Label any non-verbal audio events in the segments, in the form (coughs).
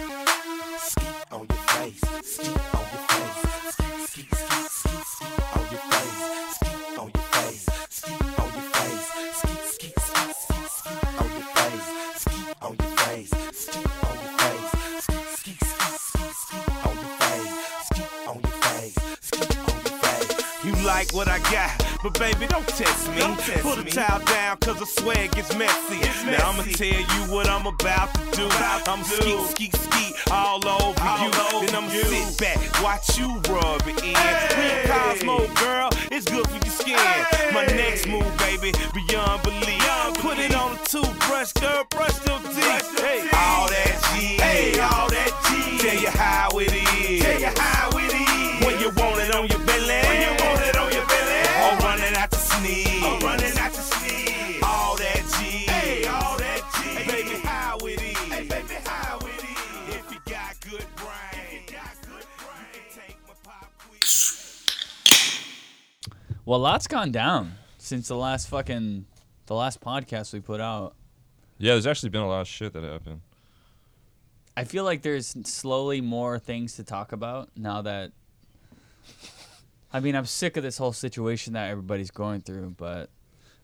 Skeet on your face, skeet on your face, skeet, skeet, skeet, skeet, skeet on your face, skeet on your face, skeet on your face, skeet, skeet, skeet, skeet, skeet on your face, skeet on your face, skeet on your face, skeet, skeet, skeet, skeet, skeet on your face, skeet on your face, skeet on your face. You like what I got, but baby, don't test me. Don't test Put a me. towel down, cause the swag gets messy. Gets Now I'ma messy. tell you what I'm about to do. About to I'm do. skeet, skeet, skeet all over All you. over then I'ma you. sit back, watch you rub it in. Hey. Real Cosmo girl, it's good for your skin. My Hey. next move, baby, beyond belief. Beyond Put belief. it on the toothbrush, girl, brush them teeth. Brush them hey. teeth. All that G, Hey, all that G. Tell you how it is. Tell you how it is. When you want it on your belly. When you want it on your belly. Or running out to sneeze. I'm running out to sneeze. All that G. Hey, all that G. Hey, baby, how it is. Hey, baby, how it is. If you got good brain. If you got good brain. You can take my pop quiz. Well, a lot's gone down since the last fucking the last podcast we put out. Yeah, there's actually been a lot of shit that happened. I feel like there's slowly more things to talk about now that I mean, I'm sick of this whole situation that everybody's going through, but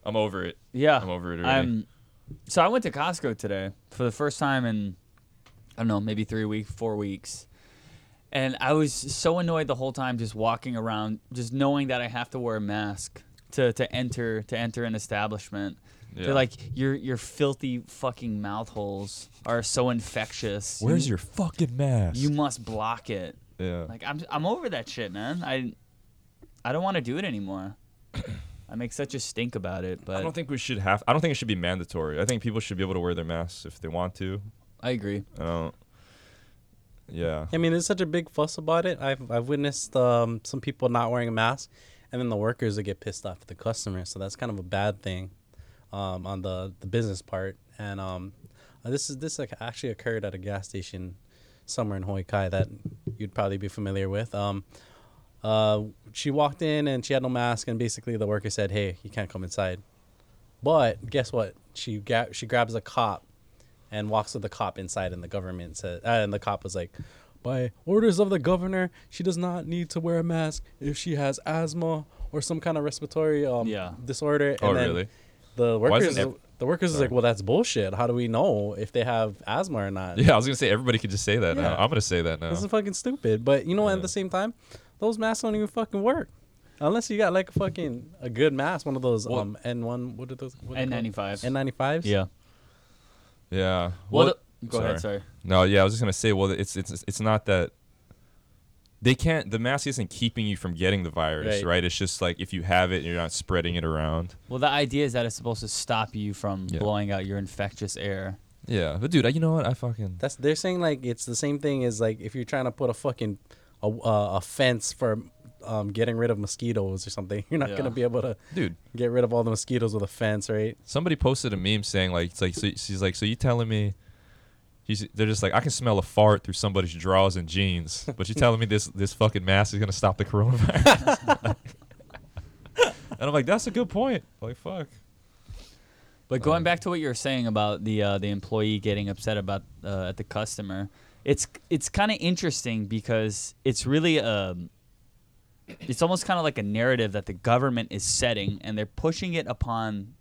I'm over it. yeah. I'm over it already. I'm- so I went to Costco today for the first time in I don't know, maybe 3 weeks, 4 weeks. And I was so annoyed the whole time just walking around just knowing that I have to wear a mask to to enter to enter an establishment. Yeah. They're like your your filthy fucking mouth holes are so infectious. You- your fucking mask? you must block it. yeah. Like I'm I'm over that shit, man. I I don't want to do it (coughs) anymore. I make such a stink about it, but I don't think we should have. I don't think it should be mandatory. I think people should be able to wear their masks if they want to. I agree. I don't. Yeah. I mean, there's such a big fuss about it. I've I've witnessed um, some people not wearing a mask, and then the workers that get pissed off at the customers. So that's kind of a bad thing um, on the, the business part. And um, uh, this is this like actually occurred at a gas station somewhere in Hoi Kai that you'd probably be familiar with. Um, uh, she walked in and she had no mask, and basically the worker said, "Hey, you can't come inside." But guess what? She gra- she grabs a cop and walks with the cop inside, and the government said, uh, and the cop was like, "By orders of the governor, she does not need to wear a mask if she has asthma or some kind of respiratory um, Yeah. disorder." And Oh, then really? The Why workers, isn't ev- the workers is like, "Well, that's bullshit. How do we know if they have asthma or not?" Yeah. I was gonna say everybody could just say that now. Yeah. I'm gonna say that now. This is fucking stupid. But you know, at the same time, those masks don't even fucking work. Unless you got like a fucking a good mask, one of those um N1 what are those what are they called? N95s. N95s? Yeah. yeah. Well, Well, the- go ahead. Sorry. No. Yeah. I was just gonna say. Well, it's it's it's not that. They can't. The mask isn't keeping you from getting the virus, Right. right? It's just like if you have it and you're not spreading it around. Well, the idea is that it's supposed to stop you from Yeah. blowing out your infectious air. Yeah. But dude, I, you know what? I fucking. That's they're saying like it's the same thing as like if you're trying to put a fucking a, uh, a fence for um, getting rid of mosquitoes or something. (laughs) You're not Yeah. gonna be able to Dude. get rid of all the mosquitoes with a fence, right? somebody posted a meme saying like it's like so she's like so you telling me he's they're just like I can smell a fart through somebody's drawers and jeans but you telling me this this fucking mask is gonna stop the coronavirus (laughs) and I'm like that's a good point like fuck But going back to what you were saying about the uh, the employee getting upset about uh, at the customer, it's it's kind of interesting because it's really um it's almost kind of like a narrative that the government is setting and they're pushing it upon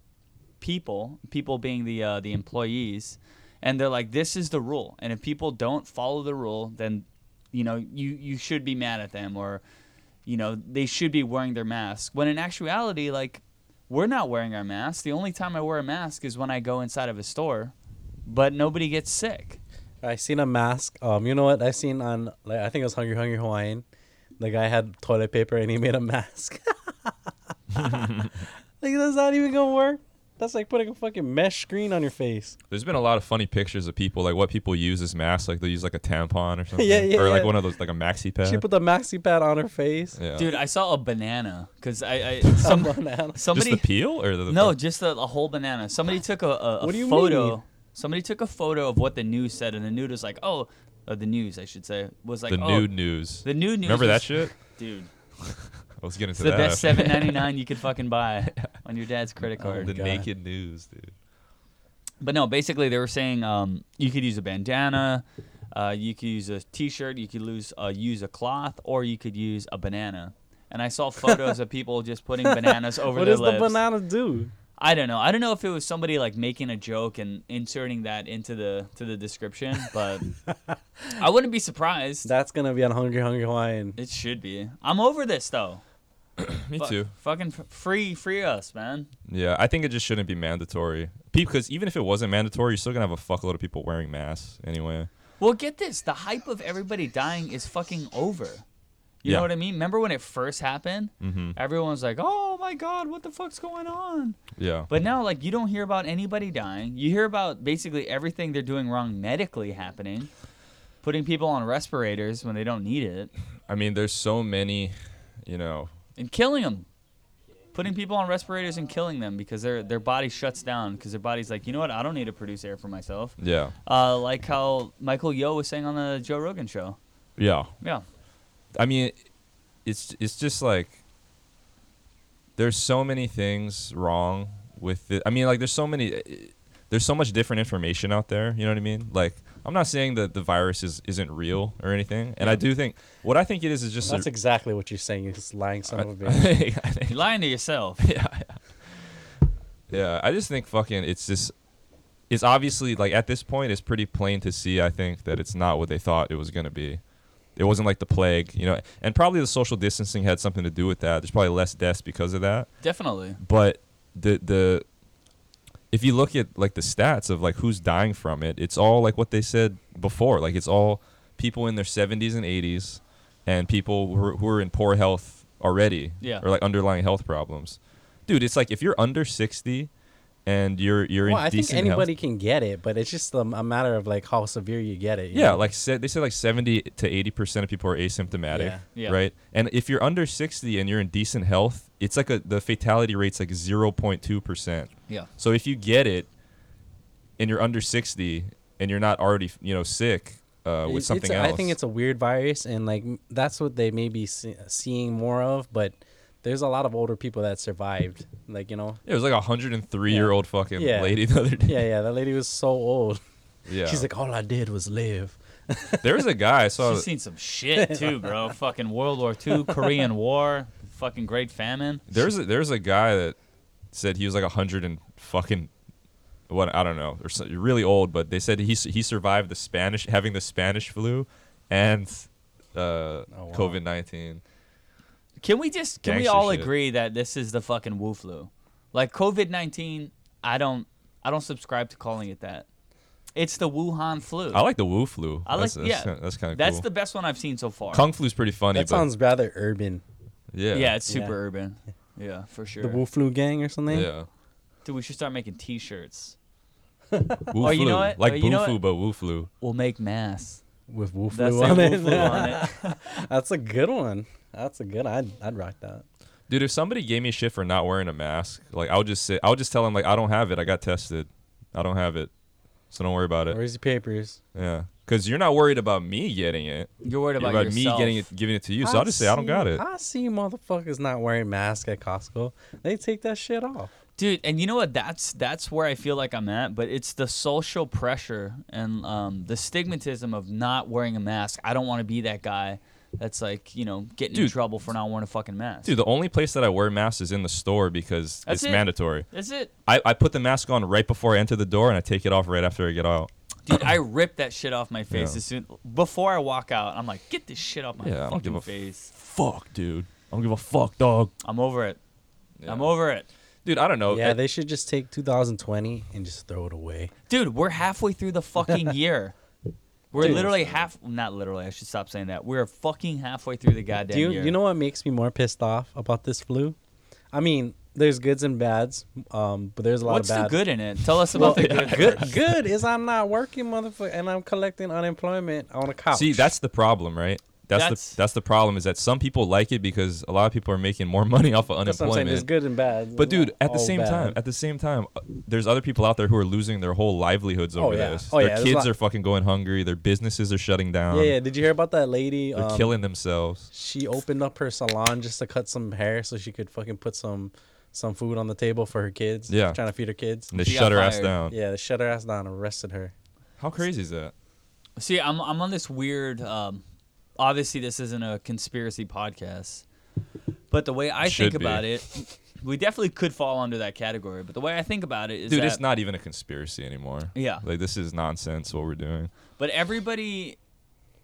people, people being the uh, the employees, and they're like, this is the rule, and if people don't follow the rule, then you know you you should be mad at them or you know they should be wearing their mask. When in actuality, like we're not wearing our masks. The only time I wear a mask is when I go inside of a store, but nobody gets sick. I seen a mask. Um, you know what I seen on like I think it was Hungry Hungry Hawaiian. The guy had toilet paper and he made a mask. (laughs) like that's not even gonna work. That's like putting a fucking mesh screen on your face. there's been a lot of funny pictures of people like what people use as masks like they use like a tampon or something (laughs) Yeah, yeah, or like yeah. one of those like a maxi pad She put the maxi pad on her face. (laughs) yeah Dude, I saw a banana because (laughs) I, I some, Come on now. just somebody the peel or the, the no fuck- just a, a whole banana. Somebody took a, a, a What do you photo. mean? Somebody took a photo of what the news said, and the news was like, oh, uh, the news I should say was like the oh, nude news the nude news. remember was- that shit dude. I was getting It's into the that best after. seven ninety nine you could fucking buy on your dad's credit card. (laughs) Oh, the God. naked news dude But no, basically they were saying um, you could use a bandana. Uh, you could use a T-shirt, you could lose, uh, use a cloth, or you could use a banana. And I saw photos (laughs) of people just putting bananas over What their does the lips. banana do? I don't know. I don't know if it was somebody like making a joke and inserting that into the to the description, but I wouldn't be surprised. That's gonna be on Hungry Hungry Hawaiian. it should be. I'm over this though. Me Fuck- too. Fucking f- free, free us, man. Yeah, I think it just shouldn't be mandatory. Because even if it wasn't mandatory, you're still gonna have a fuckload of people wearing masks anyway. Well, get this. The hype of everybody dying is fucking over. You Yeah. know what I mean? Remember when it first happened? Mm-hmm. Everyone was like, "Oh my god, what the fuck's going on?" Yeah. But now, like, you don't hear about anybody dying. You hear about basically everything they're doing wrong medically happening, putting people on respirators when they don't need it, I mean, there's so many, you know. and killing them, putting people on respirators and killing them because their their body shuts down because their body's like, you know what? I don't need to produce air for myself. Yeah. Uh, like how Michael Yo was saying on the Joe Rogan show. Yeah. Yeah. I mean, it's it's just like there's so many things wrong with it. I mean, like there's so many, eh, there's so much different information out there. You know what I mean? Like I'm not saying that the virus is isn't real or anything, and I do think what I think it is is just That's a, exactly what you're saying. It's lying son of (laughs) a I bitch. think- I think- You're lying to yourself. yeah, I just think fucking it's just it's obviously like at this point it's pretty plain to see. I think that it's not what they thought it was gonna be. It wasn't like the plague, you know, and probably the social distancing had something to do with that. There's probably less deaths because of that. Definitely. but the the if you look at like the stats of like who's dying from it, it's all like what they said before. Like it's all people in their 70s and 80s, and people who are, who are in poor health already, Yeah. or like underlying health problems. Dude, it's like if you're under 60 and you're you're Well, in I think decent anybody health. can get it, but it's just a, a matter of like how severe you get it. you Yeah, know? like said, they said like 70 to 80 percent of people are asymptomatic, Yeah. Yeah. right? And if you're under 60 and you're in decent health, it's like a the fatality rate's like 0.2 percent. Yeah. So if you get it and you're under 60 and you're not already, you know, sick uh, with It's- something it's, else. I think it's a weird virus, and like m- that's what they may be see- seeing more of. But there's a lot of older people that survived. Like you know, it was like a 103 year old fucking Yeah. lady the other day. yeah, yeah. That lady was so old. (laughs) Yeah. She's like, all I did was live. there was a guy I saw. She's seen some shit too, bro. fucking World War II, Korean War, fucking Great Famine. There's a, there's a guy that said he was like 100 and fucking what I don't know or so, really old, but they said he s- he survived the Spanish having the Spanish flu and uh, Oh, wow. COVID 19. Can we just can we Gangster all shit. agree that this is the fucking woo flu? Like COVID nineteen, I don't I don't subscribe to calling it that. It's the Wuhan flu. I like the Wu flu. I like- that's, that's yeah. kinda, that's kind of That's cool. the best one I've seen so far. Kung flu's pretty funny, That but sounds rather urban. yeah, yeah, it's super Yeah. (laughs) urban. Yeah, for sure. The Wu Flu gang or something. yeah. Dude, we should start making T-shirts. Wu Or you flu. know what? Like Or you know Boo Foo, what? but Wu flu. We'll make masks. With Wu That's Flu it, on Wu it. flu on it. (laughs) That's a good one. That's a good. I'd I'd rock that. Dude, if somebody gave me shit for not wearing a mask, like I would just say, I would just tell them like I don't have it. I got tested. I don't have it. So don't worry about it. Where's your papers? Yeah, because you're not worried about me getting it. You're worried You're about, about yourself. me getting it, giving it to you. So I'll just say I don't see- got it. I see motherfuckers not wearing masks at Costco. They take that shit off. dude and you know what that's that's where i feel like i'm at but it's the social pressure and um, the stigmatism of not wearing a mask i don't want to be that guy that's like you know getting in Dude. trouble for not wearing a fucking mask Dude, the only place that I wear masks is in the store because That's it's it. mandatory. that's it I, I put the mask on right before I enter the door and I take it off right after I get out. dude i rip that shit off my face Yeah. as soon before i walk out i'm like get this shit off my Yeah, I don't give fucking a f- face Fuck, dude. I don't give a fuck, dog. i'm over it Yeah. i'm over it Dude, I don't know. Yeah, I- they should just take 2020 and just throw it away. dude we're halfway through the fucking (laughs) year we're Dude. literally half not literally i should stop saying that we're fucking halfway through the goddamn Do you year you know what makes me more pissed off about this flu? I mean, there's goods and bads, um, but there's a lot what's of the bad. good in it tell us about (laughs) the good good, good is I'm not working, motherfucker, and I'm collecting unemployment on a couch. See, that's the problem, right? That's, That's- the that's the problem is that some people like it because a lot of people are making more (laughs) money off of That's what I'm unemployment. saying. There's good and bad. but dude, at the All same bad. time, at the same time, uh, there's other people out there who are losing their whole livelihoods over yeah. this. Oh, their yeah, there's a kids lot- are fucking going hungry. Their businesses are shutting down. yeah, yeah. Did you hear about that lady? They're um, killing themselves. She opened up her salon just to cut some hair so she could fucking put some some food on the table for her kids. Yeah. trying to feed her kids. And they she got shut her ass fired. down. Yeah, they shut her ass down, arrested her. How crazy is that? See, I'm I'm on this weird. Um, obviously, this isn't a conspiracy podcast, but the way I Should think be. about it, we definitely could fall under that category. But the way I think about it is Dude, that, it's not even a conspiracy anymore. Yeah. Like this is nonsense what we're doing. But everybody,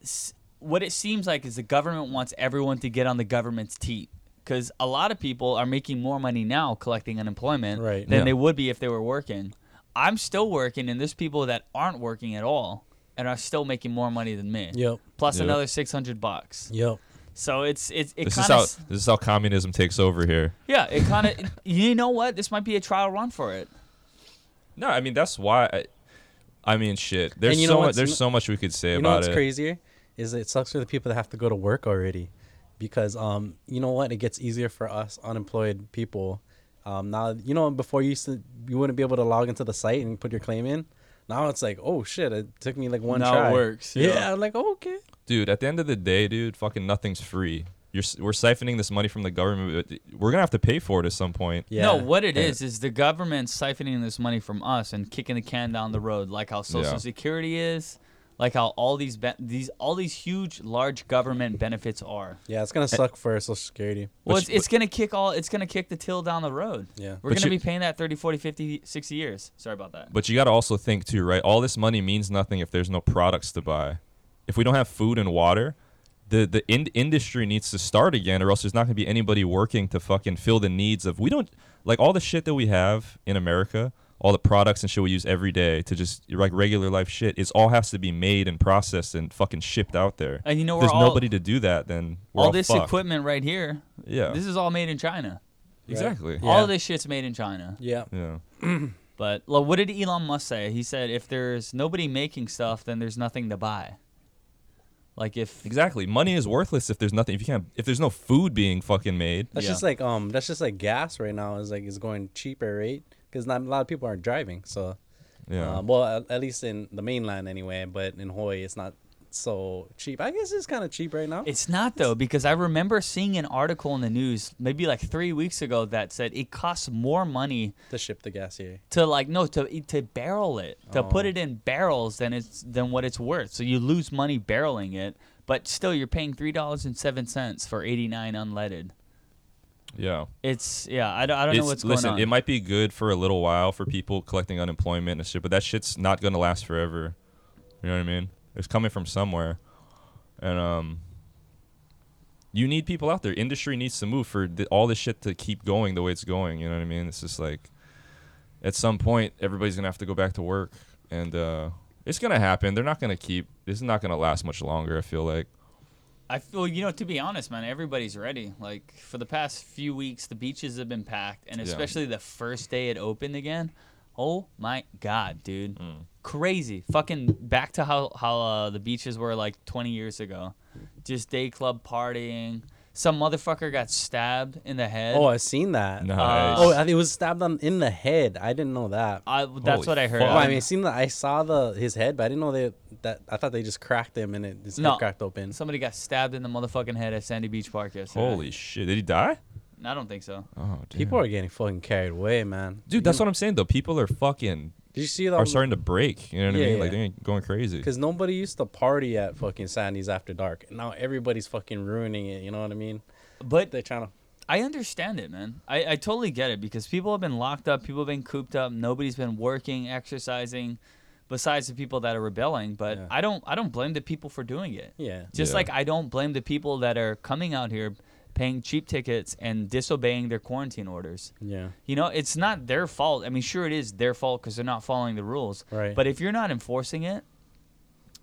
s- what it seems like is the government wants everyone to get on the government's teat because a lot of people are making more money now collecting unemployment Right. than Yeah. they would be if they were working. I'm still working, and there's people that aren't working at all and are still making more money than me. Yep. Plus Yep. another six hundred bucks. Yep. So it's it's it This is kind how of this is how communism takes over here. yeah. It kind of (laughs) you know what? This might be a trial run for it. No, I mean that's why I, I mean shit. There's you know so much what's there's n- so much we could say You know about what's it. crazier is it sucks for the people that have to go to work already, because um you know what it gets easier for us unemployed people. Um, now you know before you used to you wouldn't be able to log into the site and put your claim in. Now it's like oh shit it took me like one Now it try. works, Yeah. yeah. I'm like oh, okay. Dude, at the end of the day, dude, fucking nothing's free. You're s- we're siphoning this money from the government. but We're going to have to pay for it at some point. Yeah. No, what it Yeah. is is the government siphoning this money from us and kicking the can down the road, like how Social Yeah. Security is, like how all these be- these all these huge, large government benefits are. Yeah, it's gonna suck for Social Security. Well, But it's, you- it's gonna kick all. It's gonna kick the till down the road. Yeah. we're But gonna you- be paying that 30, 40, 50, 60 years. Sorry about that. But you got to also think too, right? All this money means nothing if there's no products to buy. If we don't have food and water, the the in- industry needs to start again, or else there's not going to be anybody working to fucking fill the needs of. We don't like all the shit that we have in America, all the products and shit we use every day to just like regular life shit. It's all has to be made and processed and fucking shipped out there. And you know, If we're there's all- nobody to do that. Then we're all this fucked. equipment right here. Yeah. this is all made in China. exactly. Yeah. All of this shit's made in China. Yeah. yeah. But like, what did Elon Musk say? He said, if there's nobody making stuff, then there's nothing to buy. Like if Exactly. Money is worthless if there's nothing. If you can't. If there's no food being fucking made. That's Yeah. just like um that's just like gas right now is like is going cheaper right because not a lot of people aren't driving so Yeah. uh, well at, at least in the mainland anyway but in Hawaii it's not so cheap I guess it's kind of cheap right now It's not though, because I remember seeing an article in the news maybe like three weeks ago that said it costs more money to ship the gas here to like no to to barrel it to put Oh. it in barrels than it's than what it's worth. So you lose money barreling it, but still you're paying three dollars and seven cents for eighty nine unleaded. yeah. It's yeah, I, don't- I don't know It's- what's listen, going on. it might be good for a little while for people collecting unemployment and shit, but that shit's not gonna last forever. You know what I mean? It's coming from somewhere, and um, you need people out there. Industry needs to move for th- all this shit to keep going the way it's going. You know what I mean? It's just like, at some point, everybody's gonna have to go back to work, and uh, it's gonna happen. They're not gonna keep. This is not gonna last much longer. I feel like. I feel you know to be honest, man. Everybody's ready. Like for the past few weeks, the beaches have been packed, and especially the first day it opened again. Oh my god, dude, Mm. crazy! Fucking back to how how uh, the beaches were like 20 years ago. Just day club partying. Some motherfucker got stabbed in the head. oh I've seen that Nice. oh and it was stabbed on in the head I didn't know that I, that's Holy what I heard. fuck. well, I um, mean seen that I saw the his head but I didn't know they that I thought they just cracked him and it his head No. cracked open somebody got stabbed in the motherfucking head at Sandy Beach Park yesterday. Holy shit! Did he die? I don't think so. Oh, damn. people are getting fucking carried away man Dude, that's what I'm saying though. People are fucking did you see that are starting to break. You know what Yeah, I mean? Like yeah. they're going crazy. Because nobody used to party at fucking Sandy's after dark. Now everybody's fucking ruining it. You know what I mean? But They're trying to. I understand it, man. I, I totally get it because people have been locked up, people have been cooped up, nobody's been working, exercising, besides the people that are rebelling. But Yeah. I don't I don't blame the people for doing it. Yeah. Just Yeah. like I don't blame the people that are coming out here paying cheap tickets and disobeying their quarantine orders. Yeah. You know, it's not their fault. I mean, sure it is their fault because they're not following the rules. Right. But if you're not enforcing it,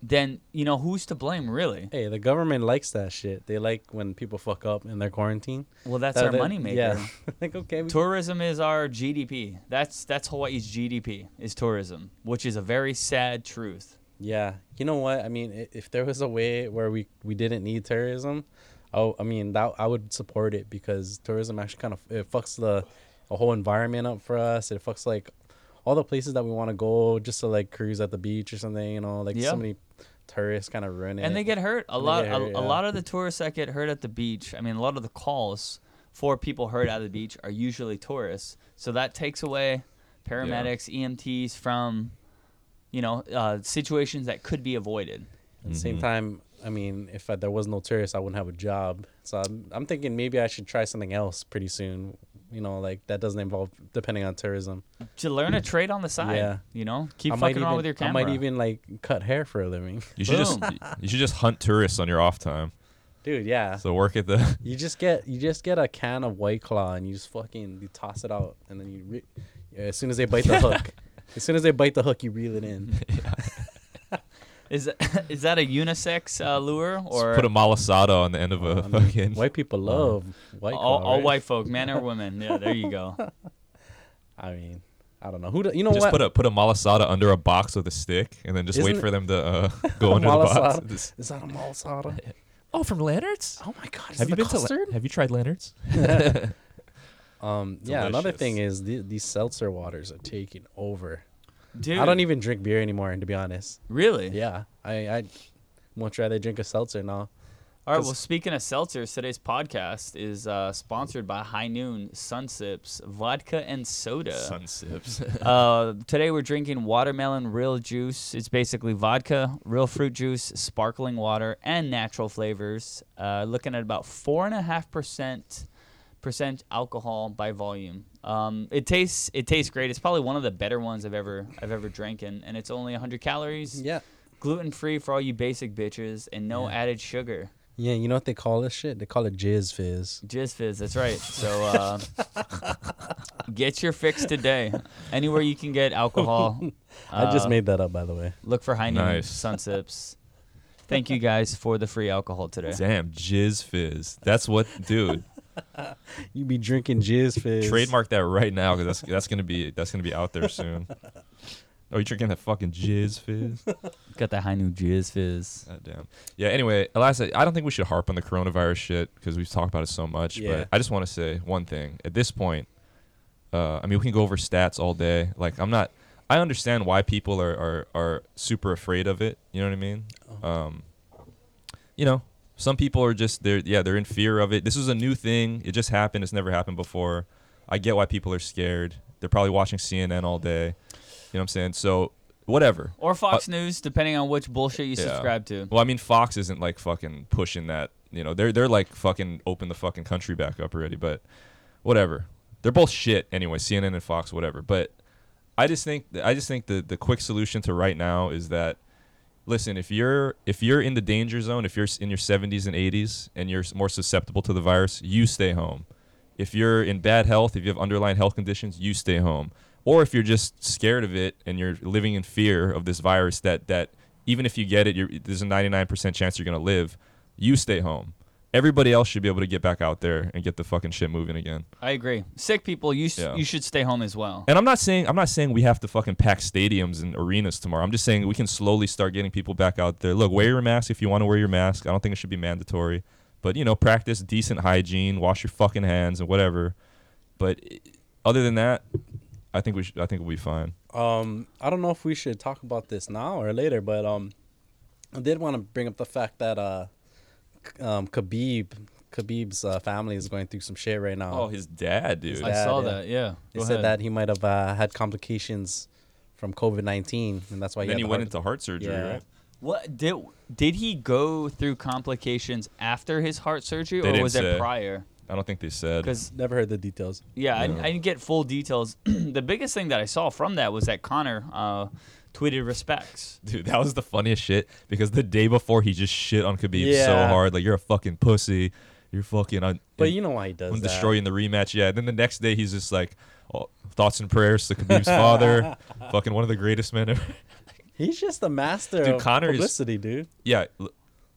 then you know who's to blame really? Hey, the government likes that shit. They like when people fuck up and they're quarantined. Well, that's That- our that- moneymaker. uh, Yeah. (laughs) like, okay. We, Tourism is our GDP. That's that's Hawaii's GDP is tourism, which is a very sad truth. yeah. You know what? I mean, i- if there was a way where we, we didn't need terrorism, oh, I mean, that I would support it because tourism actually kind of it fucks the, the whole environment up for us. It fucks like all the places that we want to go just to like cruise at the beach or something. You know, like Yeah. so many tourists kind of ruin it. And they get hurt. A they lot get hurt, a, yeah. a lot of the tourists that get hurt at the beach, I mean a lot of the calls for people hurt at the beach are usually tourists. So that takes away E paramedics, EMTs from you know, uh, situations that could be avoided. At the Mm-hmm. same time, I mean, if I, there was no tourists, I wouldn't have a job. So I'm, I'm thinking maybe I should try something else pretty soon. You know, like that doesn't involve depending on tourism. To learn a trade on the side, Yeah. you know, keep I might fucking even, around with your camera. I might even like cut hair for a living, (laughs) You should just Boom. you should just hunt tourists on your off time. dude. Yeah. So work at the (laughs) You just get you just get a can of White Claw and you just fucking you toss it out and then you re- yeah, as soon as they (laughs) bite the hook, as soon as they bite the hook, you reel it in. is that, (laughs) is that a unisex uh, lure or just put a malasada on the end of a I mean, fucking. Um, white people love White Claw. all, all right? white folk, men or women? Yeah, there you (laughs) go. I mean, I don't know who. Do, you know Just what? put a put a malasada under a box with a stick, and then just wait Isn't- for them to (laughs) uh, go (laughs) under the box. Malasada. Just- Is that a malasada? Oh, from Leonard's. Oh my god! Is Have you it a been to? custard? Le- have you tried Leonard's? um, yeah. Another Delicious. thing is the, these seltzer waters are taking over. Dude, I don't even drink beer anymore, to be honest. really. Yeah, I I much rather drink a seltzer now. All right. Well, 'Cause- speaking of seltzers, today's podcast is uh, sponsored by High Noon Sunsips Vodka and Soda. Sun sips. uh, today we're drinking watermelon real juice. It's basically vodka, real fruit juice, sparkling water, and natural flavors. Uh, looking at about four and a half percent percent alcohol by volume. Um, it tastes it tastes great. It's probably one of the better ones I've ever I've ever drank, and, and it's only 100 calories. Yeah. Gluten free for all you basic bitches, and no added sugar. Yeah, you know what they call this shit? They call it jizz fizz. Jizz Fizz, that's right. So (laughs) uh, get your fix today. Anywhere you can get alcohol. I just uh, made that up, by the way. Look for High Noon Nice. Sunsips. Thank you guys for the free alcohol today. (laughs) Damn, jizz fizz. That's what, dude. You be drinking (laughs) jizz fizz. Trademark that right now because that's that's gonna be that's gonna be out there soon. (laughs) Oh, you drinking that fucking jizz fizz? Got that High Noon Jizz Fizz. God Uh, damn. Yeah. Anyway, Eliza, I don't think we should harp on the coronavirus shit because we've talked about it so much. Yeah. But I just want to say one thing. At this point, uh, I mean, we can go over stats all day. Like, I'm not. I understand why people are are, are super afraid of it. You know what I mean? Um, you know, some people are just they're yeah they're in fear of it. This is a new thing. It just happened. It's never happened before. I get why people are scared. They're probably watching CNN all day. You know what I'm saying? So whatever. Or Fox News, depending on which bullshit you Uh, Yeah. subscribe to. Well, I mean, Fox isn't like fucking pushing that. You know, they're they're like fucking open the fucking country back up already. But whatever, they're both shit anyway. CNN and Fox, whatever. But I just think I just think the the quick solution to right now is that listen, if you're if you're in the danger zone, if you're s- in your 70s and 80s and you're s- more susceptible to the virus, you stay home. If you're in bad health, if you have underlying health conditions, you stay home. Or if you're just scared of it and you're living in fear of this virus that that even if you get it, you're, there's a 99% chance you're going to live, you stay home. Everybody else should be able to get back out there and get the fucking shit moving again. I agree. Sick people, you, s Yeah. you should stay home as well. And I'm not saying I'm not saying we have to fucking pack stadiums and arenas tomorrow. I'm just saying we can slowly start getting people back out there. Look, wear your mask if you want to wear your mask. I don't think it should be mandatory, but you know, practice decent hygiene, wash your fucking hands and whatever. But i- other than that, I think we should. I think we'll be fine. Um, I don't know if we should talk about this now or later, but um, I did want to bring up the fact that uh, K- um, Khabib, Khabib's uh, family is going through some shit right now. Oh, his dad, oh, dude. I dad, saw yeah. that, yeah. they Go said ahead. that he might have uh, had complications from COVID nineteen, and that's why then he he, had the went heart- into heart surgery, Yeah. right? What did did he go through complications after his heart surgery, They or didn't was it say. prior? I don't think they said. Because Never heard the details. yeah, I, I didn't get full details. (clears throat) the biggest thing that I saw from that was that Connor uh, tweeted respects. Dude, that was the funniest shit because the day before he just shit on Khabib so Yeah. hard, like you're a fucking pussy, you're fucking. Un- But you know why he does I'm that. destroying the rematch. Yeah. And then the next day, he's just like, oh, thoughts and prayers to Khabib's father. Fucking one of the greatest men ever. (laughs) He's just a master Dude, of Connor is- publicity, dude. yeah. l-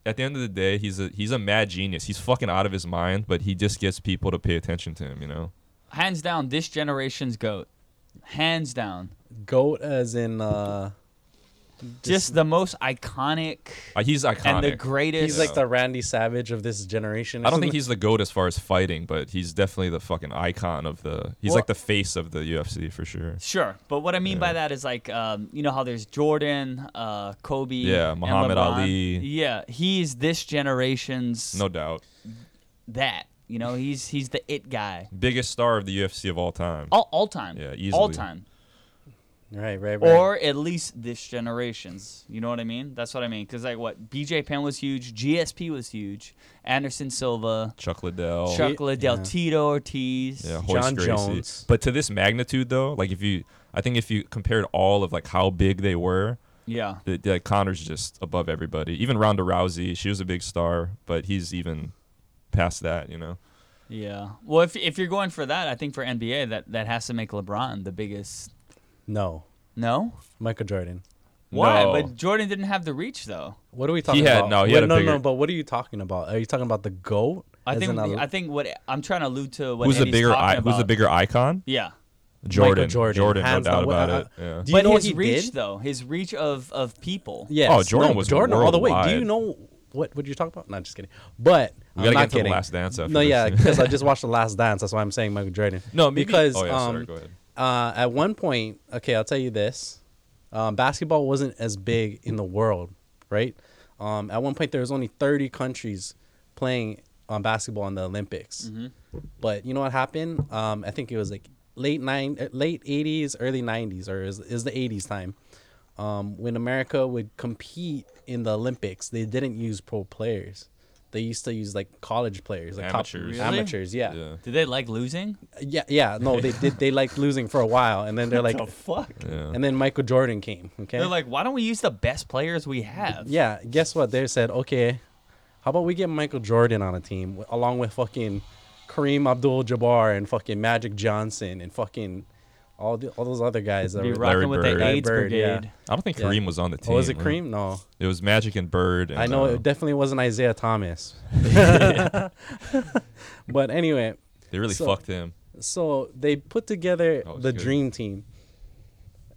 At the end of the day, he's a he's a mad genius. He's fucking out of his mind, but he just gets people to pay attention to him. You know. Hands down, this generation's goat. Hands down, Goat as in uh, just, the most iconic Uh, he's iconic. and the greatest. he's like the Randy Savage of this generation. or I don't think something. he's the goat as far as fighting, but he's definitely the fucking icon of the. He's Well- like the face of the UFC for sure. Sure, but what I mean by Yeah. that is like, um, you know how there's Jordan, uh, Kobe, Yeah, and Muhammad LeBron. Ali. Yeah, he's this generation's No doubt, that. You know, he's he's the it guy biggest star of the UFC of all time. all all time. Yeah, easily. all time. Right, right, right. or at least this generation's. You know what I mean? That's what I mean. Because like what BJ Penn was huge, GSP was huge, Anderson Silva, Chuck Liddell. Chuck Liddell, yeah. Tito Ortiz. Oh, Yeah, Hoist John Gracie. Jones. But to this magnitude, though, like if you, I think if you compared all of like how big they were, Yeah. the, the- like Connor's just above everybody. Even Ronda Rousey, she was a big star, but he's even past that. You know, Yeah. Well, if if you're going for that, I think for NBA that that has to make LeBron the biggest. no, No. Michael Jordan. Why? No. But Jordan didn't have the reach though. What are we talking had- about? no, he What- had a no, bigger- no. But what are you talking about? Are you talking about the goat? I As think in a- I think what I'm trying to allude to what who's the Andy's bigger? talking I, who's the about. bigger icon? Yeah. Jordan. Jordan, no hands doubt down. Well, about it. I- Yeah. Do you But know what his he reach did? though, his reach of of people. Yes. Oh, Jordan no, was Jordan all the way. Do worldwide. you know what what you're talking about? No, just kidding. But We I'm gotta not get to the kidding. Last Dance after no, this. yeah, because I (laughs) just watched the Last Dance. That's why I'm saying Michael Jordan. No, maybe- because oh, yeah, um, sorry, go ahead. Uh, at one point, okay, I'll tell you this: um, basketball wasn't as big in the world, right? Um, at one point, there was only 30 countries playing on basketball in the Olympics. But you know what happened? Um, I think it was like late nine, uh, late 80s, early 90s, or is is the 80s time um, when America would compete in the Olympics, they didn't use pro players. They used to use like college players, like Amateurs. top Really? amateurs. Yeah. yeah, Yeah. Did they like losing? yeah, No, they did. They liked losing for a while, and (laughs) then they're like, the fuck? Yeah. and then Michael Jordan came. Okay. They're like, why don't we use the best players we have? yeah. Guess what? They said, okay, how about we get Michael Jordan on a team wi- along with fucking Kareem Abdul-Jabbar and fucking Magic Johnson and fucking all the, all those other guys. That Be were, rocking Larry with Bird. the Larry AIDS Bird, yeah. brigade. I don't think Yeah. Kareem was on the team. oh, was it huh? Kareem? No. It was Magic and Bird. And, I know uh, it definitely wasn't (laughs) Isaiah Thomas. (laughs) but anyway, they really so- fucked him. so they put together That was the good. dream team.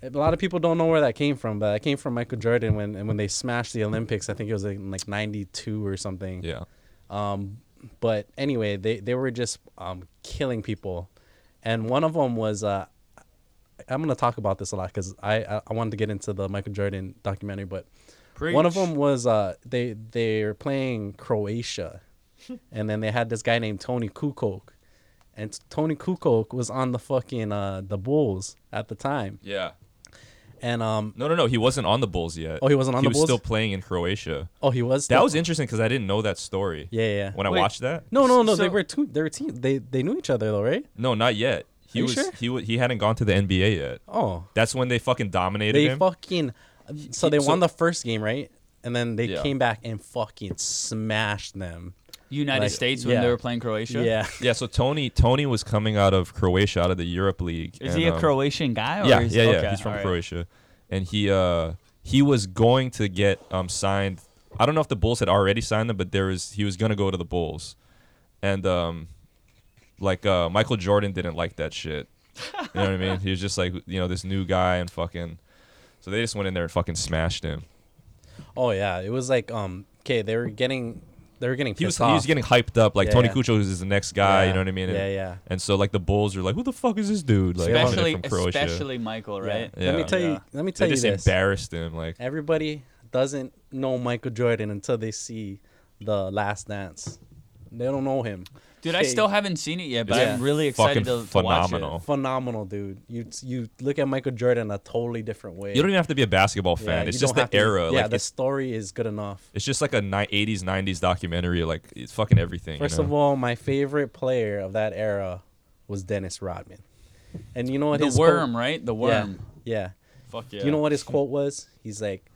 A lot of people don't know where that came from, but that came from Michael Jordan when and when they smashed the Olympics. I think it was in like '92 or something. Yeah. But anyway, they they were just um, killing people, and one of them was uh, I'm gonna talk about this a lot because I, I I wanted to get into the Michael Jordan documentary, but one of Preach. them was uh, they they were playing Croatia, and then they had this guy named Tony Kukoc, and t- Tony Kukoc was on the fucking uh, the Bulls at the time, Yeah. and um No, no, no. He wasn't on the Bulls yet. Oh, he wasn't on he the was Bulls? still playing in Croatia. oh he was That the- was interesting because I didn't know that story. yeah yeah When Wait, I watched that. no no no they So- were two they were team they they knew each other though right No, not yet. He Are you was sure? he wa- he hadn't gone to the NBA yet. oh That's when they fucking dominated they him. fucking so he- they won so- the first game right and then they Yeah. came back and fucking smashed them United Like, States when yeah. they were playing Croatia. yeah (laughs) yeah, so Tony Tony was coming out of Croatia, out of the Europe League. Is and, he a um, Croatian guy? Or Yeah, is, yeah, yeah. Oh, okay, He's from all right. Croatia, and he uh he was going to get um signed. I don't know if the Bulls had already signed him, but there was he was gonna go to the Bulls, and um like uh Michael Jordan didn't like that shit. You know what I mean? He was just like you know this new guy and fucking. So they just went in there and fucking smashed him. oh yeah it was like um okay they were getting they were getting he was pissed off. he was getting hyped up like Yeah, Tony yeah. Kuchel is the next guy, Yeah. you know what I mean? And, Yeah, yeah. And so like the Bulls are like, who the fuck is this dude? Like coming in Especially, from Croatia. especially Michael, right? Yeah. Let me tell you. Yeah. Let me they tell you just this. embarrassed him. Like Everybody doesn't know Michael Jordan until they see the Last Dance. They don't know him. Dude, I Okay, still haven't seen it yet, but It's I'm really fucking excited to, to phenomenal. watch phenomenal dude. You you look at Michael Jordan a totally different way. you don't even have to be a basketball Yeah, fan. you it's just don't the have to- era. yeah, like the it's, story is good enough. it's just like a ni- 80s 90s documentary. Like it's fucking everything. First you know? of all, my favorite player of that era was Dennis Rodman, and you know it. what his The quote- worm, right? The Yeah, worm. yeah. Fuck yeah. Do you know (laughs) what his quote was? He's like,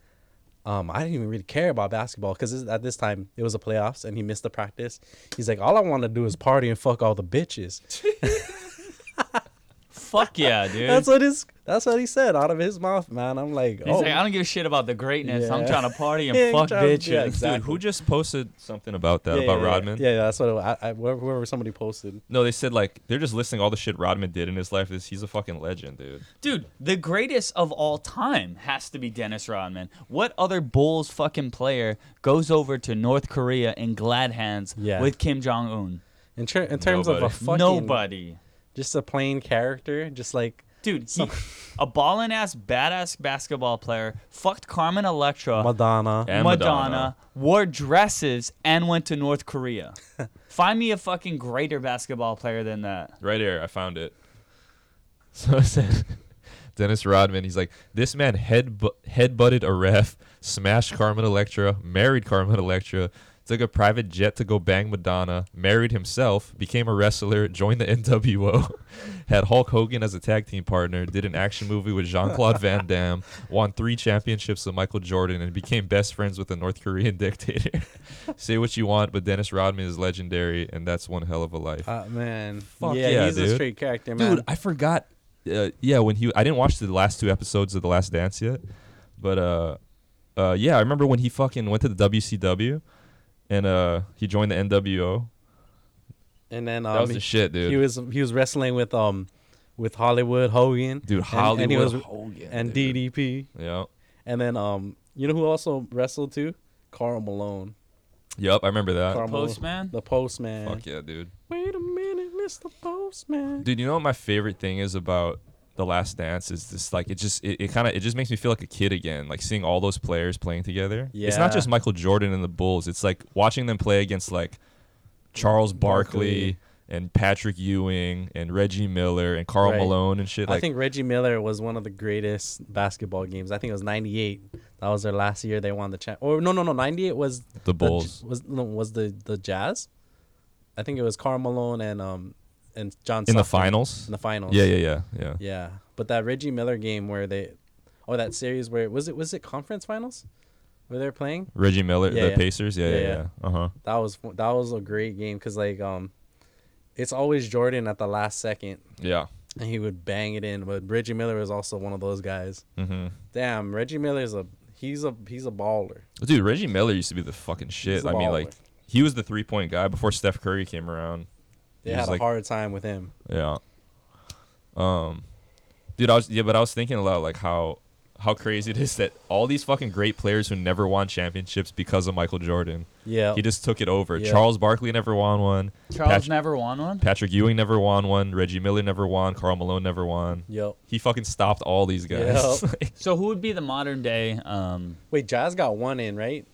um, I didn't even really care about basketball because at this time it was a playoffs and he missed the practice. He's like, all I want to do is party and fuck all the bitches. (laughs) Fuck yeah, dude. (laughs) That's what his. That's what he said out of his mouth, man. I'm like, He's oh, like, I don't give a shit about the greatness. I'm Yeah. trying to party and (laughs) Yeah, fuck trying bitches. to- yeah, exactly. Dude, who just posted something about that Yeah, about yeah, yeah. Rodman? Yeah, yeah, that's what it, I, I, whoever, whoever somebody posted. No, they said like they're just listing all the shit Rodman did in his life. Is he's a fucking legend, dude. Dude, the greatest of all time has to be Dennis Rodman. What other Bulls fucking player goes over to North Korea in glad hands Yeah. with Kim Jong Un? In, ter- in terms of a Nobody. fucking Nobody. just a plain character, just like Dude, he, a ballin' ass, badass basketball player fucked Carmen Electra, Madonna. And Madonna. wore dresses, and went to North Korea. Find me a fucking (laughs) greater basketball player than that. Right here, I found it. So it said, Dennis Rodman. He's like, this man head headbutted a ref, smashed Carmen Electra, married Carmen Electra, took a private jet to go bang Madonna, married himself, became a wrestler, joined the NWO, (laughs) had Hulk Hogan as a tag team partner, did an action movie with Jean Claude Van Damme, won three championships with Michael Jordan, and became best friends with a North Korean (laughs) dictator. Say what you want, but Dennis Rodman is legendary, and that's one hell of a life. Uh, man. Fuck yeah, yeah, he's a dude. straight character, man. Dude, I forgot. Uh, yeah, when he, I didn't watch the last two episodes of The Last Dance yet, but uh, uh, yeah, I remember when he fucking went to the WCW, and uh, he joined the NWO. and then That um, was the shit, dude. he was he was wrestling with um with Hollywood Hogan, dude, and, Hollywood and he was, Hogan and dude. DDP, Yeah. and then um you know who also wrestled too? Carl Malone, Yep, I remember that. Carl Malone. Postman? the Postman. Fuck yeah, dude. Wait a minute, Mr. Postman. Dude, you know what my favorite thing is about The Last Dance is this like it just it, it kind of it just makes me feel like a kid again, like seeing all those players playing together. It's Yeah. not just Michael Jordan and the Bulls. It's like watching them play against like Charles Barkley, Barkley. and Patrick Ewing and Reggie Miller and Carl Right. Malone and shit like I think Reggie Miller was one of the greatest basketball games. I think it was '98. That was their last year they won the champ. Or no, no, no. '98 was the Bulls. was no, was the the Jazz. I think it was Carl Malone and um and John in the Stockton finals? In the finals. Yeah, yeah, yeah, yeah. Yeah, but that Reggie Miller game where they, oh that series where was it was it conference finals, where they're playing Reggie Miller, Yeah, the yeah. Pacers. Yeah, yeah, Yeah, yeah. yeah. Uh-huh. that was fu- that was a great game because like um, it's always Jordan at the last second Yeah. and he would bang it in, but Reggie Miller was also one of those guys. Mhm. Damn, Reggie Miller's a he's a he's a baller. Dude, Reggie Miller used to be the fucking shit. He's a I mean, baller. like, he was the three point guy before Steph Curry came around. They He's had a like- hard time with him. Yeah. Um, dude, I was yeah, but I was thinking a lot like how how crazy it is that all these fucking great players who never won championships because of Michael Jordan. Yeah, He just took it over. Yeah. Charles Barkley never won one. Charles Patch- never won one. Patrick Ewing never won one. Reggie Miller never won. Carl Malone never won. Yep. He fucking stopped all these guys. (laughs) Yeah. Like, So who would be the modern day? Um, Wait, Jazz got one in, right?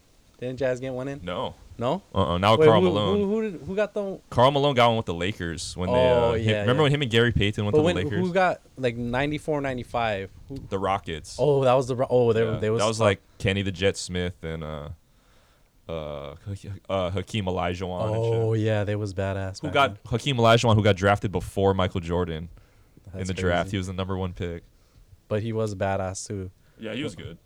Didn't Jazz get one in? no. No. Uh uh Now Wait, Carl who, Malone. who, who, did, who got the Carl Malone got one with the Lakers when Oh, they. Uh, him- yeah, remember yeah. when him and Gary Payton went But to when the Lakers? who got like 94, 95? Who, the Rockets. oh, that was the Ro- oh, there Yeah. there was, that was like Kenny the Jet Smith and uh, uh, uh Hakeem Olajuwon. oh and shit. yeah, they was badass. who back got then. Hakeem Olajuwon? Who got drafted before Michael Jordan in That's the draft? crazy. He was the number one pick. but he was badass too. Yeah, he was good.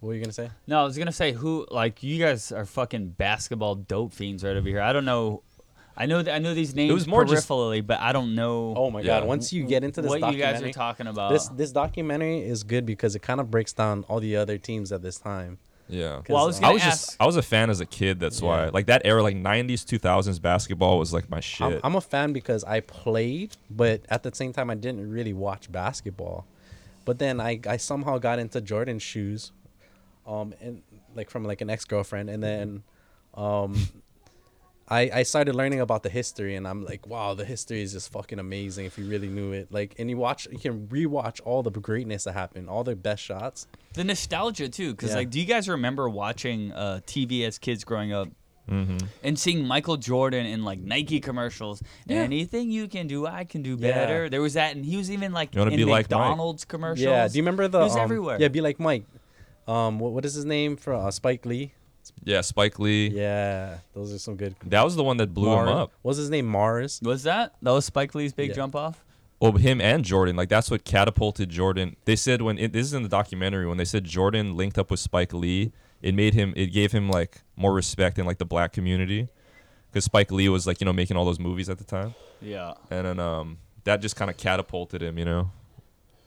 What were you gonna say? no, I was gonna say who. Like you guys are fucking basketball dope fiends right over here. I don't know. I know. Th- I know these names was more just- peripherally, but I don't know. Oh my Yeah. god! Once you get into this what you documentary, guys are talking about. this this documentary is good because it kind of breaks down all the other teams at this time. Yeah. well, I was I gonna I was ask. just I was a fan as a kid. That's why Yeah. like that era, like '90s, 2000s basketball was like my shit. I'm, I'm a fan because I played, but at the same time, I didn't really watch basketball. But then I, I somehow got into Jordan's shoes, um, and like from like an ex girlfriend, and then, um, I I started learning about the history, and I'm like, wow, the history is just fucking amazing if you really knew it. Like, and you watch, you can rewatch all the greatness that happened, all their best shots. the nostalgia too because Yeah. like do you guys remember watching uh, tv as kids growing up Mm-hmm. and seeing michael jordan in like nike commercials anything you can do i can do Yeah. better there was that and he was even like You wanna in be like Mike. mcdonald's commercials Yeah, do you remember the? he was um, everywhere Yeah, be like Mike. Um, what, what is his name for uh, Spike Lee? yeah, Spike Lee. Yeah, those are some good. That was the one that blew him Mars- up. What's his name? Mars. was that that was spike lee's big Yeah. jump off Well, him and Jordan, like that's what catapulted Jordan. They said when it, this is in the documentary when they said Jordan linked up with Spike Lee, it made him, it gave him like more respect in like the black community, because Spike Lee was like you know making all those movies at the time, yeah and then um that just kind of catapulted him, you know,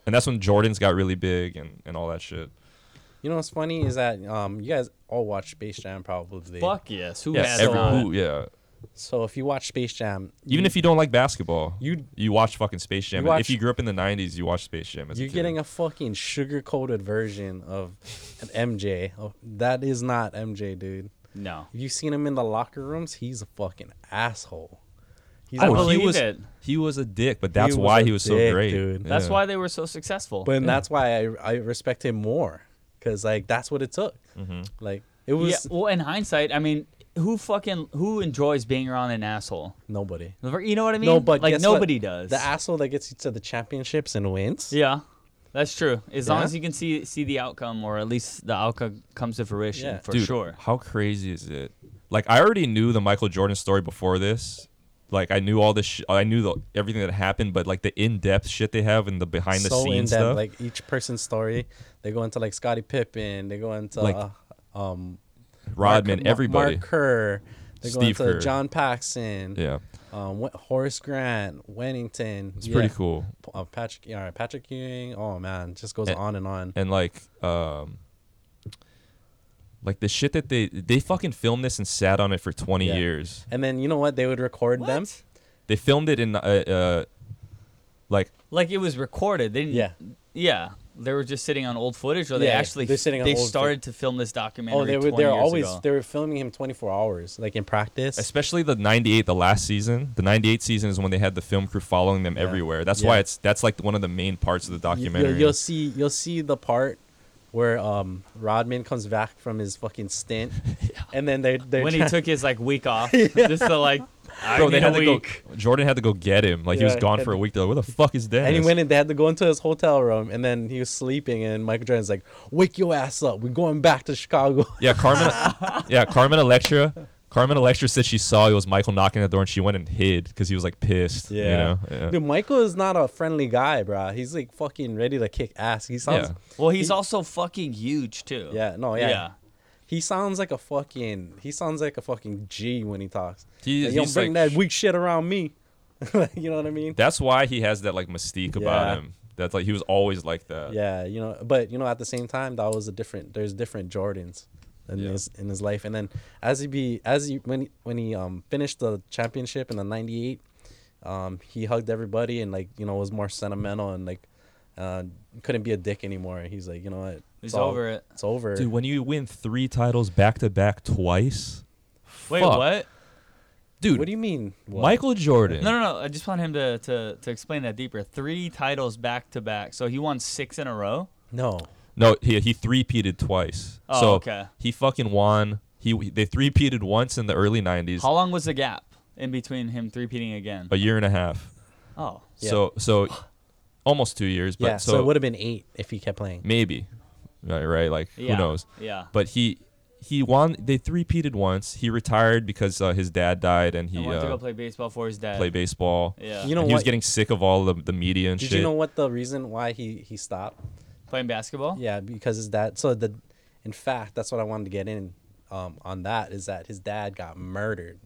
and that's when Jordan's got really big and and all that shit. You know what's funny is that um, you guys all watch Space Jam probably. fuck yes who Yeah, has every not? who- yeah. So if you watch Space Jam, Even if you don't like basketball, You- you watch fucking Space Jam. And you watch- if you grew up in the '90s, you watch Space Jam. As you're a kid. getting a fucking sugar-coated version of an MJ. Oh, that is not MJ, dude. no If you've seen him in the locker rooms, he's a fucking asshole. He's I a- believe Oh, he was, it. He was a dick, but that's was why a he was so dick, great. dude. that's Yeah. why they were so successful (laughs) but that's why I, I respect him more because like that's what it took. Like it was Mm-hmm. yeah well in hindsight i mean who fucking who enjoys being around an asshole nobody. you know what i mean No, but like guess what? nobody does The asshole that gets you to the championships and wins. yeah That's true. As long Yeah? as you can see see the outcome, or at least the outcome comes to fruition Yeah. for Dude, sure. How crazy is it? Like I already knew the Michael Jordan story before this. Like I knew all this. Sh- I knew the, everything that happened, but like the in-depth shit they have and the so in behind-the-scenes depth, stuff. like each person's story. They go into like Scottie Pippen. They go into Like, uh, um Rodman, Mark, everybody. Mark Kerr. They go Steve into Kerr. John Paxson. yeah, Um, Wh- Horace Grant, Wennington. it's pretty cool. Uh, Patrick, yeah, Patrick Ewing. Oh man, just goes And- on and on. And like, um, like the shit that they they fucking filmed this and sat on it for 20 Yeah. years. And then you know what? They would record them. What? They filmed it in uh, uh like Like it was recorded. They didn't, Yeah. yeah. They were just sitting on old footage, or they Yeah, yeah. actually They're sitting on they old fo- started to film this documentary. Oh, they were 20 they're years always ago. they were filming him 24 hours, like in practice. especially the 98 the last season the 98 season is when they had the film crew following them everywhere that's why Yeah. it's that's like one of the main parts of the You- documentary You'll, you'll see you'll see the part where um Rodman comes back from his fucking (laughs) stint, and then they they when he took his like week (laughs) off, just to like I Bro, they need had a to week. go. Jordan had to go get him. Like he was Yeah, gone and- for a week. Though, where the fuck is Dennis? and he went in. They had to go into his hotel room, and then he was sleeping. And Michael Jordan's like, "Wake your ass up! We're going back to Chicago." (laughs) yeah, Carmen. yeah, Carmen Electra. Carmen Electra said she saw it was Michael knocking at the door, and she went and hid because he was like pissed. you know? Yeah. dude, Michael is not a friendly guy, bro. He's like fucking ready to kick ass. He sounds, Yeah. Well, he's also fucking huge too. yeah, no, yeah. Yeah. He sounds like a fucking. He sounds like a fucking G when he talks. He- Like, you don't he's bring like- that weak shit around me. (laughs) you know what I mean? That's why he has that like mystique Yeah. about him. That's like he was always like that. yeah, you know, but you know, at the same time, that was a different. There's different Jordans in Yeah. his in his life, and then as he be as he when he, when he um finished the championship in the '98, um he hugged everybody and like you know was more sentimental and like uh couldn't be a dick anymore. He's like, you know what, He's all- over it. It's over. Dude, when you win three titles back to back twice, Wait, Fuck. what? dude, what do you mean, what? Michael Jordan. No, no, no. I just want him to, to, to explain that deeper. Three titles back to back. So he won six in a row. No, No, he he three-peated twice. Oh, so okay. He fucking won. He they three-peated once in the early '90s, How long was the gap in between him three peating again? a year and a half. Oh, Yeah. So so almost two years, but yeah. So, so, Mm, it would have been eight if he kept playing. maybe right, right? Like yeah. who knows? Yeah. But he he won. They three-peated once. He retired because uh, his dad died, and I he wanted to uh, go play baseball for his dad. played baseball. yeah. You And know he was what? getting sick of all the, the media and Did shit. you know what the reason why he he stopped? playing basketball. Yeah, because his dad. So the, in fact, that's what I wanted to get in um, on that is that his dad got murdered.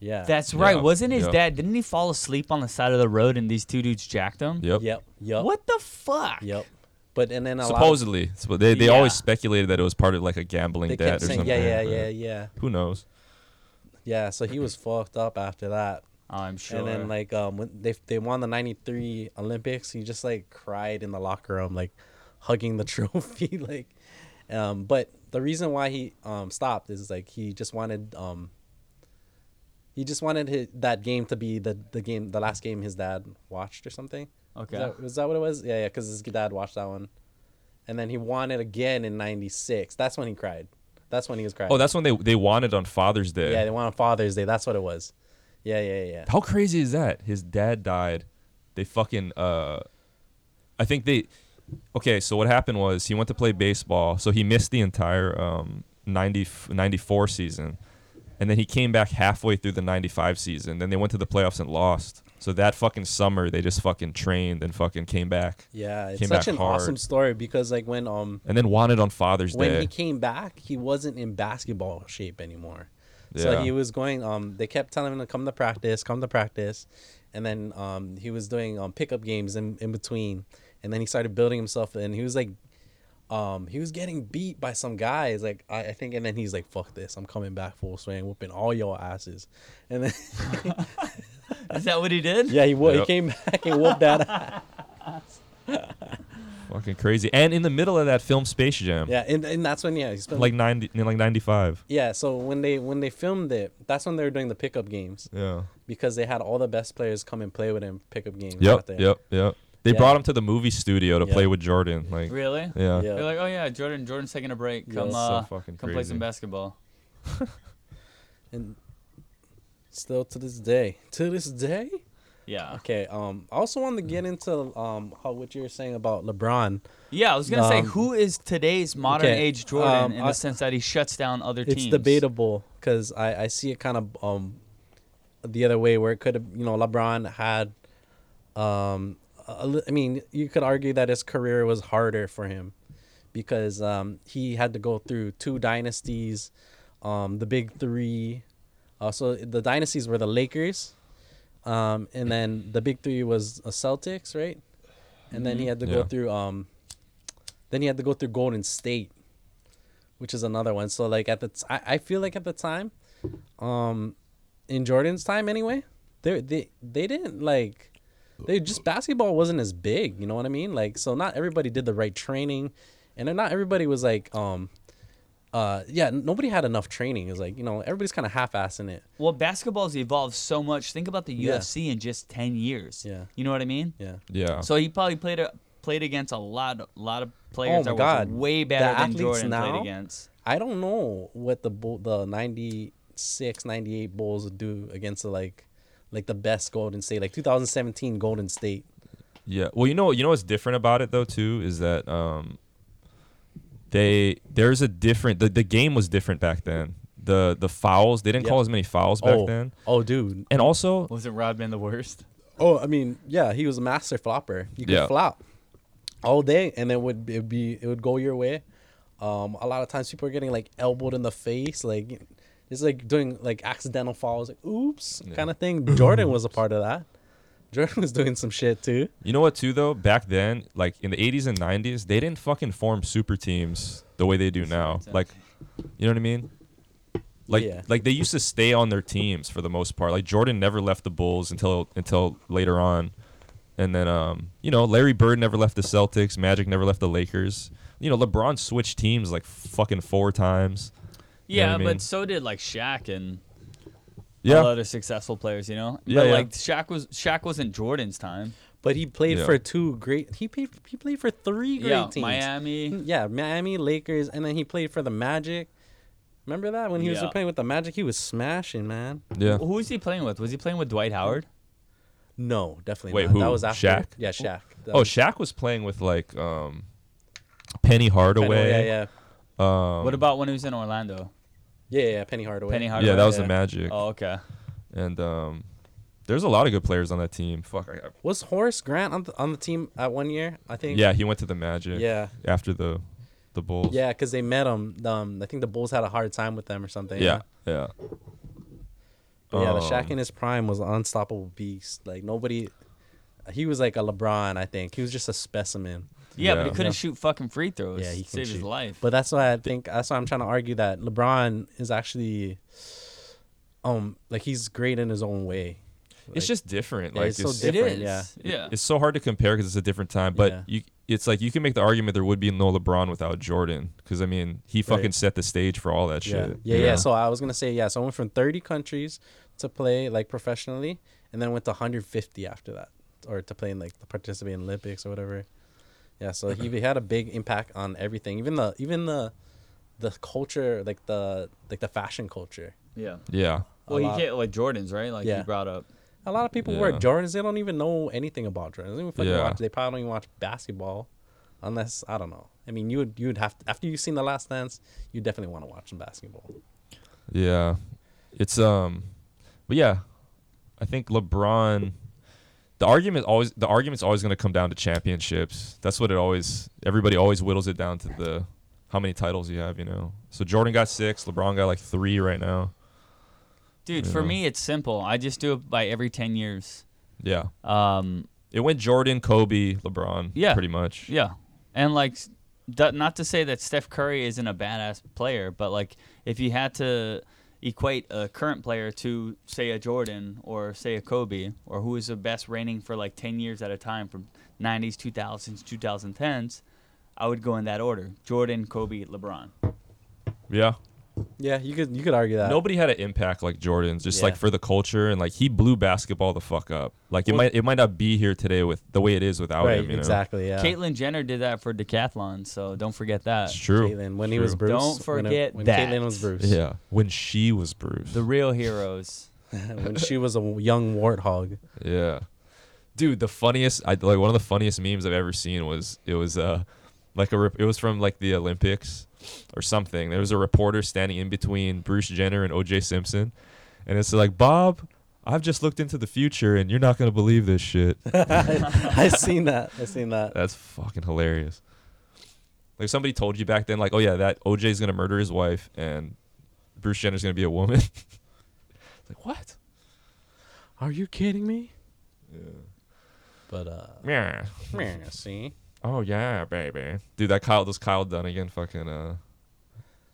Yeah. That's right. Yeah. Wasn't his Yeah. dad? Didn't he fall asleep on the side of the road and these two dudes jacked him? Yep. Yep. Yep. What the fuck? Yep. But and then a lot of- Supposedly, so they they always Yeah. speculated that it was part of like a gambling they debt kept or saying something. yeah, yeah, yeah, yeah, Who knows? yeah. So he was fucked up after that. Oh, I'm sure. And then like um when they they won the '93 Olympics, he just like cried in the locker room, like hugging the (laughs) trophy, like. Um, but the reason why he um stopped is like he just wanted um. He just wanted his, that game to be the the game, the last game his dad watched or something. Okay. Is that, is that what it was? Yeah, yeah. Because his dad watched that one, and then he won it again in '96. That's when he cried. That's when he was crying. Oh, that's when they they wanted on Father's Day. yeah. They won on Father's Day. That's what it was. Yeah, yeah, yeah. How crazy is that? His dad died. They fucking uh I think they Okay, so what happened was he went to play baseball, so he missed the entire um 90 f- 94 season. And then he came back halfway through the 95 season. Then they went to the playoffs and lost. So that fucking summer they just fucking trained and fucking came back. Yeah, it's Came such back an awesome hard. story because like when um And then wanted on Father's when Day. he came back, he wasn't in basketball shape anymore. So Yeah. he was going um they kept telling him to come to practice, come to practice. And then um he was doing um pickup games in, in between. And then he started building himself and he was like um he was getting beat by some guys like I, I think and then he's like fuck this I'm coming back full swing whooping all your asses and then (laughs) is that what he did? yeah he wo- he Yep. came back and whooped that (laughs) ass. fucking crazy. And in the middle of that film Space Jam. yeah and, and that's when yeah he spent Like 90 like 95. Yeah, so when they when they filmed it, that's when they were doing the pickup games Yeah. because they had all the best players come and play with him pickup games. out Yep, there. yep, yep. They Yeah. brought him to the movie studio to Yeah. play with Jordan. Like, Really? yeah. Yeah. They're like, oh yeah, Jordan. Jordan's taking a break. Yeah, Come, it's so uh, fucking come play crazy. some basketball. And still to this day, to this day, Yeah. Okay. Um, I also wanted to get into um how what you were saying about LeBron. Yeah, I was gonna say Um, who is today's modern okay, age Jordan um, in I- the sense that he shuts down other It's teams. debatable because I I see it kind of um the other way where it could have you know LeBron had um a li- I mean you could argue that his career was harder for him because um he had to go through two dynasties, um the big three, uh, so the dynasties were the Lakers, um and then the big three was uh, Celtics right, and Mm-hmm. then he had to go Yeah. through um then he had to go through Golden State, which is another one. So like at the t- I, I feel like at the time, um, in Jordan's time anyway, they they they didn't like they just basketball wasn't as big. You know what I mean? Like so not everybody did the right training, and then not everybody was like um. Uh yeah, n- nobody had enough training. It's like you know everybody's kind of half-assing it. Well, basketball's evolved so much. Think about the Yeah. UFC in just ten years. Yeah. You know what I mean? Yeah. Yeah. So he probably played a, played against a lot lot of players Oh my that God. were way The better than athletes Jordan now? played against. I don't know what the bull, the 96, 98 Bulls would do against the, like like the best Golden State, like 2017 Golden State. Yeah. Well, you know, you know what's different about it though too is that um, they there's a different the, the game was different back then. The the fouls they didn't Yeah. call as many fouls back oh, then, oh, dude. and also Wasn't Rodman the worst? Oh, I mean, yeah, he was a master flopper. You could Yeah. flop all day, and it would it be it would go your way. Um, a lot of times people are getting like elbowed in the face, like it's like doing like accidental falls, like oops kind of thing. Jordan was a part of that. Jordan was doing some shit too. you know what too though back then like in the 80s and 90s they didn't fucking form super teams the way they do now. Like, you know what I mean? Like Yeah. like they used to stay on their teams for the most part. Like Jordan never left the Bulls until until later on. And then, um, you know, Larry Bird never left the Celtics. Magic never left the Lakers. You know, LeBron switched teams like fucking four times. You know Yeah, what I mean? but so did like Shaq and all Yeah, other successful players. You know. Yeah, But yeah. like Shaq was Shaq wasn't Jordan's time. But he played Yeah. for two great. He played. He played for three great yeah. teams. Mm. Miami. Yeah, Miami Lakers, and then he played for the Magic. Remember that when he Yeah. was playing with the Magic, he was smashing, man. yeah. Who was he playing with? Was he playing with Dwight Howard? No, definitely Wait, not. who? That was after. Shaq? Yeah, Shaq. That Oh, was- Shaq was playing with like um, oh, Penny Hardaway. Penny, yeah, yeah, Um, what about when he was in Orlando? yeah, yeah. Penny Hardaway. Penny Yeah, Hardaway. that was Yeah. the Magic. Oh, okay. And um, there's a lot of good players on that team. Fuck. I, I- Was Horace Grant on the, on the team at one year? I think. yeah, he went to the Magic. Yeah. After the, the Bulls. Yeah, because they met him. Um, I think the Bulls had a hard time with them or something. Yeah. Yeah. But yeah, the Shaq Um, in his prime was an unstoppable beast. Like nobody. He was like a LeBron, I think. He was just a specimen. Yeah, but he Yeah. couldn't Yeah. shoot fucking free throws. Yeah, he to can save his shoot. life. But that's why I think that's why I'm trying to argue that LeBron is actually, um, like he's great in his own way. it's Like, just different. yeah, like it's so it different, is. yeah. Yeah. it's so hard to compare because it's a different time. But Yeah. you, it's like you can make the argument there would be no LeBron without Jordan because I mean he fucking Right. set the stage for all that Yeah. shit. yeah, you yeah. know? So I was gonna say yeah. So I went from 30 countries to play like professionally, and then went to 150 after that, or to play in like the participate in Olympics or whatever. Yeah, so he had a big impact on everything, even the even the, the culture, like the like the fashion culture. yeah. yeah, Well, he lot. hit like Jordan's, right? Like Yeah. you brought up. A lot of people wear Yeah. Jordans. They don't even know anything about Jordans. They don't even fucking Yeah. watch. They probably don't even watch basketball, unless I don't know. I mean, you would you would have to, after you've seen The Last Dance, you definitely want to watch some basketball. yeah. It's um, but yeah, I think LeBron. The argument always the argument's always going to come down to championships. That's what it always everybody always whittles it down to the how many titles you have. You know, so Jordan got six, LeBron got like three right now. Dude, for Yeah. me, it's simple. I just do it by every 10 years. Yeah, Um, it went Jordan, Kobe, LeBron. Yeah. pretty much. yeah. And like, s- d- not to say that Steph Curry isn't a badass player, but like, if you had to equate a current player to, say, a Jordan or, say, a Kobe, or who is the best reigning for like 10 years at a time from 90s, 2000s, 2010s, I would go in that order Jordan, Kobe, LeBron. yeah. Yeah, you could you could argue that. Nobody had an impact like Jordan's, just Yeah. like for the culture and like he blew basketball the fuck up. Like it Well- might it might not be here today with the way it is without right? him. You exactly. Yeah. Caitlyn Jenner did that for decathlon, so don't forget know? that. it's true. Caitlyn, when he True. was Bruce. Don't when it- forget when, that. Caitlyn was Bruce. (laughs) Yeah, when she was Bruce. The real heroes. when she was a young warthog. yeah, dude the funniest I, like one of the funniest memes i've ever seen was it was uh like a rep- it was from like the olympics or something there was a reporter standing in between bruce jenner and oj simpson and it's like bob i've just looked into the future and you're not going to believe this shit I seen that. I seen that. that's fucking hilarious like somebody told you back then like oh yeah that oj's going to murder his wife and bruce jenner's going to be a woman (laughs) it's like what Are you kidding me? But uh, yeah meh, see, Oh yeah, baby. Dude, that Kyle, those Kyle Dunnigan, fucking uh,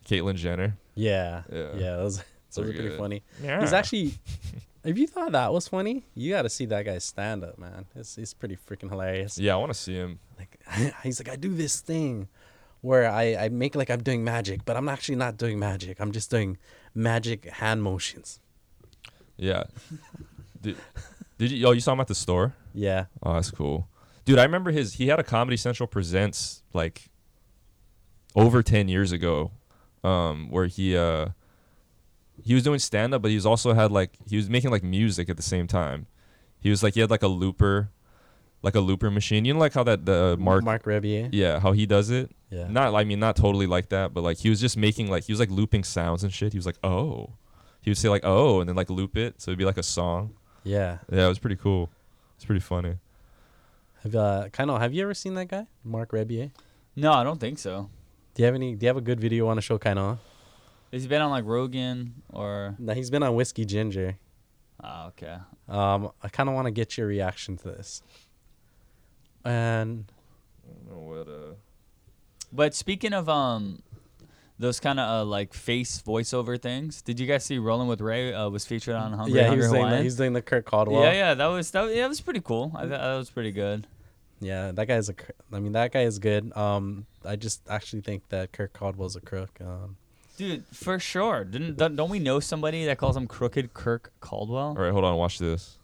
Caitlyn Jenner. yeah, yeah, Yeah. that was, those They're are pretty good. funny. Yeah. He's actually. If you thought that was funny, you got to see that guy's stand up, man. It's it's pretty freaking hilarious. Yeah, I want to see him. Like (laughs) he's like, I do this thing where I I make like I'm doing magic, but I'm actually not doing magic. I'm just doing magic hand motions. Yeah. did, did you? Oh, you saw him at the store. Yeah, Oh, that's cool. Dude, I remember his. He had a Comedy Central presents like over ten years ago, um, where he uh, he was doing stand up, but he was also had like he was making like music at the same time. He was like he had like a looper, like a looper machine. You know, like how that the uh, Mark Mark Rebier. Yeah, how he does it. Yeah. Not I mean not totally like that, but like he was just making like he was like looping sounds and shit. He was like, "Oh." He would say like, "Oh," and then like loop it, so it'd be like a song. Yeah, Yeah, it was pretty cool. It's pretty funny. Have uh, Kano, have you ever seen that guy, Mark Rebier? No, I don't think so. Do you have any? Do you have a good video you want to show Kano? Has he been on like Rogan or? No, he's been on Whiskey Ginger. Oh, okay. Um, I kind of want to get your reaction to this. And But speaking of um, those kind of uh, like face voiceover things, did you guys see Rolling with Ray uh, was featured on Hungry yeah, he Hungry was doing the, Hawaiian? he's doing the Kurt Caldwell. yeah, yeah, that was that, was- yeah, that was pretty cool. I, thought that was pretty good. Yeah, that guy's a. cr- I mean, that guy is good. Um, I just actually think that Kurt Caldwell's a crook. Um, Dude, for sure. Didn't don't don't we know somebody that calls him Crooked Kirk Caldwell? All right, hold on, watch this.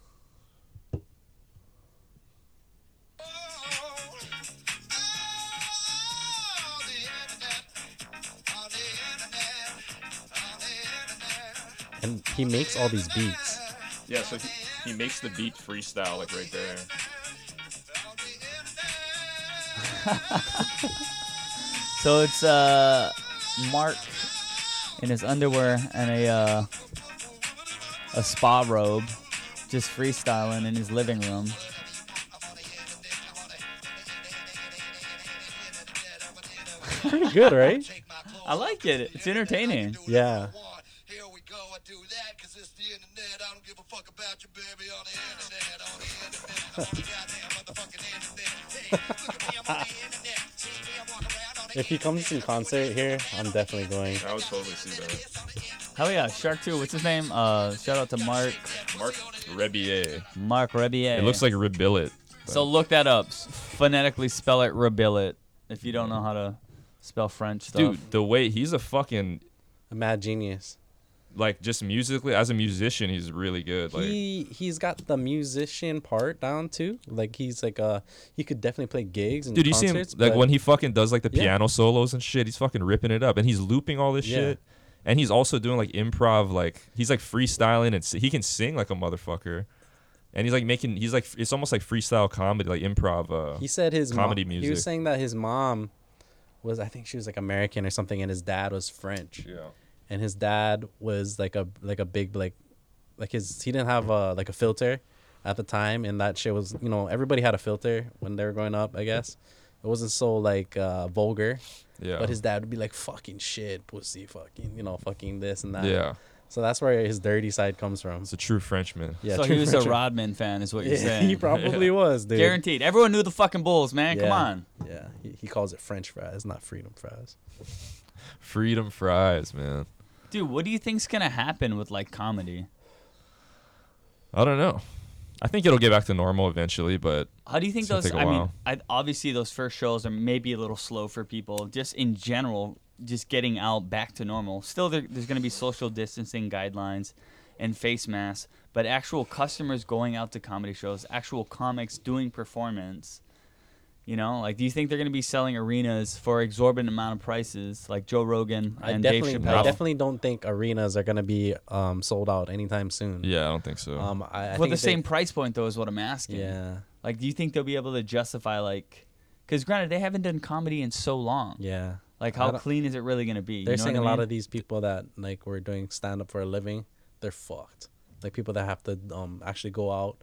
and he makes all these beats. Yeah, so he, he makes the beat freestyle like right there. So it's uh, Mark in his underwear and a uh, a spa robe, just freestyling in his living room. Pretty good, right? I like it. It's entertaining. Yeah. Here we go, I do that 'cause it's the internet. I don't give a fuck about you, baby, on the internet, on the internet, on the goddamn motherfucking internet. Hey, look at me, I'm on the internet. See me, I walk around on the If he comes in concert here, I'm definitely going. I would totally see that. Hell yeah, Shark Two. What's his name? Uh, shout out to Mark Mark Rebier. Mark Rebier. It looks like Rebillet. So look that up. S- Phonetically spell it Rebillet. If you don't know how to spell French stuff. Dude, the way he's a fucking A mad genius. like just musically as a musician, he's really good. Like he he's got the musician part down too. Like he's like uh he could definitely play gigs and Dude, you see him concerts. like but when he fucking does like the Yeah. piano solos and shit. He's fucking ripping it up, and he's looping all this Yeah. shit, and he's also doing like improv. Like he's like freestyling, and s- he can sing like a motherfucker, and he's like making. He's like f- it's almost like freestyle comedy, like improv. Uh, he said his comedy mom, He was music. saying that his mom was I think she was like American or something, and his dad was French. yeah, And his dad was like a like a big like like his he didn't have a like a filter at the time, and that shit was you know everybody had a filter when they were growing up. I guess it wasn't so like uh vulgar. yeah, But his dad would be like, "Fucking shit, pussy, fucking, you know, fucking this and that." yeah. So that's where his dirty side comes from. It's a true Frenchman. Yeah, so he was a Rodman fan, is what you're (laughs) Yeah, (laughs) saying. he probably was, dude. Guaranteed. Everyone knew the fucking Bulls, man. Come Yeah. on. Yeah, he, he calls it French fries, not freedom fries. Freedom fries, man. Dude, what do you think's gonna happen with like comedy? I don't know. I think it'll get back to normal eventually, but How do you think It's gonna those? take a I mean, while. I, obviously those first shows are maybe a little slow for people. Just in general, just getting out back to normal. Still, there, there's going to be social distancing guidelines and face masks, but actual customers going out to comedy shows, actual comics doing performance. You know, like, do you think they're going to be selling arenas for exorbitant amount of prices, like Joe Rogan I and definitely, Dave I Chappelle? definitely don't think arenas are gonna be um, sold out anytime soon. yeah, I don't think so. Um, I, I for the think they- same price point, though, is what I'm asking. Yeah. Like, do you think they'll be able to justify like? Because granted, they haven't done comedy in so long. Yeah. Like, I how don't- clean is it really gonna be? You They're know saying what a I lot mean? of these people that like were doing stand up for a living, they're fucked. Like people that have to um actually go out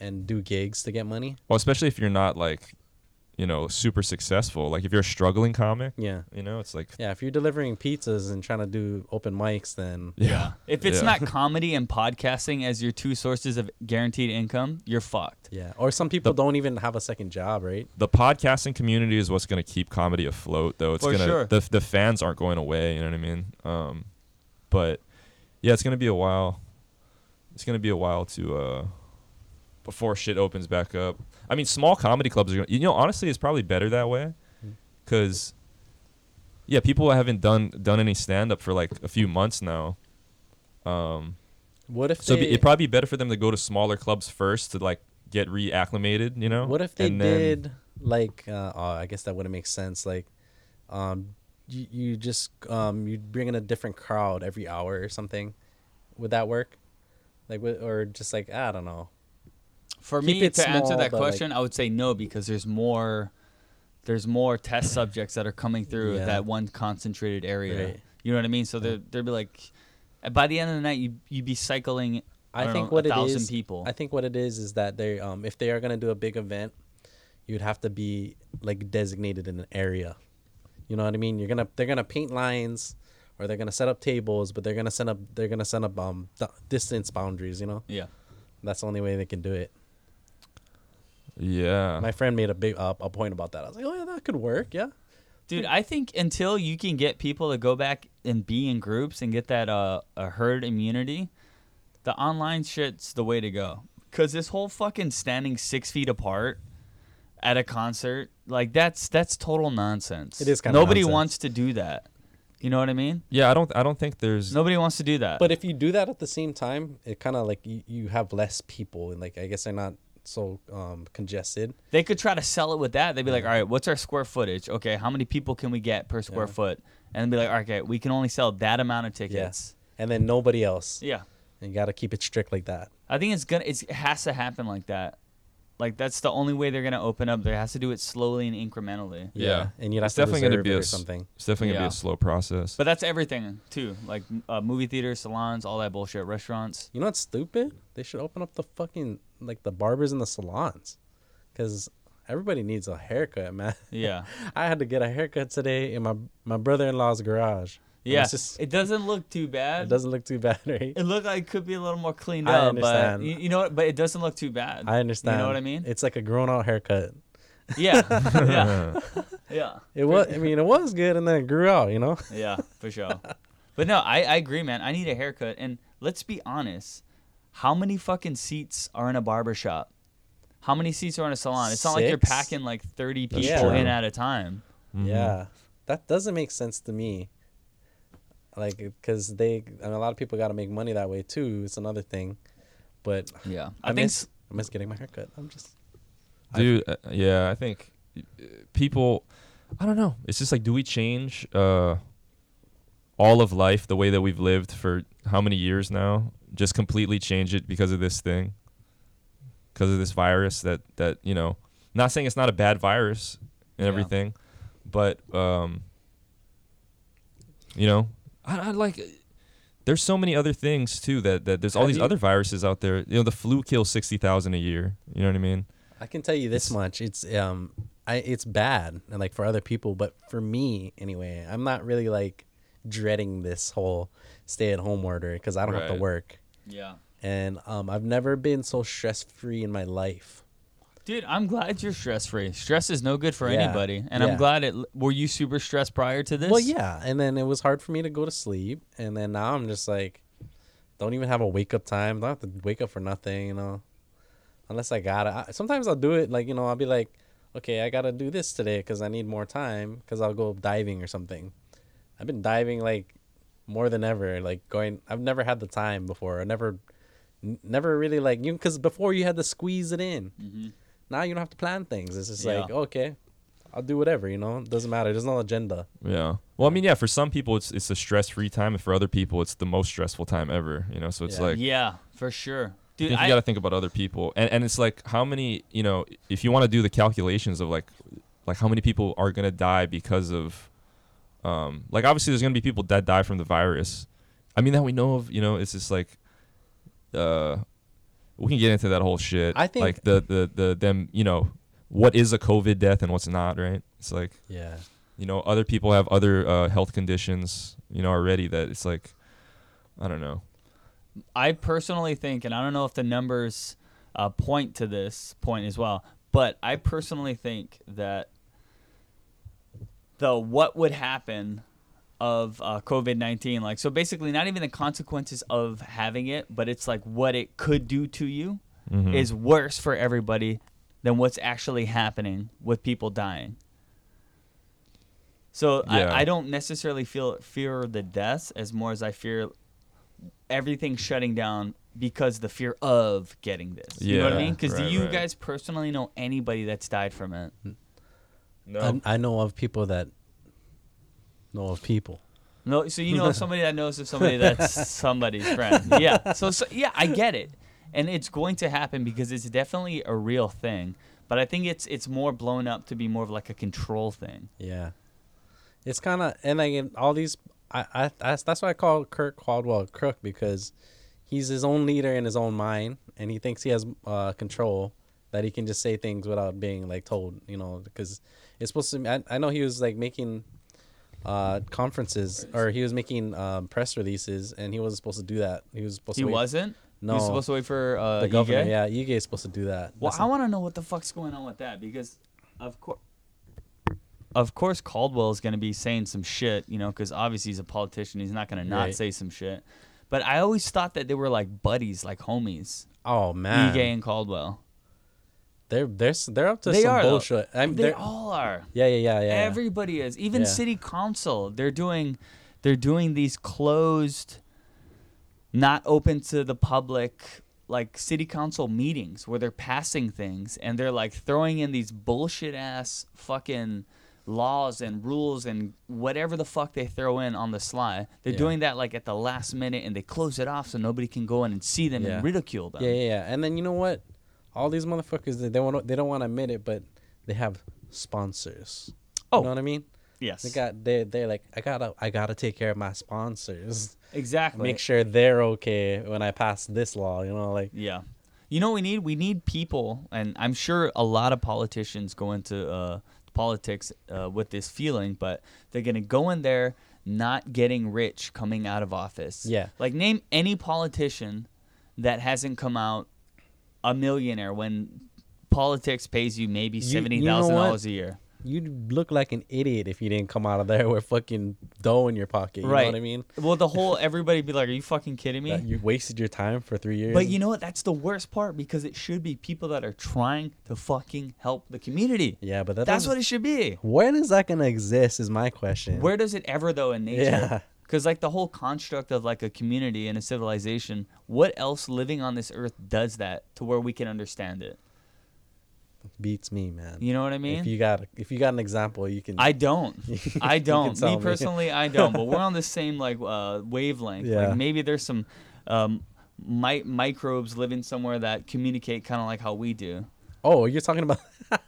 and do gigs to get money. Well, especially if you're not like, you know, super successful. Like if you're a struggling comic, Yeah. you know, it's like Yeah, if you're delivering pizzas and trying to do open mics, then yeah. If it's Yeah. not (laughs) comedy and podcasting as your two sources of guaranteed income, you're fucked. yeah. Or some people don't even have a second job, right? the podcasting community is what's going to keep comedy afloat though it's For going to sure. the, the fans aren't going away you know what i mean um but yeah it's going to be a while it's going to be a while to uh before shit opens back up i mean small comedy clubs are going to you know honestly it's probably better that way Hmm. cuz yeah people haven't done done any stand up for like a few months now What if so they, it'd probably be better for them to go to smaller clubs first to like get reacclimated you know what if they And then- did like uh, oh, I guess that wouldn't make sense. Like um you, you just um you bring in a different crowd every hour or something. Would that work? Like wh- or just like I don't know. For Keep me it to answer small, that but, like- question, I would say no because there's more there's more test subjects that are coming through Yeah. that one concentrated area. Right. You know what I mean? So there there'd be like by the end of the night you you'd be cycling I, I, don't think know, what a it thousand is. people. I think what it is is that they um if they are gonna do a big event, you'd have to be like designated in an area. You know what I mean? You're gonna they're gonna paint lines, or they're gonna set up tables, but they're gonna set up they're gonna set up um d- distance boundaries. You know yeah. that's the only way they can do it. yeah My friend made a big uh, a point about that. I was like, oh yeah, that could work. Yeah, Dude, I think until you can get people to go back and be in groups and get that uh, uh herd immunity, the online shit's the way to go. Cause this whole fucking standing six feet apart at a concert, like that's that's total nonsense. It is kinda nobody nonsense. wants to do that. You know what I mean? yeah i don't i don't think there's Nobody wants to do that. but if you do that at the same time, it kind of like you, you have less people, and like I guess they're not so um congested. they could try to sell it with that. They'd be like, all right, what's our square footage? Okay, how many people can we get per square foot? And be like, okay, we can only sell that amount of tickets. Yes, and then nobody else. Yeah. And you got to keep it strict like that. I think it's gonna it's, it has to happen like that. Like that's the only way they're gonna open up. They has to do it slowly and incrementally. Yeah. And you'd have it's to definitely definitely gonna be a or s- something. It's definitely gonna Yeah. be a slow process. But that's everything too, like uh, movie theaters, salons, all that bullshit, restaurants. You know what's stupid? They should open up the fucking like the barbers and the salons, because everybody needs a haircut, man. (laughs) Yeah, I had to get a haircut today in my my brother in law's garage. And yeah. It's just, it doesn't look too bad. it doesn't look too bad, (laughs) right? It looked like it could be a little more cleaned I up, understand. but you, you know what? But it doesn't look too bad. I understand. You know what I mean? It's like a grown out haircut. (laughs) yeah, yeah, yeah. It was. I mean, it was good, and then it grew out. You know. (laughs) Yeah, for sure. (laughs) but no, I, I agree, man. I need a haircut. And let's be honest, how many fucking seats are in a barber shop? How many seats are in a salon? It's not like you're Six? packing like 30 people That's true. in at a time. Yeah, that doesn't make sense to me. Like, because they, I mean, a lot of people got to make money that way too. It's another thing, but Yeah. I, I, think miss, s- I miss getting my haircut. I'm just Dude, uh, yeah, I think uh, people. I don't know. It's just like, do we change uh, all of life the way that we've lived for how many years now? Just completely change it because of this thing, because of this virus that that you know. Not saying it's not a bad virus and Yeah. everything, but um, you know, I, I like. There's so many other things too that, that there's all Have these you- other viruses out there. You know, the flu kills sixty thousand a year. You know what I mean? I can tell you this much: it's um, I it's bad, and like for other people, but for me anyway, I'm not really like dreading this whole stay-at-home order because I don't have to Right. work, yeah. and um, I've never been so stress-free in my life. Dude, I'm glad you're stress free. Stress is no good for Yeah. anybody. And Yeah. I'm glad it. Were you super stressed prior to this? Well, yeah, and then it was hard for me to go to sleep, and then now I'm just like, don't even have a wake up time. Don't have to wake up for nothing, you know, unless I gotta. I, sometimes I'll do it, like you know, I'll be like, okay, I gotta do this today because I need more time because I'll go diving or something. I've been diving like more than ever, like going. I've never had the time before. I never, n- never really like you because before you had to squeeze it in. Now you don't have to plan things. It's just like Mm-hmm. Yeah. okay. I'll do whatever, you know. It doesn't matter. There's no agenda. Yeah. Well, I mean, yeah. For some people, it's it's a stress free time, and for other people, it's the most stressful time ever. You know, so it's Yeah. like Yeah, for sure. Dude, I think you I- got to think about other people, and and it's like how many you know if you want to do the calculations of like like how many people are gonna die because of um like obviously there's gonna be people that die from the virus. I mean that we know of, you know, it's just like uh we can get into that whole shit. I think- like the the the them you know what is a COVID death and what's not, right? It's like Yeah. you know other people have other uh, health conditions you know already that it's like I don't know. I personally think, and I don't know if the numbers uh, point to this point as well, but I personally think that the what would happen of uh, COVID 19, like, so basically, not even the consequences of having it, but it's like what it could do to you is worse for everybody than what's actually happening with people dying. So Yeah. I, I don't necessarily feel fear the deaths as more as I fear everything shutting down because the fear of getting this. You know what I Yeah, mean? Because do right, you right. guys personally know anybody that's died from it? No, I, I know of people that know of people. No. So (laughs) you know of somebody that knows of somebody that's somebody's friend. Yeah. So, so yeah, I get it, and it's going to happen because it's definitely a real thing. But I think it's it's more blown up to be more of like a control thing. Yeah. It's kind of and like in all these I, I that's, that's why I call Kirk Caldwell a crook because he's his own leader in his own mind and he thinks he has uh, control that he can just say things without being like told, you know, because it's supposed to I, I know he was like making uh, conferences or he was making um, press releases and he wasn't supposed to do that. He was supposed He to wait- wasn't. He was No. supposed to wait for uh, the governor. Ige? Yeah, Ige is supposed to do that. Well, That's I want to know what the fuck's going on with that because, of course, of course, Caldwell is going to be saying some shit, you know, because obviously he's a politician. He's not going to not Right. say some shit. But I always thought that they were like buddies, like homies, oh man, Ige and Caldwell. they're they're s- they're up to They some are though. bullshit. I'm, they they're, all are. yeah, yeah, yeah, yeah. yeah. Everybody is. Even Yeah. city council, they're doing, they're doing these closed, not open to the public, like city council meetings where they're passing things and they're like throwing in these bullshit ass fucking laws and rules and whatever the fuck they throw in on the sly. They're Yeah. doing that like at the last minute and they close it off so nobody can go in and see them Yeah. and ridicule them. Yeah, yeah, yeah. And then you know what? All these motherfuckers they, they want they don't want to admit it, but they have sponsors. Oh. you know what I mean? Yes. They got they they're like I gotta I gotta take care of my sponsors, exactly. make sure they're okay when I pass this law. You know, like Yeah. You know what we need? We need people, and I'm sure a lot of politicians go into uh, politics uh, with this feeling, but they're going to go in there not getting rich coming out of office. Yeah. Like, name any politician that hasn't come out a millionaire when politics pays you maybe You- you $70,000 know what? a year. you'd look like an idiot if you didn't come out of there with fucking dough in your pocket. You know what I mean? Well, the whole everybody be like, are you fucking kidding me? That you wasted your time for three years. But you know what? That's the worst part because it should be people that are trying to fucking help the community. Yeah, but that That's doesn't- what it should be. when is that gonna exist? Is my question. Where does it ever though in nature? Yeah. Because like the whole construct of like a community and a civilization, what else living on this earth does that to where we can understand it? beats me, man. You know what I mean? If you got if you got an example, (laughs) you can. I don't. I don't. tell me me. personally, I don't. But we're on (laughs) the same like uh, wavelength. Yeah. Like maybe there's some um, mi- microbes living somewhere that communicate kind of like how we do. Oh, you're talking about (laughs)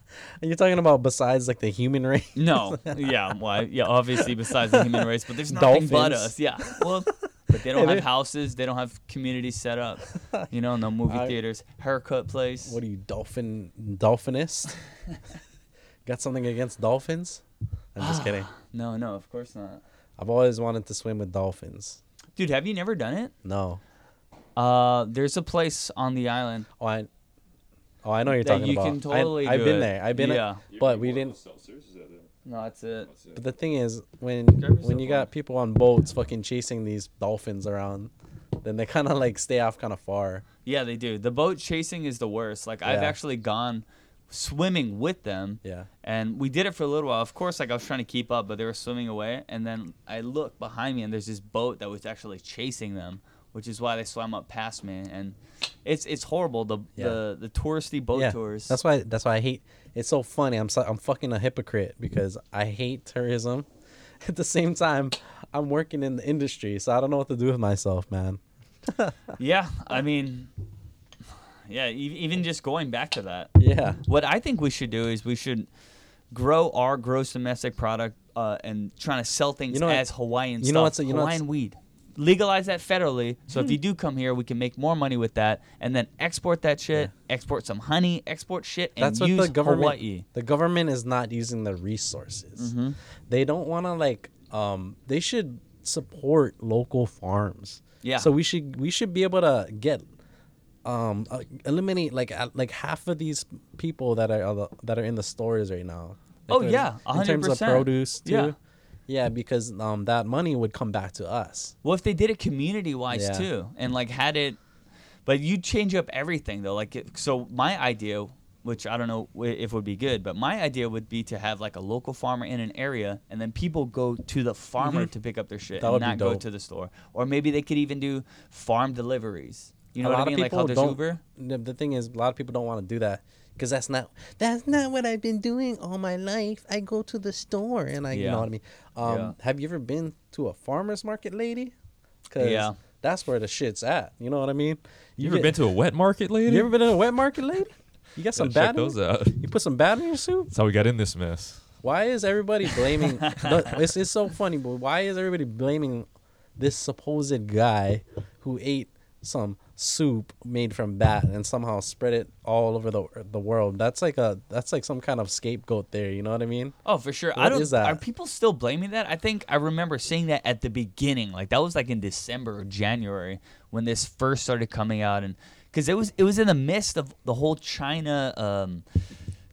you're talking about besides like the (laughs) human race. (laughs) No. Yeah. Why? yeah. Obviously, besides the human race, but there's nothing but Dolphins. us. Yeah. (laughs) Well, but they don't Hey, have they- houses. They don't have communities set up. You know, no movie I- theaters, haircut place. What are you, dolphin (laughs) dolphinist? got something against dolphins? (gasps) I'm just kidding. no, no, of course not. I've always wanted to swim with dolphins. Dude, have you never done it? No. Uh, there's a place on the island. Oh, I. Oh, I know you're That talking you about. can totally I, have do been it. there. I've been. Yeah. Yeah. but we didn't. No, that's it. But the thing is, when yourself when you got people on boats fucking chasing these dolphins around, then they kind of like stay off kind of far. Yeah, they do. The boat chasing is the worst. Like I've Yeah. actually gone swimming with them. Yeah. And we did it for a little while. Of course, like I was trying to keep up, but they were swimming away. And then I look behind me, and there's this boat that was actually chasing them, which is why they swam up past me. And it's it's horrible. The Yeah. the, the touristy boat yeah, tours. That's why. That's why I hate. It's so funny. I'm so, I'm fucking a hypocrite because I hate tourism. (laughs) At the same time, I'm working in the industry, so I don't know what to do with myself, man. Yeah, I mean, (sighs) yeah. E- even just going back to that, Yeah. what I think we should do is we should grow our gross domestic product uh, and trying to sell things You know what- as Hawaiian you stuff, know what's- you know what's- Hmm. Hawaiian weed. Legalize that federally, so if you do come here, we can make more money with that, and then export that shit. Export some honey, export shit, and That's what use the government. Hawaii. Mm-hmm. The government is not using the resources. They don't want to like. Um, they should support local farms. Yeah. So we should we should be able to get, um, uh, eliminate like uh, like half of these people that are uh, that are in the stores right now. Like, Oh, yeah, In terms of 100%. produce too. Yeah. Yeah, because um, that money would come back to us. Well, if they did it community wise Yeah. too, and like had it, but you change up everything though. Like, it, so my idea, which I don't know wh- if would be good, but my idea would be to have like a local farmer in an area, and then people go to the farmer to pick up their shit, Mm-hmm. That and would be not go dope. to the store. Or maybe they could even do farm deliveries. You know what I mean? Like how there's don't. Uber. The, the thing is, a lot of people don't want to do that because that's not that's not what I've been doing all my life. I go to the store and I, you Yeah. know what I mean. Um, Yeah. Have you ever been to a farmer's market, lady? 'Cause Yeah. that's where the shit's at. You know what I mean? You ever been to a wet market, lady? (laughs) You ever been in a wet market, lady? You got some Gotta check bad. in- those out. (laughs) You put some bad in your soup. That's how we got in this mess. Why is everybody blaming? (laughs) no, it's it's so funny, but why is everybody blaming this supposed guy who ate some soup made from bat and somehow spread it all over the the world? That's like a that's like some kind of scapegoat there. You know what I mean? Oh, for sure. I What don't. is that? Are people still blaming that? I think I remember seeing that at the beginning. Like that was like in December or January when this first started coming out, and because it was it was in the midst of the whole China um,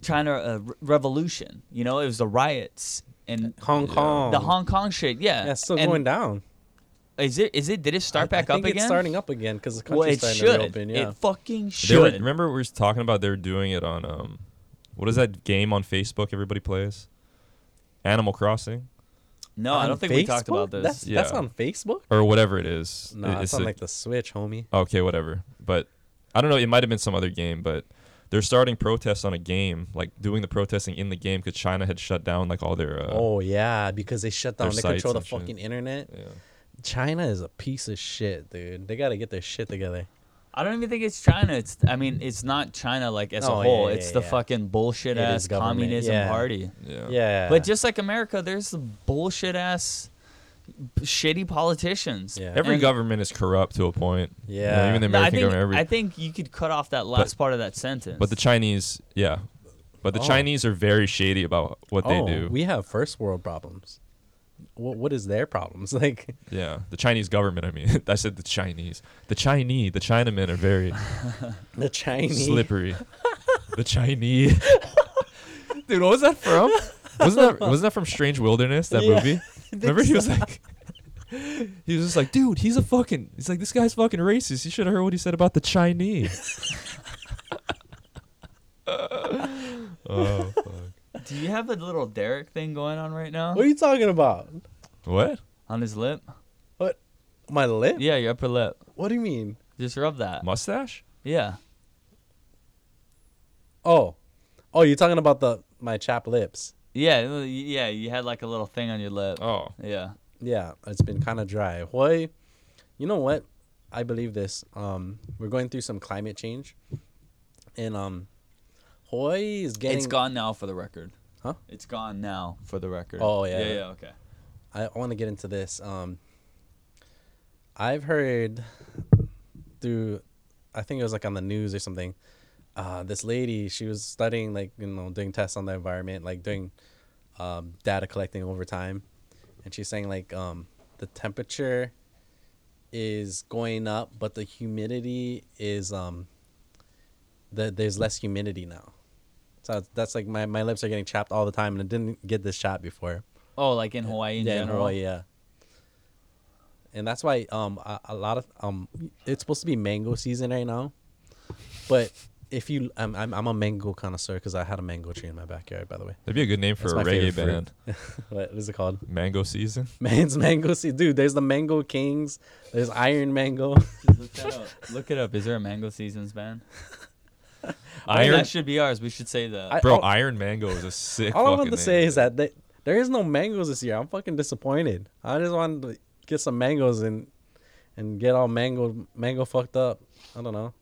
China uh, re- revolution. You know, it was the riots and Hong Kong. the Hong Kong shit. Yeah, That's still And going down. Is it? Is it? Did it start back I up think again? It's starting up again because the well, it country's starting should. to reopen. Yeah. It fucking They were, should. remember we were talking about they were doing it on um, what is that game on Facebook everybody plays? Animal Crossing no, I don't On think we talked about Facebook? this. That's, that's Yeah. on Facebook. or whatever it is. No, It- it's, on a- like the Switch, homie. okay, whatever. But I don't know. It might have been some other game, but they're starting protests on a game, like doing the protesting in the game because China had shut down like all their. Uh, Oh yeah, because they shut Their down. They control the sites and fucking shit. internet. Yeah. China is a piece of shit, dude. They gotta get their shit together. I don't even think it's China. It's I mean, it's not China like as Oh, a yeah, whole. yeah, it's the yeah. fucking bullshit It is ass government, communism yeah. party. yeah. Yeah. But just like America, there's the bullshit ass b- shitty politicians. Yeah. Every And- government is corrupt to a point. You know, Yeah. even the No, I American think government. Every, I think you could cut off that last part of that sentence. but the Chinese, yeah. But the Oh. Chinese are very shady about what oh, they do. we have first world problems. What what is their problems (laughs) like? yeah, the Chinese government. I mean, (laughs) I said the Chinese. The Chinese, the Chinamen are very The (laughs) Chinese. slippery. the Chinese. (laughs) Dude, what was that from? Wasn't that wasn't that from Strange Wilderness? That (laughs) Yeah, movie. Remember, he was like, (laughs) he was just like, dude, he's a fucking. He's like, this guy's fucking racist. You should have heard what he said about the (laughs) Chinese. oh, fuck. do you have a little Derek thing going on right now What are you talking about? what? on his lip? What? My lip? Yeah, your upper lip. What do you mean? Just rub that. Mustache? Yeah. Oh, oh, you're talking about the my chap lips. Yeah, uh, y- yeah, you had like a little thing on your lip. Oh, Yeah. Yeah, it's been kind of dry. Why? You know what? I believe this. Um, we're going through some climate change, and um, Hawaii is getting. It's gone now for the record. Huh? It's gone now for the record. Oh, yeah. Yeah, yeah, okay. I want to get into this. Um, I've heard through, I think it was like on the news or something. Uh, this lady, she was studying like you know doing tests on the environment, like doing um, data collecting over time, and she's saying like um, the temperature is going up, but the humidity is um, the, there's less humidity now. So that's like my, my lips are getting chapped all the time, and I didn't get this chap before Oh, like in Hawaii in yeah, in general. Hawaii, yeah. And that's why um a, a lot of um it's supposed to be mango season right now, but if you I'm I'm, I'm a mango connoisseur because I had a mango tree in my backyard by the way. that'd be a good name for That's a my reggae favorite band. (laughs) What is it called? (laughs) Mango season. Man's mango season, dude. There's the mango kings. There's Iron Mango. (laughs) Just look that up. Look it up. Is there a mango seasons ban? Iron, That should be ours. We should say that. I- bro. all- Iron Mango is a sick. All I want fucking to name. say is that they, there is no mangoes this year. I'm fucking disappointed. I just wanted to get some mangoes and and get all mango mango fucked up. I don't know.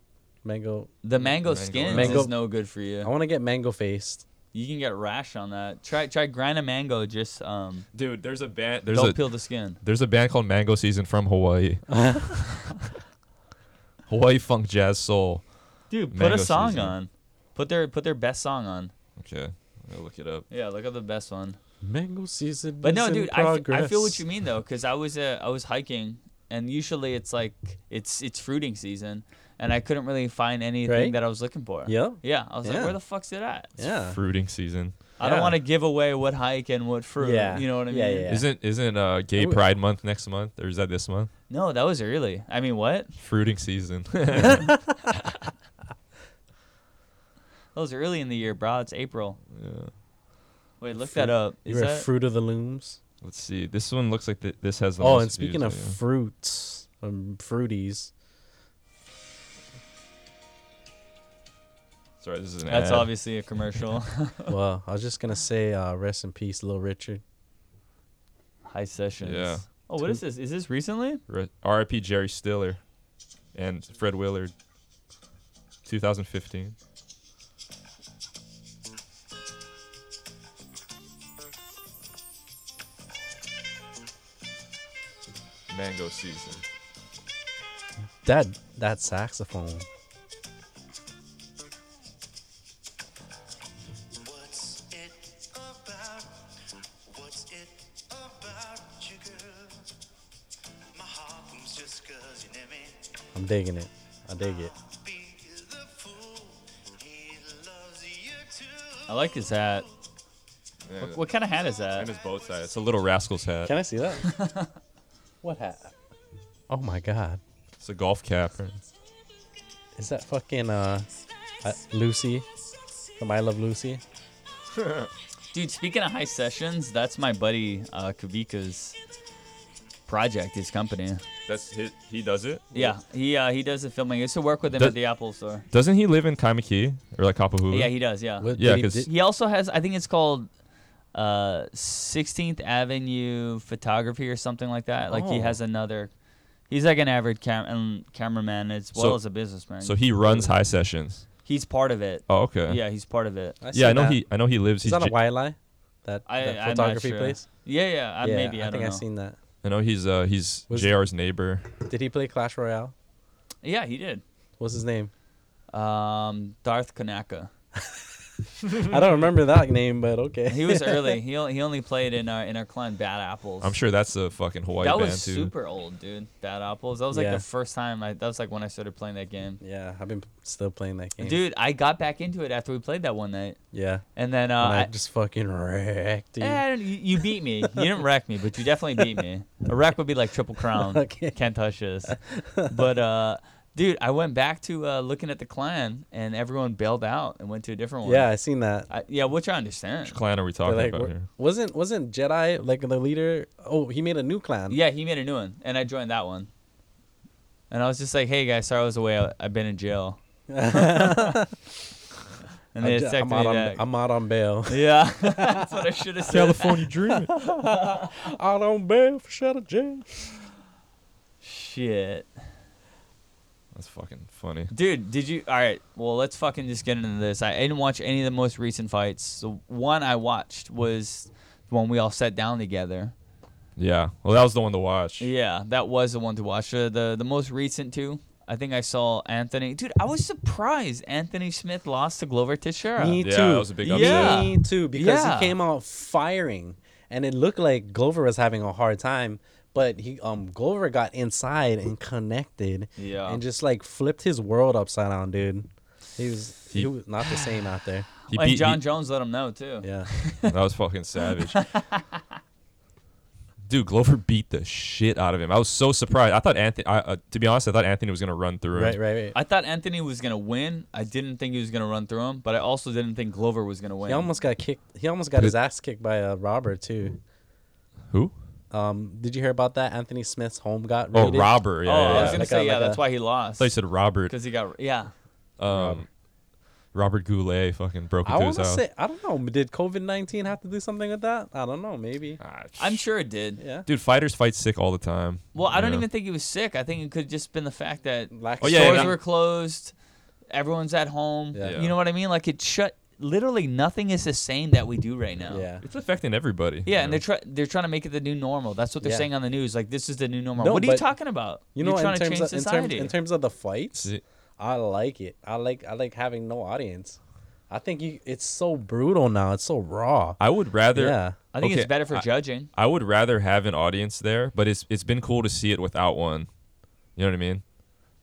Mango. The mango, Mango skins orange. is Mango- no good for you. I want to get mango faced. You can get rash on that. Try try grind a mango. Just um, Dude, there's a band. There's don't a peel the skin. there's a band called Mango Season from (laughs) Hawaii. Uh-huh. (laughs) Hawaii funk jazz soul. Dude, put Mango a song season. on. Put their put their best song on. Okay, i look it up. Yeah, look up the best one. Mango season. But is no, in dude, I, f- I feel progress. what you mean though, because I was uh, I was hiking, and usually it's like it's it's fruiting season, and I couldn't really find anything Right? that I was looking for. Yeah. Yeah, I was like, Yeah. where the fuck's it at? Yeah. Fruiting season. I don't Yeah. want to give away what hike and what fruit. Yeah. You know what I mean? Yeah, yeah. Isn't isn't uh, Gay Ooh. Pride Month next month, or is that this month? No, that was early. I mean, what? Fruiting season. (laughs) That was early in the year, bro. It's April. Yeah. Wait, look that up. You Is were that fruit of the looms. Let's see. This one looks like th- this has. The Oh, most and speaking of views, yeah. fruits, um, fruities. sorry, this is an that's ad. obviously a commercial. (laughs) well, I was just gonna say, uh, rest in peace, Little Richard. High sessions. Yeah. Oh, what is this? Is this recently? Re- R.I.P. Jerry Stiller, and Fred Willard. 2015. Mango season. That that saxophone. What's it about? What's it about you, girl? My heart booms just 'cause you near me. I'm digging it. I dig it. Be the fool. He loves you too. I like his hat. What, what kind of hat is And that? his bow tie. It's a little rascal's hat. Can I (laughs) see that? what hat? Oh my god, It's a golf cap. is that fucking uh, uh Lucy from I Love Lucy? Dude, speaking of high sessions, that's my buddy uh, Kavika's project, his company. That's his, he does it. Yeah, he uh, he does the filming. I used to work with him Does- at the Apple store. Doesn't he live in Kamakee or like Kapahulu? Yeah, he does. Yeah. What Yeah, did he 'cause- di- He also has, I think it's called uh, 16th Avenue Photography or something like that. Like he Oh. has another. He's like an avid cam- um, cameraman as well So- as a businessman. So he runs high sessions. he's part of it. Oh, okay. Yeah, he's part of it. Yeah, I know that. he. I know he lives. Is He's that a J- white lie? That, I, that I'm not photography sure. place. Yeah, yeah. I, yeah, maybe I, don't I, think know. I seen that. I know he's. Uh, he's Was- Jr's neighbor. Did he play Clash Royale? Yeah, he did. What's (laughs) his name? Um, Darth Kanaka. I don't remember that name, but okay. He (laughs) was early. he only, he only played in our in our clan Bad Apples. I'm sure that's a fucking Hawaii that band was too. super old, dude. Bad Apples. That was like Yeah. the first time. I, that was like when I started playing that game. (laughs) Yeah, I've been p- still playing that game. Dude, I got back into it after we played that one night, Yeah. and then uh, and I, I- just fucking wrecked you. Eh, I don't- you, you beat me. You didn't wreck me, but you definitely beat me. A wreck would be like triple crown. (laughs) Okay. Can't touch this. (laughs) But uh, dude, I went back to uh, looking at the clan, and everyone bailed out and went to a different one. yeah, I seen that. I, yeah, which I understand. Which clan are we They're talking like, about "Wa- here? wasn't wasn't Jedi like the leader? Oh, he made a new clan. Yeah, he made a new one, and I joined that one. And I was just like, "Hey guys, sorry I was away. I, I've been in (laughs) jail." and they I'm, j- attacked I'm, me out on, back. I'm out (laughs) on bail. (laughs) yeah, that's what I should have said. California Dream. out on bail for shut up, jail. Shit. (laughs) That's fucking funny. Dude, did you? All right. Well, let's fucking just get into this. I didn't watch any of the most recent fights. The one I watched was the one we all sat down together. Yeah. Well, that was the one to watch. Yeah, that was the one to watch. Uh, the the most recent two. I think I saw Anthony. Dude, I was surprised Anthony Smith lost to Glover Teixeira. Me too. Yeah, that was a big upset. Yeah. Me too, because Yeah. he came out firing, and it looked like Glover was having a hard time, but he um Glover got inside and connected, Yeah. and just like flipped his world upside down, dude. He was he, He- was not the same out (sighs) there. He and beat John he- Jones let him know too. (laughs) Yeah, That was (laughs) fucking savage. Dude, Glover beat the shit out of him. I was so surprised. I thought Anthony. I, uh, to be honest, I thought Anthony was gonna run through him. right, right, right. I thought Anthony was gonna win. I didn't think he was gonna run through him, but I also didn't think Glover was gonna win. He almost got kicked. He almost got his ass kicked by a robber too. Who? Um, did you hear about that? Anthony Smith's home got Oh, raided. Robert. oh, Yeah. I yeah, was yeah. gonna Like a- say yeah. like that's a- why he I lost. thought you said Robert. Because he got yeah. Um, Robert Goulet fucking broke I into want his to house. say I don't know. Did COVID nineteen have to do something with that? I don't know. Maybe. Ah, sh- I'm sure it did. Yeah. Dude, fighters fight sick all the time. Well, I don't Yeah. even think he was sick. I think it could have just been the fact that Lack Oh, of yeah, stores and I- were closed. Everyone's at home. Yeah. You know what I mean? Like it shut. Literally nothing is the same that we do right now. (laughs) Yeah. It's affecting everybody. Yeah, you and know? they're try- they're trying to make it the new normal. That's what they're Yeah. saying on the news. Like this is the new normal. No, what are you but- talking about? You You're know, in trying to terms, change of, in terms society. in terms of the flights, See- I like it. I like I like having no audience. I think you, it's so brutal now. It's so raw. I would rather. Yeah. I think Okay, it's better for I- judging. I would rather have an audience there, but it's it's been cool to see it without one. You know what I mean?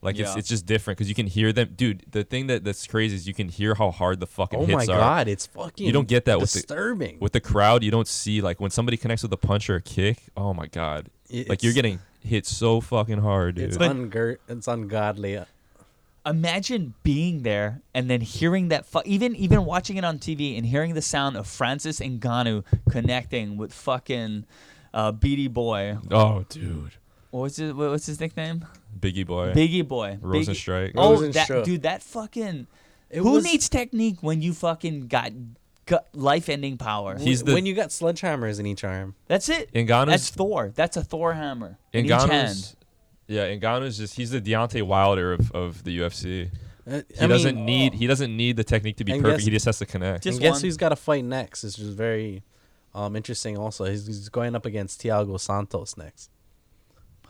Like it's Yeah. it's just different because you can hear them, dude. The thing that, that's crazy is you can hear how hard the fucking Oh hits my are. god, it's fucking. You don't get that with the- disturbing. With the crowd, you don't see like when somebody connects with a punch or a kick. Oh my god! It- like you're it's- getting hit so fucking hard, dude. it's ungur- It's ungodly. Imagine being there and then hearing that. Fu- even even watching it on TV and hearing the sound of Francis Ngannou connecting with fucking uh, Beady Boy. oh, dude, What was his, What's his nickname? Biggie boy. Biggie Boy. Rosenstrike. Biggie. Oh, Rosenstruck. that dude. That fucking. It who was- needs technique when you fucking got, got life-ending power? He's the when you got sledgehammers in each arm. That's it. Ngannou's- That's Thor. That's a Thor hammer. In each hand. Ngannou's. Yeah, Ngannou's just he's the Deontay Wilder of, of the UFC. Uh, He I doesn't mean, need he doesn't need the technique to be And perfect. guess- he just has to connect. Just and guess one. who's got to fight next? It's just very um, interesting. Also, he's, he's going up against Thiago Santos next.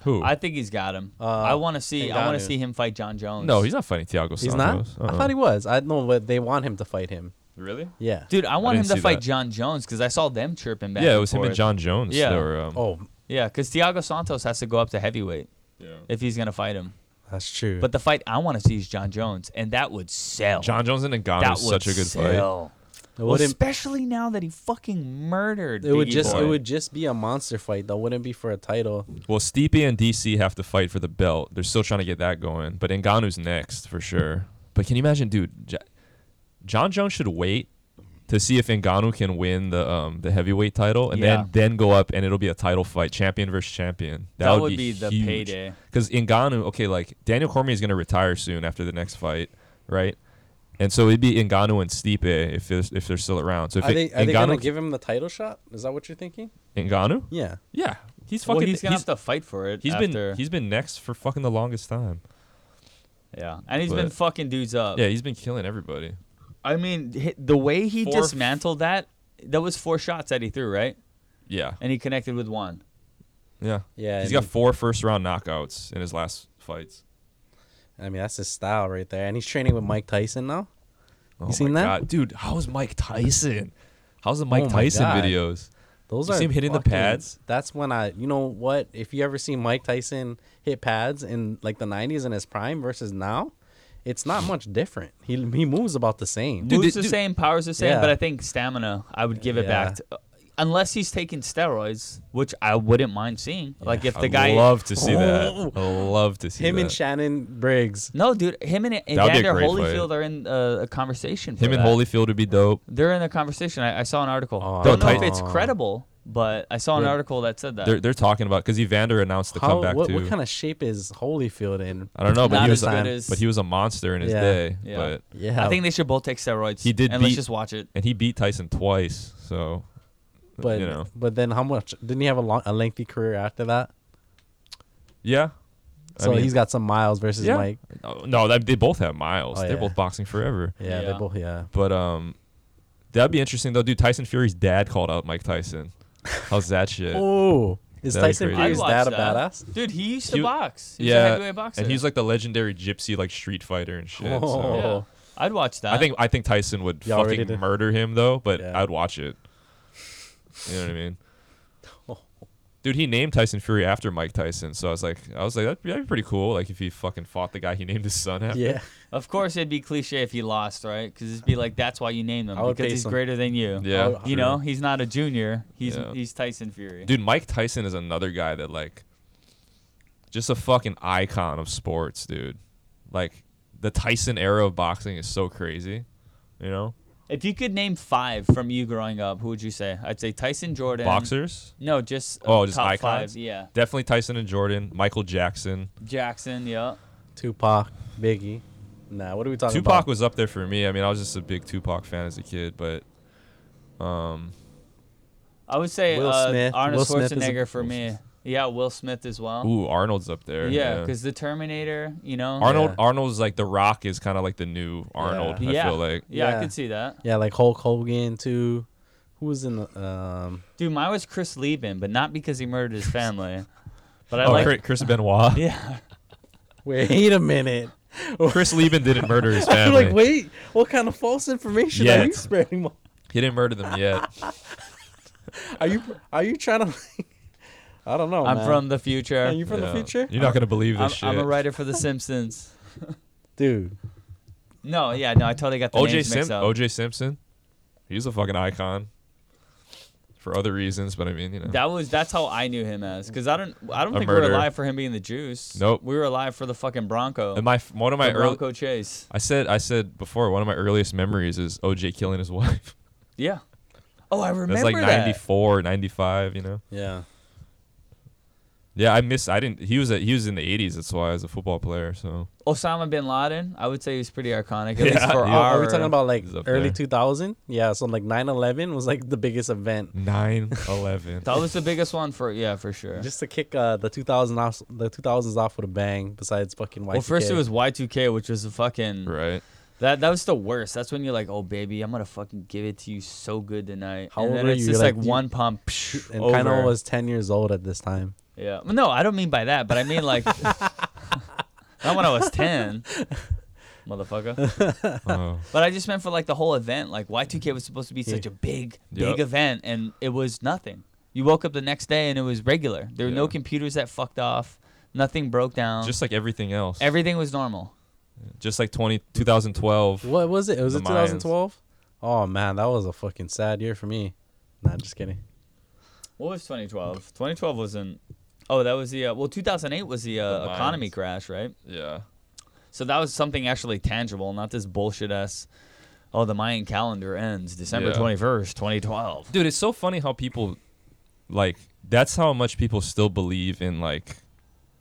Who? I think he's got him. Uh, I want to see. I want Ngannou. to see him fight John Jones. no, he's not fighting Thiago Santos. He's not. Uh-uh. I thought he was. I know, but they want him to fight him. really. Yeah. dude. I want I him didn't to see fight that. John Jones because I saw them chirping back. Yeah, it and was him and forth. John Jones. Yeah. that were, um, Oh, Yeah, because Thiago Santos has to go up to heavyweight if he's gonna fight him. that's true. But the fight I want to see is John Jones, and that would sell. John Jones and Ngannou that is such a would good fight. sell. it Well, wouldn't. especially now that he fucking murdered. It would Biggie just. Boy. It would just be a monster fight. That wouldn't be for a title. Well, Stipe and DC have to fight for the belt. They're still trying to get that going, but Ngannou's next for sure. But can you imagine, dude? J- John Jones should wait to see if Ngannou can win the um, the heavyweight title, and Yeah. then then go up, and it'll be a title fight, champion versus champion. That, That would be the huge. payday. Because Ngannou, okay, like Daniel Cormier is going to retire soon after the next fight, right? And so it'd be Ngannou and Stipe if they're, if they're still around. So if Are it, they? Are they gonna Ngannou- give him the title shot? Is that what you're thinking? Ngannou? Yeah. Yeah, he's Well, fucking. he's gonna he's, have to fight for it. he's after- been he's been next for fucking the longest time. yeah, and he's been but- fucking dudes Uh, up. Yeah, he's been killing everybody. I mean, hi- the way he Four- dismantled that, that was four shots that he threw, right? Yeah, And he connected with one. yeah, Yeah, He's and- got four first round knockouts in his last fights. I mean, that's his style right there. And he's training with Mike Tyson now. Oh seen my that? God. dude? How's Mike Tyson? How's the Mike Oh my Tyson God. videos? Those You are see him hitting the fucking- pads? That's when I, you know what? If you ever see Mike Tyson hit pads in like the '90s in his prime versus now, it's not much different. He he moves about the same. Dude, Moves they- the dude- same, powers the same, Yeah. but I think stamina, I would give it back. To, uh, unless he's taking steroids, which I wouldn't mind seeing. Like if the I'd guy. love to see (laughs) that. Oh. I love to see Him that. and Shannon Briggs. no, dude, him and and That would be a Evander great Holyfield are in uh, a conversation. For him and that. Holyfield would be dope. They're in a conversation. I, I saw an article. Aw. Don't know No, if Ty- it's credible, but I saw an article that said that. They're they're talking about because Evander announced the How, comeback what, too. what kind of shape is Holyfield in? I don't know, but Not he was as good a- as- but he was a monster in his Yeah. day. Yeah. But Yeah, I think they should both take steroids. He did And beat- let's just watch it. and he beat Tyson twice. So but you know. but then how much? Didn't he have a long, a lengthy career after that? yeah, I So mean- he's got some miles versus Mike. Oh, No, that, they both have miles. Oh, They're yeah. both boxing forever. Yeah, Yeah. they both. Yeah, But um, that'd be interesting though, dude. Tyson Fury's dad called out Mike Tyson. How's (laughs) that shit? Oh, is That'd be Tyson crazy. I'd Fury's watch dad a that. (laughs) badass? Dude, he used to He- box. He was a yeah, heavyweight boxer. and he's like the legendary gypsy, like street fighter and shit. so- Oh. Yeah. I'd watch that. I think I think Tyson would Y'all ready fucking to- murder him though, but Yeah. I'd watch it. You know what I (laughs) mean? Oh. Dude, he named Tyson Fury after Mike Tyson, so I was like, I was like, that'd be, that'd be pretty cool. Like if he fucking fought the guy he named his son after. Yeah, Of course, it'd be cliche if he lost, right? Because it'd be like, that's why you name him I would because pay he's some- greater than you. Yeah, Oh, You true. know, he's not a junior. He's Yeah. he's Tyson Fury. Dude, Mike Tyson is another guy that like just a fucking icon of sports, dude. Like the Tyson era of boxing is so crazy. You know? If you could name five from you growing up, who would you say? I'd say Tyson Jordan. Boxers? No, just uh, Oh, just top icons? Five. Yeah, Definitely Tyson and Jordan, Michael Jackson. Jackson. Yeah, Tupac, Biggie. Nah, what are we talking Tupac about? was up there for me. I mean, I was just a big Tupac fan as a kid, but I would say Will uh, Smith. Arnold Will Smith is a- uh, Schwarzenegger for me. Yeah, Will Smith as well. Ooh, Arnold's up there. yeah, because the Terminator, you know. Arnold Yeah. Arnold's like the Rock is kind of like the new Arnold. yeah, I yeah, feel like yeah, Yeah. I could see that. Yeah, like Hulk Hogan too. Who was in the um? Dude, mine was Chris Lieben, but not because he murdered his family. But I oh, like, Chris, Chris (laughs) Benoit. yeah, Wait a minute. Chris Lieben didn't (laughs) murder his I'm family. like, wait, what kind of false information are you Yet. spreading? Mo- He didn't murder them yet. Are you are you trying to? Like, (laughs) I don't know. I'm man. from the future. Are you from Yeah. the future, You're not gonna believe I'm, this I'm shit. a writer for The Simpsons. dude? No, yeah, no, I totally got the OJ names mixed Sim- up. OJ Simpson. He's a fucking icon. For other reasons, but I mean, you know. That was that's how I knew him as because I don't I don't A think we were murderer. alive for him being the Juice. Nope. we were alive for the fucking Bronco. and my one of my the early, Bronco chase. I said I said before one of my earliest memories is OJ killing his (laughs) wife. Yeah. Oh, I remember That's like that. 94, 95, you know. Yeah. Yeah, I miss. I didn't. He was. A, he was in the 80s. That's why as a football player. So Osama bin Laden. I would say he's pretty iconic. At least Yeah, for yeah. our. Are we talking about like He's up early there. 2000? Yeah. So like 9/11 was like the biggest event. 9, (laughs) 11. That was the biggest one for yeah for sure. Just to kick uh, the 2000 off, the 2000s off with a bang. Besides fucking white. well, first it was Y2K, which was a fucking (laughs) right. that that was the worst. That's when you're like, oh baby, I'm gonna fucking give it to you so good tonight. How and old then were it's you? just Like, like, you- one pump. psh, and over. Kino was 10 years old at this time. Yeah. Well, No, I don't mean by that, but I mean (laughs) like (laughs) not when I was ten. Motherfucker. Oh, But I just meant for like the whole event. Like Y two K was supposed to be such a big, Yep. big event and it was nothing. You woke up the next day and it was regular. There were no Yeah. computers that fucked off. Nothing broke down. just like everything else. everything was normal. just like 20, 2012. What was it? Was The it Mayans. 2012? Oh man, that was a fucking sad year for me. Nah, just kidding. What was 2012? 2012 wasn't. Oh, that was the uh, well. 2008 was the, uh, The economy mines. crash, right? Yeah. So that was something actually tangible, not this bullshit ass. Oh, the Mayan calendar ends December Yeah. 21st, 2012. Dude, it's so funny how people, like, that's how much people still believe in like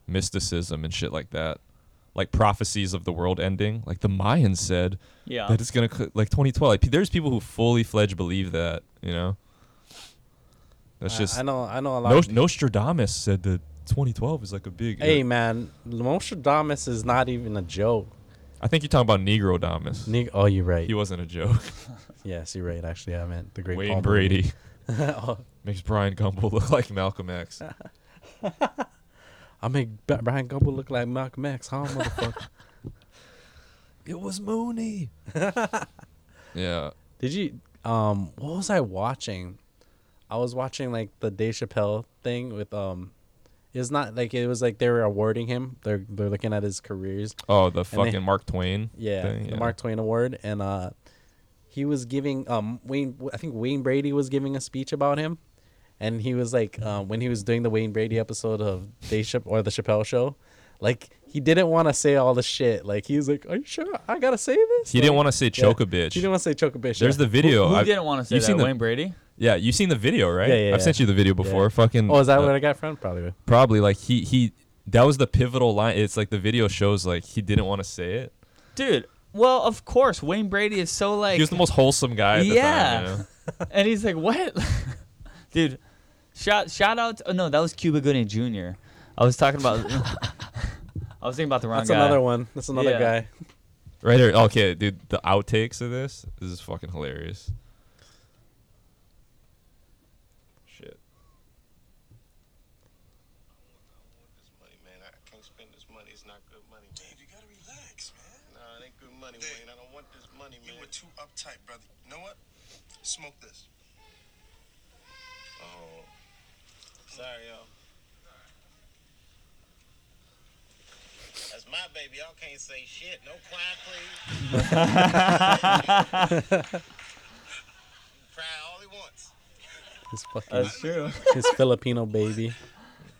mysticism and shit like that, like prophecies of the world ending. Like the Mayans said Yeah. that it's gonna cl- like 2012. Like, p- there's people who fully fledged believe that. You know. That's I- just I, know. I know a lot. Nos- of Nostradamus said that 2012 is like a big. Hey man, Nostradamus is not even a joke. I think you're talking about Negrodamus. Nick, oh, you're right. he wasn't a joke. yes, you're right. Actually, I meant the great Wayne Paul Brady (laughs) oh, makes Brian Gumbel look like Malcolm (laughs) X. I make B- Brian Gumble look like Malcolm X, huh, (laughs) motherfucker? it was (laughs) Mooney. yeah. Did you? Um, what was I watching? I was watching like the Dave Chappelle thing with um. It's not like it was like they were awarding him. They're they're looking at his careers. Oh, the fucking they- Mark Twain. yeah, thing, the Mark Twain Award, and uh, he was giving um Wayne. I think Wayne Brady was giving a speech about him, and he was like, um, when he was doing the Wayne Brady episode of Day Chap or the Chappelle Show, like he didn't want to say all the shit. Like he was like, "Are you sure I gotta say this?" He didn't want to say Yeah. choke a bitch. He didn't want to say choke a bitch. There's yeah. the video. Who I've- didn't want to say you've that? Seen the, Wayne Brady. Yeah, you've seen the video, right? Yeah, yeah, I've sent yeah. you the video before. Fucking. Oh, is that uh, what I got from? Probably. Probably like he he. That was the pivotal line. It's like the video shows like he didn't want to say it. Dude, well, of course, Wayne Brady is so like. he was the most wholesome guy. At the yeah. Time, you know? (laughs) and he's like, what? (laughs) Dude, shout shout out. Oh, no, that was Cuba Gooding Jr. I was talking about. (laughs) (laughs) I was thinking about the wrong That's guy. another one. That's another Yeah. guy. Right here. Okay, dude, the outtakes of this, this is fucking hilarious. Shit. this money, man. I can't spend this money. It's not good money, man. Dave, you gotta relax, man. Nah, it ain't good money, Dave. Wayne. I don't want this money, You man. were too uptight, brother. You know what? Smoke this. Oh. Sorry, y'all. That's my baby. Y'all can't say shit. No quiet, please. Cry all he wants. His fucking That's true. his Filipino baby.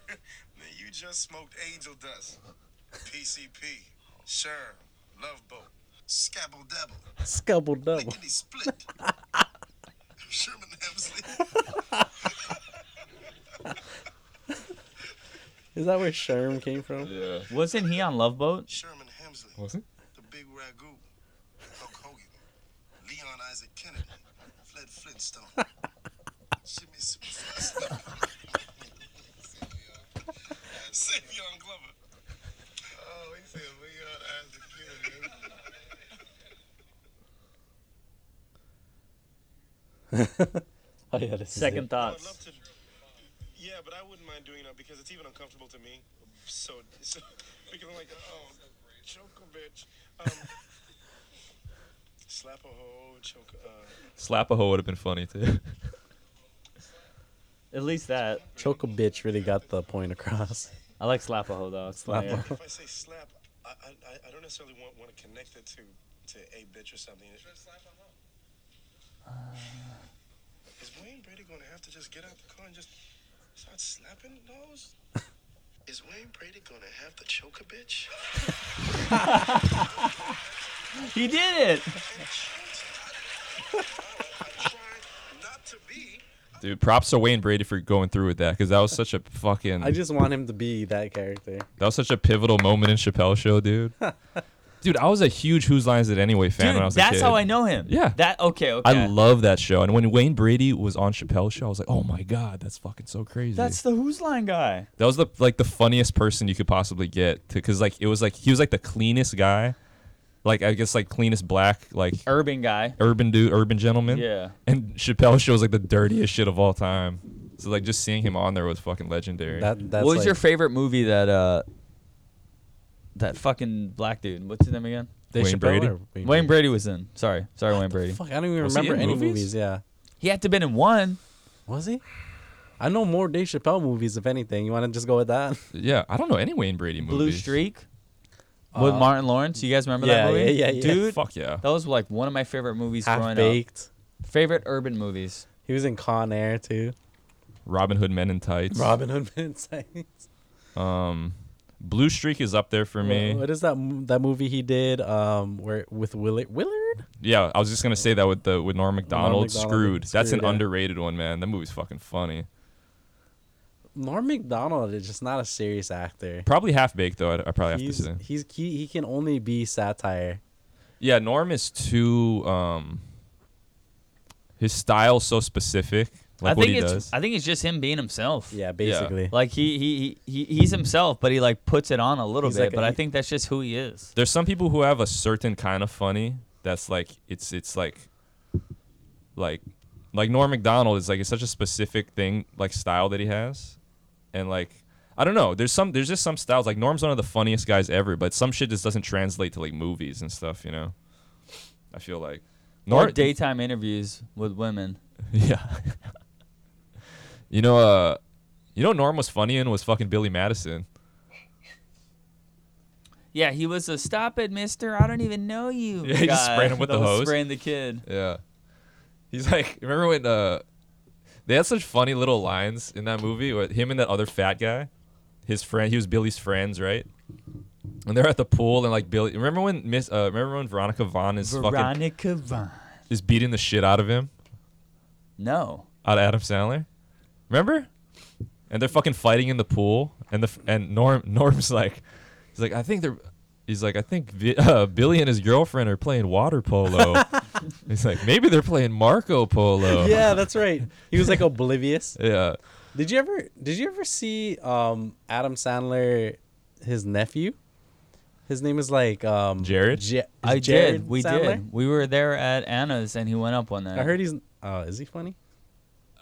Man, you just smoked angel dust. PCP. Sure. Love boat. Scabble devil. Scubble double. Lickety split. Sherman Hemsley. Is that where Sherm came from? Yeah. Wasn't he on Love Boat? Sherman Hemsley. Was it? The big ragu. Hulk Hogan. Leon Isaac Kennedy. Fled Flintstone. Jimmy Smith. Savion Glover. Oh, he said we ought to have to kill him. Oh yeah, this Second I would thoughts. love to. Yeah, but I wouldn't mind doing that because it's even uncomfortable to me. So, so (laughs) because I'm like, oh, choke a bitch. Um, slap a hoe, choke. Uh, Slap a hoe would have been funny too. (laughs) At least that. Choco bitch really got the point across. I like slap a hoe though. It's funnier. Slap if I say slap, I, I, I- I don't necessarily want, want to connect it to to a bitch or something. Uh, Is Wayne Brady going to have to just get out the car and just start slapping those? Is Wayne Brady going to have to choke a bitch? (laughs) He did it. (laughs) not to be. Dude, props to Wayne Brady for going through with that because that was such a fucking I just want him to be that character. that was such a pivotal moment in Chappelle's (laughs) show, dude. dude, I was a huge Who's Lines It Anyway fan Dude, when I was a that's kid. how I know him. Yeah. That okay, okay. I love that show. And when Wayne Brady was on Chappelle's show, I was like, "Oh my god, that's fucking so crazy." That's the Who's Line guy. that was the like the funniest person you could possibly get because like it was like he was like the cleanest guy, like I guess like cleanest black like Urban guy. urban dude, urban gentleman. Er-, Yeah. And Chappelle's show was like the dirtiest shit of all time. So like just seeing him on there was fucking legendary. That that's what was like, your favorite movie that uh that fucking black dude? What's his name again? Dave Wayne Chappelle Brady? or Wayne Brady was in. Sorry, sorry, Wayne Brady. Fuck, I don't even Was he remember in any movies? movies? Yeah, He had to have been in one. was he? I know more Dave Chappelle movies, if anything. You want to just go with that? yeah, I don't know any Wayne Brady movies. Blue Streak Uh, with Martin Lawrence. You guys remember yeah, that movie? yeah, yeah, yeah. Dude, Fuck yeah. that was like one of my favorite movies Half growing baked. up. Favorite urban movies. He was in Con Air too. Robin Hood Men in Tights. Robin (laughs) Hood Men in Tights. Um Blue Streak is up there for me. What is that mo- that movie he did? Um, where with Willard? Willard? Yeah, I was just gonna say that with the with Norm Macdonald, Macdonald, screwed. That's an Screwed, yeah. underrated one, man. That movie's fucking funny. Norm Macdonald is just not a serious actor. Probably half baked though. I, I probably He's, have to say. he's he, he can only be satire. Yeah, Norm is too. Um, his style's so specific. Like I what think he it's does. I think it's just him being himself. Yeah, basically. Like he, he he he he's himself, but he like puts it on a little He's bit. like a- but I he- think that's just who he is. There's some people who have a certain kind of funny that's like it's it's like, like, like Norm Macdonald is like it's such a specific thing like style that he has, and like. I don't know. There's some. There's just some styles. Like Norm's one of the funniest guys ever, but some shit just doesn't translate to like movies and stuff. You know. I feel like. Or Norm. daytime interviews with women. (laughs) Yeah. you know, uh, you know, Norm was funny and was fucking Billy Madison. Yeah, he was a stop it, mister. I don't even know (laughs) you. Yeah, he just guy sprayed him with that the was hose. Spraying the kid. Yeah. He's like, (laughs) remember when uh, they had such funny little lines in that movie with him and that other fat guy, his friend. He was Billy's friends, right? And they're at the pool and like Billy. Remember when Miss? Uh, remember when Veronica Vaughn is fucking Veronica Vaughn. is beating the shit out of him, No. out of Adam Sandler? Remember? And they're fucking fighting in the pool, and the f- and Norm (laughs) Norm's like, he's like, I think they're, he's like, I think Vi- (laughs) uh, Billy and his girlfriend are playing water polo. he's like, maybe they're playing Marco Polo. (laughs) Yeah, that's right. He was (laughs) like oblivious. Yeah. Did you ever did you ever see um Adam Sandler his nephew? His name is like um Jared? Ja- is I Jared did. We Sandler? did. We were there at Anna's, and he went up one night. I heard he's oh, is he funny?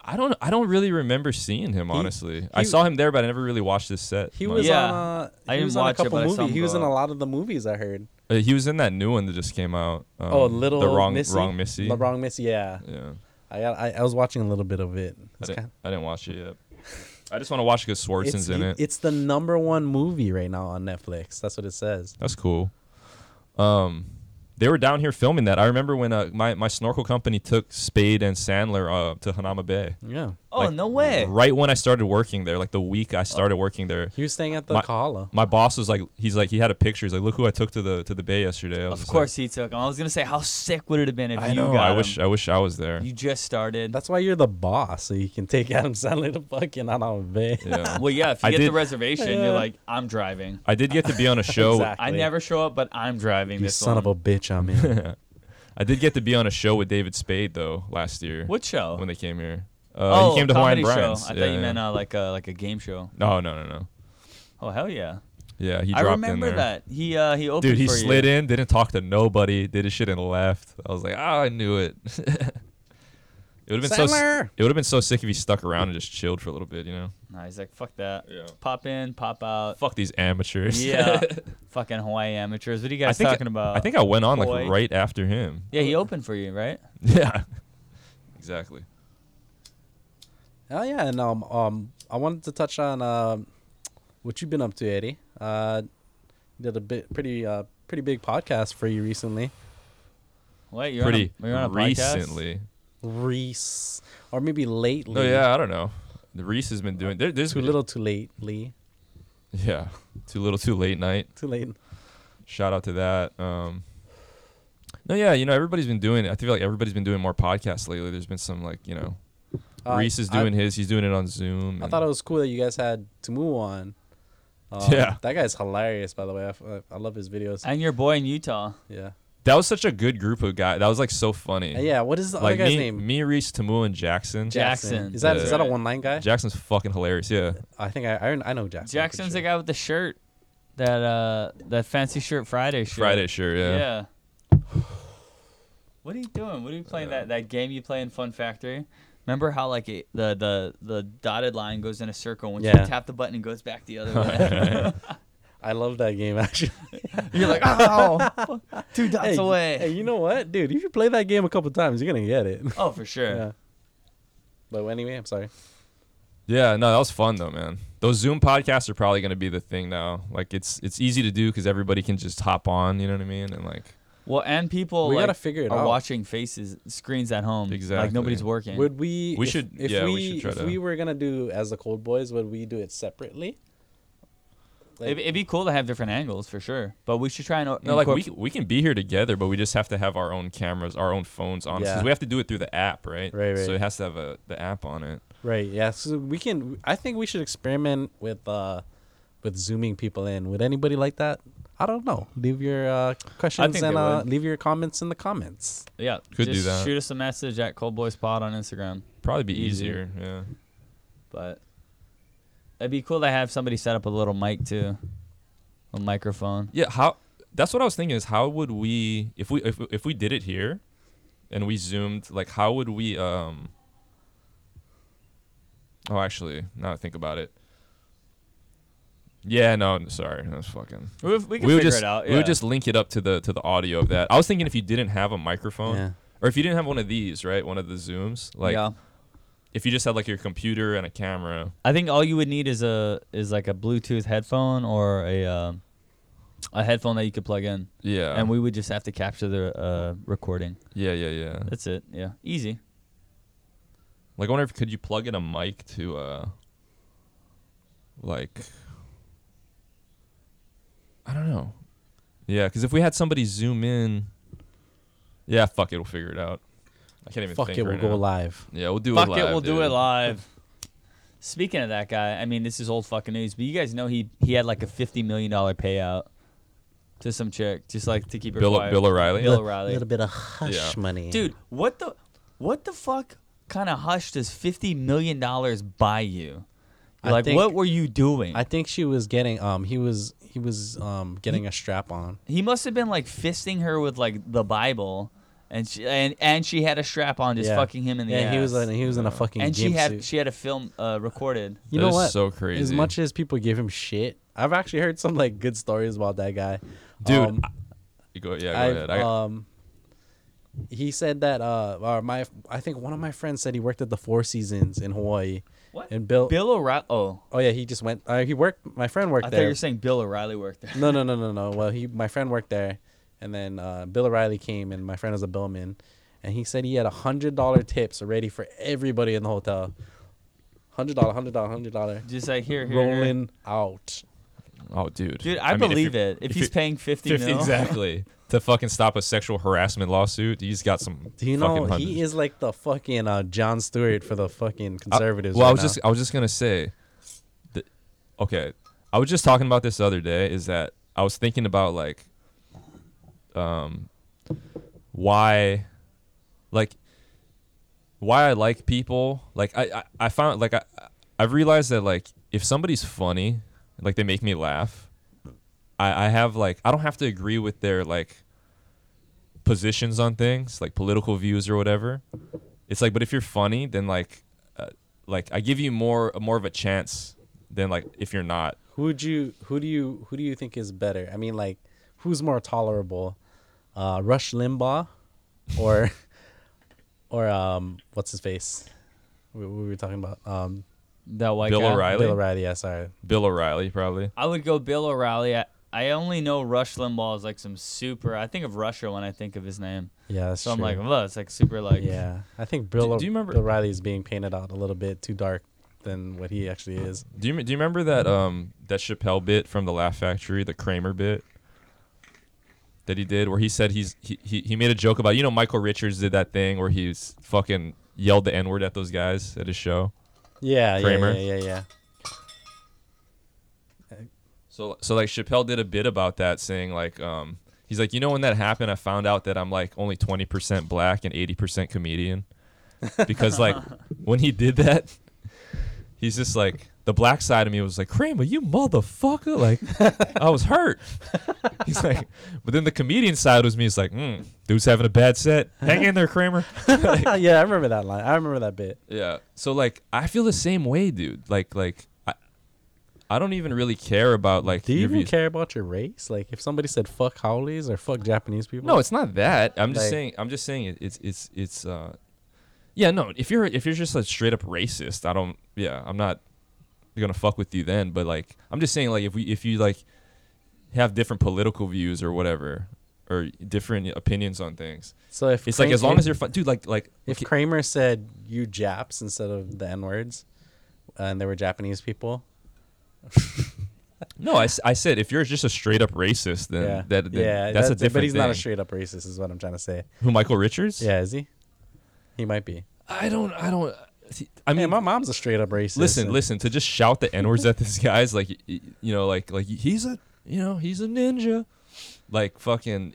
I don't. I don't really remember seeing him. Honestly, I he- saw him there, but I never really watched his set. He much. was Yeah. on uh, I he didn't was on a watch it, couple but I saw movies. him He was go in a up. lot of the movies I heard. Uh, he was in that new one that just came out. um, oh, little the wrong Missy? wrong Missy. The wrong Missy, yeah. Yeah, I got I, I was watching a little bit of it. I It's, didn't, kind- I didn't watch it yet. (laughs) I just want to watch because it's, Swartzen's in the- it. it's the number one movie right now on Netflix. That's what it says. That's cool. Um, they were down here filming that. I remember when uh, my my snorkel company took Spade and Sandler uh, to Hanama Bay. Yeah. oh like, no way! Right when I started working there, like the week I started working there, He was staying at the My- Kahala. my boss was like, he's like, he had a picture. He's like, look who I took to the to the bay yesterday. I was Of just course he took him. I was gonna say, how sick would it have been if like, I you know. got I him? wish I wish I was there. you just started. That's why you're the boss, so you can take (laughs) Adam Sandler to fucking out on bed. Yeah. (laughs) well, yeah. If you I get the did- reservation, Yeah. you're like, I'm driving. I did get to (laughs) be on a show. Exactly. I Like, never show up, but I'm driving. (laughs) You this son of a one. bitch, I'm (laughs) in. I did get to be on a show with David Spade though last year. What show? When they came here. oh, Uh, he came to comedy Hawaiian show. Brian's. I Yeah, thought you yeah. meant uh, like a like a game show. No, no, no, no. Oh hell yeah! Yeah, he I dropped in remember there. that he uh he opened. Dude, he for you. slid in, didn't talk to nobody, did his shit and left. I was like, ah, I knew it. (laughs) it would have been so. s- Sandler! It would have been so sick if he stuck around and just chilled for a little bit, you know. Nah, he's like, fuck that. Yeah. Pop in, pop (laughs) out. Fuck these amateurs. Yeah. Fucking Hawaii amateurs. What are you (laughs) I guys think talking about? I think I went on Boy. like right after him. (laughs) Yeah, he opened for you, right? Yeah. Exactly. Oh yeah, and um, um, I wanted to touch on um, what you've been up to, Eddie. Uh, did a bit pretty uh pretty big podcast for you recently, What? You're Pretty on a, you're on a podcast? recently. Reese, or maybe lately. No, Oh, yeah, I don't know. The Reese has been doing. There, there's too little, too lately, Yeah, too little, too late night. too late. shout out to that. Um, no, yeah, you know everybody's been doing. I feel like everybody's been doing more podcasts lately. There's been some like you know, Uh, Reese is I- doing his. He's doing it on Zoom. I and- thought it was cool that you guys had Tumu on. Um, Yeah. that guy's hilarious, by the way. I f- I, I love his videos. And your boy in Utah. yeah, that was such a good group of guys. That was like so funny. And Uh, yeah. What is the like other guy's me, name? me, Reese, Tamu, and Jackson. Jack- Jackson. Is that is Yeah. that a one line guy? Jackson's fucking hilarious. Yeah, I think I I, I know Jackson. I'm pretty Jackson's the sure. guy with the shirt. That uh that fancy shirt Friday shirt. Friday, sure. Yeah. Yeah. (sighs) What are you doing? What are you playing that that game you play in Fun Factory? Remember how like it, the the the dotted line goes in a circle once Yeah. you tap the button it goes back (laughs) the other way. I love that game (laughs) actually. (laughs) You're like, "Oh, (laughs) two dots hey, y- away." hey, you know what, dude? If you play that game a couple times, you're gonna get it. oh, for sure. (laughs) yeah. But anyway, I'm sorry. Yeah, no, that was fun though, man. Those Zoom podcasts are probably gonna be the thing now. Like it's it's easy to do because everybody can just hop on. You know what I mean? And like, Well, and people We like, gotta figure it are out. watching faces screens at home. Like Exactly. nobody's working. Would we? We if- should- If yeah, we, we should try if to- we were gonna do as the Cold Boys, would we do it separately? Like, it'd, it'd be cool to have different angles for sure, but we should try and No, like we, incorpor- we can be here together, but we just have to have our own cameras, our own phones on us. Yeah. 'cause we have to do it through the app, right? Right, right. So it has to have a the app on it. right? Yeah. So we can. I think we should experiment with uh, with zooming people in. Would anybody like that? I don't know. Leave your uh, questions think and they uh, would. leave your comments in the comments. yeah, could do just that. Shoot us a message at Coldboyspod on Instagram. Probably be Easier. easier. Yeah. But it'd be cool to have somebody set up a little mic too, a microphone. Yeah. How? That's what I was thinking. Is how would we if we if if we did it here, and we zoomed like how would we um. Oh, actually, now that I think about it. Yeah. No. Sorry. That's fucking. We, would- we could we would figure just it out. we yeah. would just link it up to the to the audio of that. I was thinking if you didn't have a microphone Yeah. or if you didn't have one of these, right? One of the zooms, like yeah. if you just had like your computer and a camera. I think all you would need is a is like a Bluetooth headphone or a um a headphone that you could plug in, Yeah. and we would just have to capture the uh, recording. yeah, yeah, yeah. That's it. Yeah, easy. Like I wonder if could you plug in a mic to uh like I don't know. Yeah, cuz if we had somebody zoom in Yeah, fuck it, we'll figure it out. I can't even Fuck think it, we'll right go now. live. Yeah, we'll do Fuck it live. it, we'll do dude. it live. Speaking of that guy, I mean, this is old fucking news, but you guys know he he had like a fifty million dollar payout to some chick, just like to keep her Bill, quiet. Bill O'Reilly. Bill A O'Reilly, little bit of hush Yeah. money, dude. What the what the fuck kind of hush does fifty million dollars buy you? I You're like, think- what were you doing? I think she was getting um he was he was um getting a strap on. he must have been like fisting her with like the Bible, and she and, and she had a strap on, just Yeah. fucking him in the yeah, ass. he was in, he was in a fucking and she gimp had suit. she had a film uh, recorded. you That know is what? so As crazy. much as people give him shit, I've actually heard some like good stories about that guy. Dude, um, You go, yeah, go I've, ahead. I, uh, um he said that uh or my I think one of my friends said he worked at the Four Seasons in Hawaii. What? And Bill, Bill O'Reilly. Oh, Oh yeah, he just went uh, he worked my friend I worked thought you there. were saying Bill O'Reilly worked there. (laughs) No, no, no, no, no. Well, he my friend worked there, and then uh, Bill O'Reilly came, and my friend was a billman, and he said he had a hundred dollar tips ready for everybody in the hotel. Hundred dollar, hundred dollar, hundred dollar, Just like here, here, here. rolling out. oh, dude. dude. I, mean, if believe you're- it. If, he's you're- paying fifty, Fifty- mil, Exactly. to fucking stop a sexual harassment lawsuit, he's got some. Do fucking you know hundreds. he is like the fucking uh, John Stewart for the fucking I- conservatives? well, I right was now. just I was just gonna say, that, okay, I was just talking about this the other day. Is that I was thinking about like, um, why, like, why I like people. Like I I, I found like I I've realized that like if somebody's funny, like they make me laugh. I, I have like I don't have to agree with their like positions on things, like political views or whatever. It's like, but if you're funny, then like, uh, like I give you more more of a chance than like if you're not. Who would you? Who do you? Who do you think is better? I mean, like, who's more tolerable, uh, Rush Limbaugh, or, (laughs) or um, what's his face? We, we were talking about um, That white Bill guy. O'Reilly? Bill O'Reilly. Yeah, sorry. Bill O'Reilly probably. I would go Bill O'Reilly. I, I only know Rush Limbaugh is like some super. I think of Russia when I think of his name. Yeah, that's so I'm true. like, well, it's like super like. yeah, I think Bill. mm. do you remember- Bill O'Reilly is being painted out a little bit too dark than what he actually is? Do you do you remember that um that Chappelle bit from the Laugh Factory, the Kramer bit that he did, where he said he's he, he, he made a joke about you know Michael Richards did that thing where he's fucking yelled the n word at those guys at his show. Yeah, yeah, Kramer? yeah, yeah, yeah. So so like Chappelle did a bit about that, saying like um he's like you know when that happened, I found out that I'm like only twenty percent black and eighty percent comedian, because (laughs) like when he did that, he's just like the black side of me was like Kramer, you motherfucker, like I was (laughs) hurt. He's like, but then the comedian side was me. He's like, mm, dude's having a bad set. (laughs) Hang in there, Kramer. Uh, yeah, I remember that line. I remember that bit. Yeah. So like I feel the same way, dude. Like like I I don't even really care about like Do you your even views. care about your race? Like, if somebody said "fuck Howleys" or "fuck Japanese people," No, it's not that. I'm just Like- saying. I'm just saying it, it's it's it's. uh Yeah, no. If you're if you're just a straight up racist, I don't. Yeah, I'm not gonna fuck with you then. But like, I'm just saying like if we if you like have different political views or whatever or different opinions on things, so if it's like Kra- as long as you're fun, dude. Like like if okay, Kramer said "you Japs" instead of the N words, and they were Japanese people, no, I, s- I said if you're just a straight up racist, then yeah, that then yeah, that's, a different. But he's thing. not a straight up racist, is what I'm trying to say. Who Michael Richards? Yeah, is he? He might be. I don't. I don't. I mean, Man, my mom's a straight up racist. listen, and- listen. To just shout the n words at this (laughs) guy's like, y- y- you know, like, like he's a, you know, he's a ninja. Like fucking,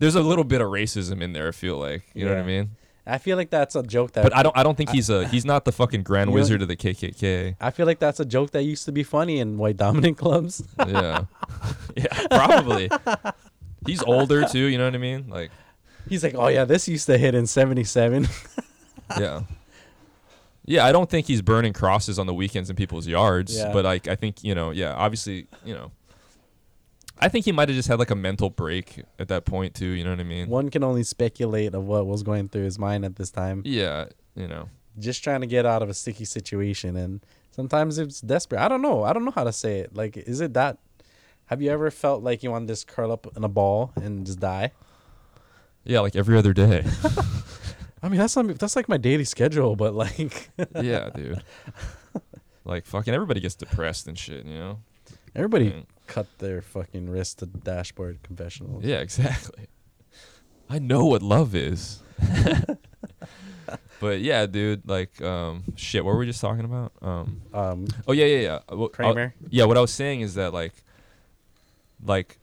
there's a little bit of racism in there. I feel like, you know what I Yeah. mean. I feel like that's a joke that. But I don't, I don't think he's a, he's not the fucking Grand You know- Wizard of the (laughs) KKK. I feel like that's a joke that used to be funny in white dominant (laughs) clubs. Yeah, (laughs) yeah, probably. He's older too. You know what I mean? Like, He's like, oh yeah, this used to hit in '77. yeah. Yeah, I don't think he's burning crosses on the weekends in people's yards, Yeah. but like I think, you know, yeah, obviously, you know. I think he might have just had like a mental break at that point too, you know what I mean? (laughs) One can only speculate of what was going through his mind at this time. Yeah, you know. just trying to get out of a sticky situation and sometimes it's desperate i don't know i don't know how to say it like is it that have you ever felt like you want to just curl up in a ball and just die Yeah, like every other day. i mean that's not, that's like my daily schedule but like (laughs) yeah, dude. Like fucking everybody gets depressed and shit, you know? everybody Mm. cut their fucking wrist to dashboard confessional Yeah, exactly. I know what love is. but yeah, dude, like um shit, what were we just talking about? Um um Oh yeah, yeah, yeah. Uh, well, I- Kramer? yeah, what I was saying is that like, like,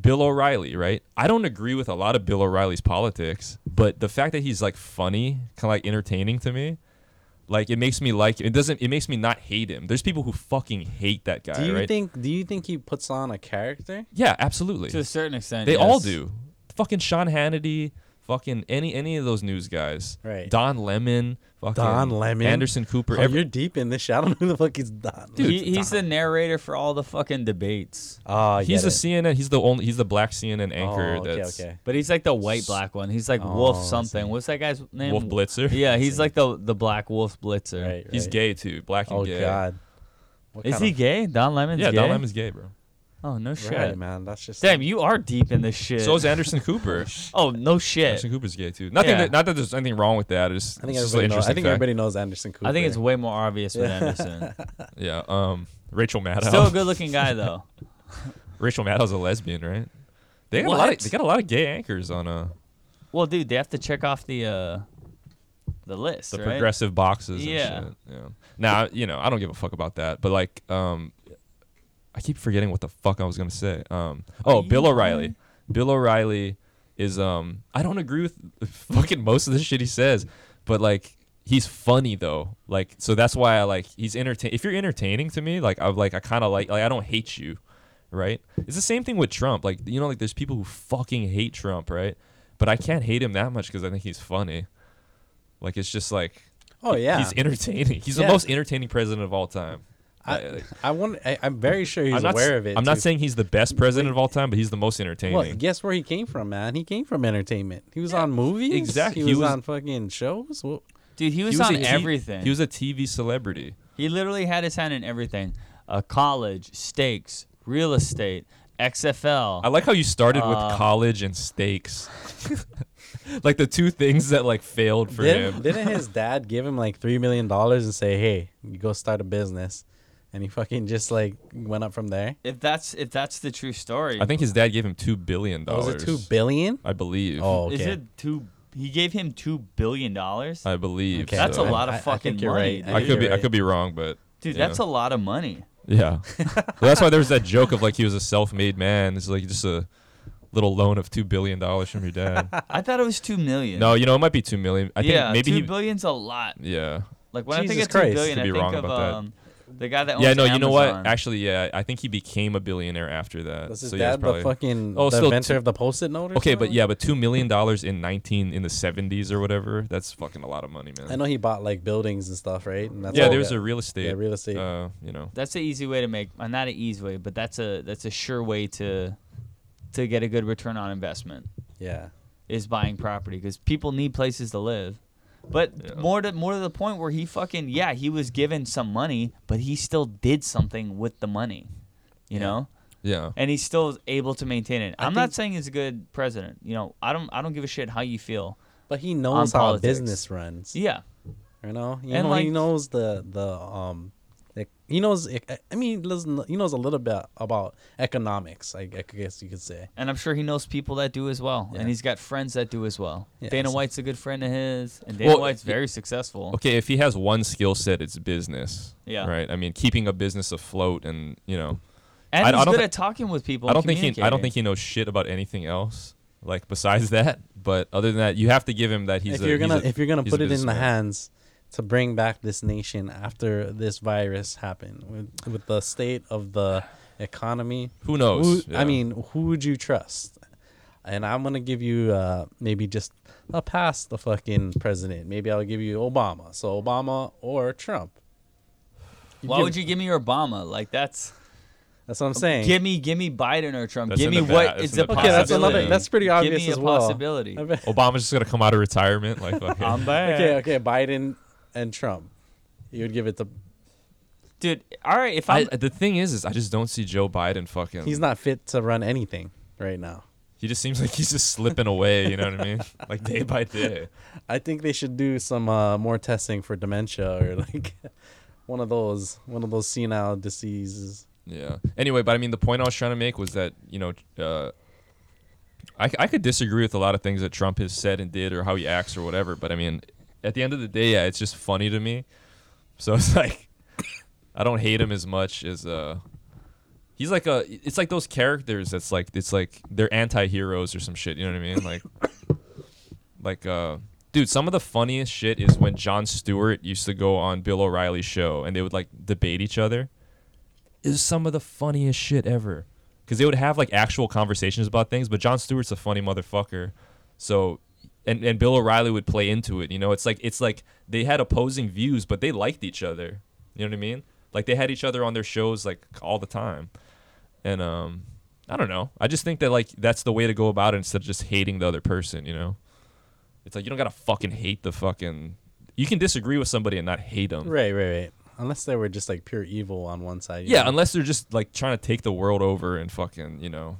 Bill O'Reilly, right? I don't agree with a lot of Bill O'Reilly's politics, but the fact that he's like funny, kind of like entertaining to me, like it makes me like it doesn't. It makes me not hate him. There's people who fucking hate that guy, do you right? think do you think he puts on a character yeah, absolutely. To a certain extent. They all yes. do. Fucking Sean Hannity, fucking any any of those news guys. Right. Don Lemon, fucking Don Lemon? Anderson Cooper. oh, every- you're deep in this shit. I don't know who the fuck is Don. Dude, He, he's the narrator for all the fucking debates. oh, he's a CNN. He's the only. He's the black CNN anchor. okay, that's okay. But he's like the white black one. He's like Oh, I Wolf see. something. What's that guy's name? Wolf Blitzer. (laughs) Yeah, he's like the the black Wolf Blitzer. Right, right. He's (laughs) gay too. Black and Oh gay. God. What Is kind he of- gay? Don Lemon's Yeah, gay. Don Lemon's gay, bro. Oh no shit. Right, man. That's just Damn, you are deep in this shit. So is Anderson Cooper. oh no shit. Anderson Cooper's gay too. Nothing. Yeah. That, not that there's anything wrong with that. It's just, I think it's just an everybody knows. I interesting think fact. everybody knows Anderson Cooper. I think it's way more obvious (laughs) with Anderson. Yeah. Um. Rachel Maddow. Still a good looking guy though. (laughs) Rachel Maddow's a lesbian, right? They got a lot. Of, What? they got a lot of gay anchors on uh Well, dude, they have to check off the uh the list, the right? progressive boxes. Yeah. And shit. Yeah. Now you know I don't give a fuck about that, but like um, I keep forgetting what the fuck I was gonna say. Um. Oh, Bill O'Reilly. Bill (laughs) O'Reilly is um. I don't agree with fucking most of the shit he says, but like he's funny though. Like so that's why I like he's entertain. If you're entertaining to me, like I'm like I kind of like like I don't hate you, right? It's the same thing with Trump. Like you know like there's people who fucking hate Trump, right? But I can't hate him that much because I think he's funny. Like it's just like Oh yeah, he's entertaining. He's Yeah. the most entertaining president of all time. I, I want. I, I'm very sure he's I'm not, aware s- of it. I'm not too. saying he's the best president of all time, but he's the most entertaining. Well, guess where he came from, man? He came from entertainment. He was on movies. exactly. He He was, was- on fucking shows. Well, Dude, he was, He was on a T- everything. He was a TV celebrity. He literally had his hand in everything: uh, college, stakes, real estate, XFL. I like how you started Uh, with college and stakes, (laughs) like the two things that like failed for didn't, him. (laughs) didn't his dad give him like three million dollars and say, "Hey, you go start a business," and he fucking just like went up from there? if that's if that's the true story, I think his dad gave him two billion Oh, dollars. was it two billion? I believe. Oh, okay. is it two? He gave him two billion dollars. I believe. Okay. That's a so. lot of I- I think fucking you're money. right. dude. I Yeah, could be. you're I could be wrong, but Dude, yeah. that's a lot of money. (laughs) yeah. well, that's why there was that joke of like he was a self-made man. It's like just a little loan of two billion dollars from your (laughs) dad. I thought it was two million. no, you know it might be two million. I think yeah, maybe two he. billion's a lot. yeah. Like when I think Jesus of two Christ. billion, Could I be think wrong of about that. um, the guy that owns Yeah. No, you know what? Amazon. Actually, yeah. I think he became a billionaire after that. Was his so yeah, it's dad the probably- fucking Oh, the still inventor two- of the post-it note? Or Okay, but something? yeah, but two million dollars in nineteen in the seventies or whatever, that's fucking a lot of money, man. I know he bought like buildings and stuff, right? And that's Yeah, all there's that- a real estate. Yeah, real estate. Uh, you know. that's an easy way to make. Uh, not an easy way, but that's a that's a sure way to to get a good return on investment. yeah. is buying property because people need places to live. But more to more to the point where he fucking yeah he was given some money, but he still did something with the money, you know, Yeah. and he's still able to maintain it. I I'm not think- saying he's a good president, you know. I don't I don't give a shit how you feel. But he knows on how politics. a business runs. Yeah, You know, you And, know, he like- knows the the um, like, he knows. ec- I mean, listen, he knows a little bit about economics. I, I guess you could say. and I'm sure he knows people that do as well, Yeah. and he's got friends that do as well. Yeah, Dana so- White's a good friend of his, and Dana Well, White's y- very successful. Okay, if he has one skill set, it's business. Yeah. Right. I mean, keeping a business afloat, and you know, And I- I he's don't good thi- at talking with people. I and don't think he. I don't communicating. think he knows shit about anything else, like besides (laughs) that. But other than that, you have to give him that he's. if a, you're he's gonna a- if you're gonna he's a put it in the businessman. hands to bring back this nation after this virus happened with with the state of the economy. who knows? who- Yeah. I mean, who would you trust? And I'm gonna give you uh, maybe just a pass the fucking president. Maybe I'll give you Obama. So Obama or Trump. Why would you give me Obama? Like that's. That's what I'm saying. Give me, give me Biden or Trump. That's give me in the what past. is That's in a the Okay, possibility. that's possibility. another. That's pretty obvious Give me as a well. (laughs) possibility. (laughs) I bet- Obama's just gonna come out of retirement. Like, fuck it. I'm back, Okay, okay, Biden and Trump. You would give it to. dude. All right, if I, (laughs) I'm, the thing is, is I just don't see Joe Biden fucking. He's not fit to run anything right now. He just seems like he's just slipping away. You know what I mean? (laughs) Like day by day. I think they should do some uh, more testing for dementia or (laughs) like one of those one of those senile diseases. Yeah. Anyway, but I mean, the point I was trying to make was that you know, uh, I I could disagree with a lot of things that Trump has said and did or how he acts or whatever. But I mean, at the end of the day, yeah, it's just funny to me. So (laughs) it's like I don't hate him as much as uh. He's like a. It's like those characters that's like it's like they're anti-heroes or some shit. You know what I mean? Like, like uh, dude, some of the funniest shit is when John Stewart used to go on Bill O'Reilly's show and they would like debate each other is some of the funniest shit ever. Because they would have like actual conversations about things, but John Stewart's a funny motherfucker. So, and, and Bill O'Reilly would play into it. You know, it's like it's like they had opposing views, but they liked each other. You know what I mean? Like they had each other on their shows like all the time. And um, I don't know. I just think that like that's the way to go about it instead of just hating the other person. You know, it's like you don't gotta fucking hate the fucking. You can disagree with somebody and not hate them. Right, right, right. Unless they were just like pure evil on one side. you Yeah, know? unless they're just like trying to take the world over and fucking, you know,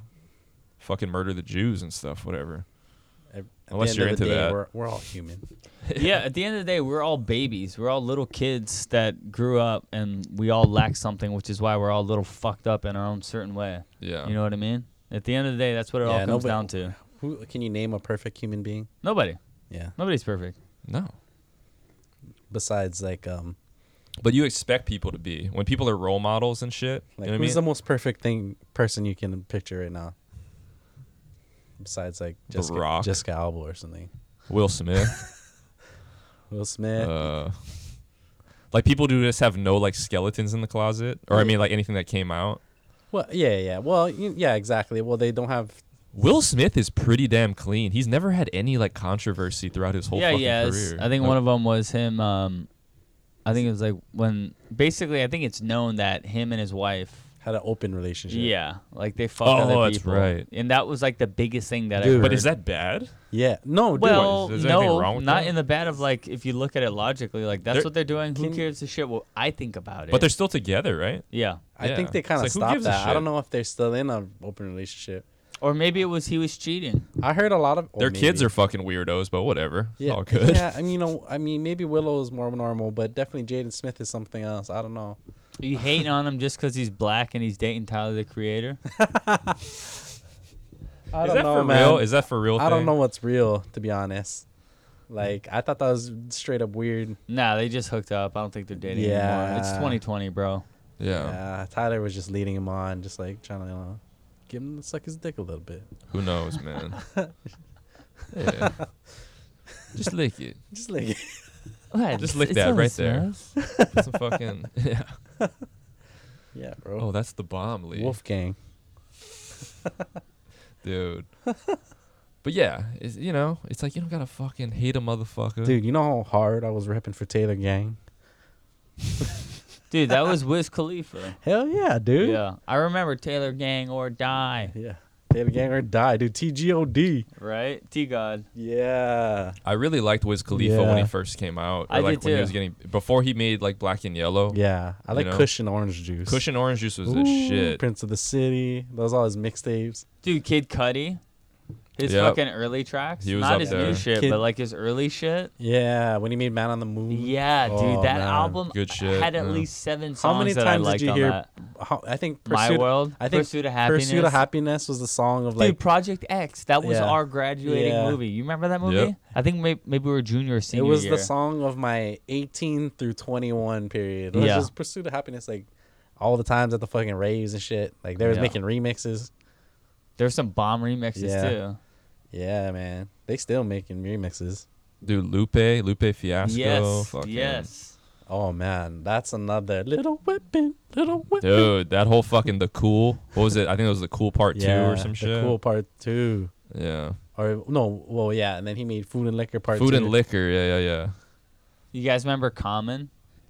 fucking murder the Jews and stuff, whatever. At- at the unless end you're of the into day, that. we're, we're all human. yeah, at the end of the day, we're all babies. We're all little kids that grew up, and we all lack something, which is why we're all a little fucked up in our own certain way. Yeah. You know what I mean? At the end of the day, that's what it all Yeah, comes nobody- down to. Who can you name a perfect human being? Nobody, Yeah. nobody's perfect. No. Besides like um But you expect people to be when people are role models and shit. you like know what I who's mean? the most perfect thing person you can picture right now? Besides like Jessica Rock. (laughs) Jessica Alba or something. Will Smith. Will Smith. Uh, like people do just have no like skeletons in the closet, or I mean like anything that came out. well, yeah, yeah. Well, y- yeah, exactly. Well, they don't have. Will Smith is pretty damn clean. He's never had any like controversy throughout his whole yeah, fucking yeah. it's- career. I think one of them was him. Um, I think it was like when basically I think it's known that him and his wife. Had an open relationship. Yeah, like they fucked other Oh, people. that's right. And that was like the biggest thing that I. Dude. But heard. is that bad? Yeah. No, dude. Well, Is there anything no, wrong with not that? in the bad of like if you look at it logically, like that's They're- what they're doing. Who Can- cares the shit what I think about it? Mm. But they're still together, right? yeah, I think yeah. they kind of It's like, who stopped gives a that. I don't shit? know if they're still in an open relationship. or maybe it was he was cheating. I heard a lot of or Their kids maybe. are fucking weirdos, but whatever. It's yeah, all good. Yeah, I mean, you know, I mean, maybe Willow is more normal, but definitely Jaden Smith is something else. I don't know. Are you hating on him just because he's black and he's dating Tyler the Creator? (laughs) I (laughs) Is don't that know, for man. real? Is that for real? I don't thing? know what's real, to be honest. Like, I thought that was straight up weird. nah, they just hooked up. I don't think they're dating anymore. It's Yeah. 2020, bro. Yeah. Uh, Tyler was just leading him on, just like trying to you know, give him suck his dick a little bit. (laughs) Who knows, man? yeah. Just lick it. Just like (laughs) Just lick that right there. Put some fucking. (laughs) Yeah. yeah, bro. Oh, that's the bomb, Lee. Wolfgang. dude. but yeah, it's, you know, it's like you don't gotta fucking hate a motherfucker. Dude, you know how hard I was repping for Taylor Gang? Dude, that was Wiz Khalifa. Hell yeah, dude. Yeah, I remember Taylor Gang or Die, Yeah. Taylor Gang or die, dude. TGOD. right? T God. Yeah. I really liked Wiz Khalifa when he Yeah. first came out. or, I like did when too. he was getting before he made like Black and Yellow. Yeah. I like know? Cushion Orange Juice. Cushion Orange Juice was the shit. Prince of the City. Those all his mixtapes. Dude, Kid Cudi. His Yep. fucking early tracks. He was Not up his new there. shit, Kid- but like his early shit. Yeah, when he made Man on the Moon. Yeah, dude, Oh, that man. album Good shit, had at yeah. least seven songs How many that I times liked did you on hear? that. How, I think My Pursuit, World, I think Pursuit of Pursuit Happiness. of Happiness was the song of like Dude, Project X, that was Yeah. our graduating Yeah. movie. You remember that movie? Yep. I think maybe, maybe we were junior or it senior was year. the song of my 18 through 21 period. It was Yeah. just Pursuit of Happiness like all the times at the fucking raves and shit. Like they was Yeah. making remixes. There's some bomb remixes Yeah. too. Yeah, man. They still making remixes. Dude, Lupe, Lupe Fiasco. yes, fucking- yes. Oh man, that's another little whipping, little whipping. Dude, that whole fucking the cool. What was it? I think it was the cool part two or some The shit. Cool part two. Yeah. Or no, well yeah, and then he made Food and Liquor part Food two. and liquor. Yeah, yeah, yeah. You guys remember Common?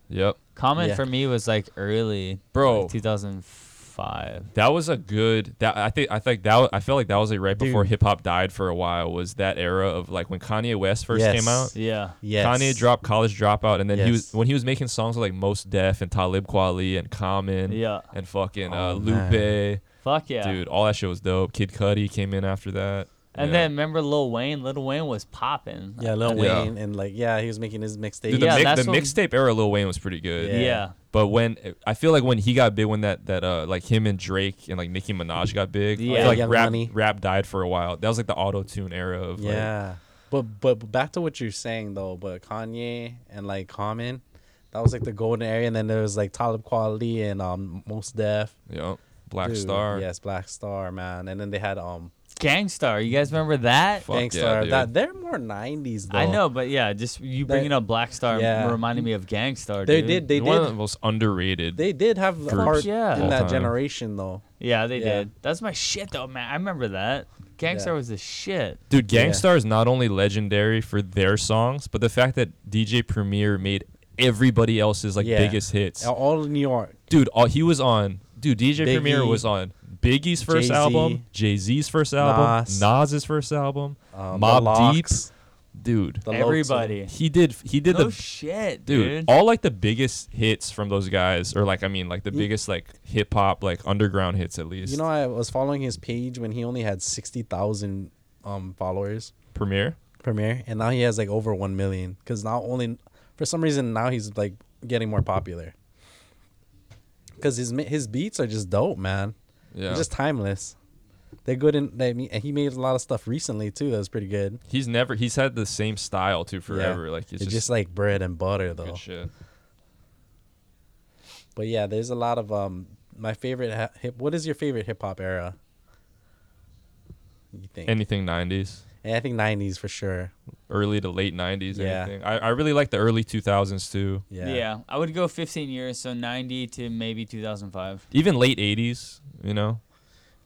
Yep. Common Yeah. for me was like early, Bro. like 2005. That was a good. That I think. I think that wa- I felt like that was like right before Dude. hip hop died for a while. Was that era of like when Kanye West first Yes. came out? Yeah. Yes. Kanye dropped College Dropout, and then he was Yes. when he was making songs like Most Def and Talib Kweli and Common, Yeah. and fucking uh, Oh, Lupe, man. Fuck yeah. dude, all that shit was dope. Kid Cudi came in after that, And Yeah. then remember Lil Wayne? Lil Wayne was popping. Yeah, Lil Yeah. Wayne and like yeah, he was making his mixtape. dude, the, Yeah, mix- that's the when- mixtape era Lil Wayne was pretty good. Yeah. Yeah. But when I feel like when he got big, when that that uh like him and Drake and like Nicki Minaj got big, I Yeah. feel Yeah, like Young rap Money. rap died for a while. That was like the auto tune era of like, Yeah. But, but but back to what you're saying though, but Kanye and like Common, that was like the golden area, and then there was like Talib Kweli and um Most Def, you know, Black Dude, Star. yes, Black Star, man, and then they had um Gangstar. You guys remember that? Fuck Gangstar. yeah, dude. that they're more '90s though. I know, but yeah, just you They- bringing up Black Star yeah. reminded me of Gangstar. They dude. did. They one of did. the most underrated. They did have a Groups. part Yeah. in All that time. generation though. Yeah, they Yeah. did. That's my shit though, man. I remember that. Gangstar Yeah. was the shit. Dude, Yeah. Gangstar is not only legendary for their songs, but the fact that DJ Premier made everybody else's like Yeah. biggest hits. All in New York. Dude, all he was on. Dude, DJ Premier Biggie. was on Biggie's 1st Jay-Z. album, Jay Z's first album, Nas. Nas's first album, Um, Mob Deep. Locks, Dude, the Lokes. Everybody. he did he did No the shit, dude, dude. all like the biggest hits from those guys, or like I mean like the biggest like hip hop like underground hits at least. You know, I was following his page when he only had sixty thousand um followers. Premier. premiere and now he has like over 1 million because now only for some reason now he's like getting more popular because his mi- his beats are just dope man Yeah, they're just timeless they're good in they, and he made a lot of stuff recently too that was pretty good he's never he's had the same style too forever. Like it's it's, just, like bread and butter though good shit. but yeah there's a lot of um my favorite ha- hip what is your favorite hip-hop era you think Anything 90s. and i think 90s for sure early to late 90s. Yeah. Anything. I, I really like the early 2000s too. Yeah. I would go 15 years, so 90 to maybe 2005. Even late 80s, you know?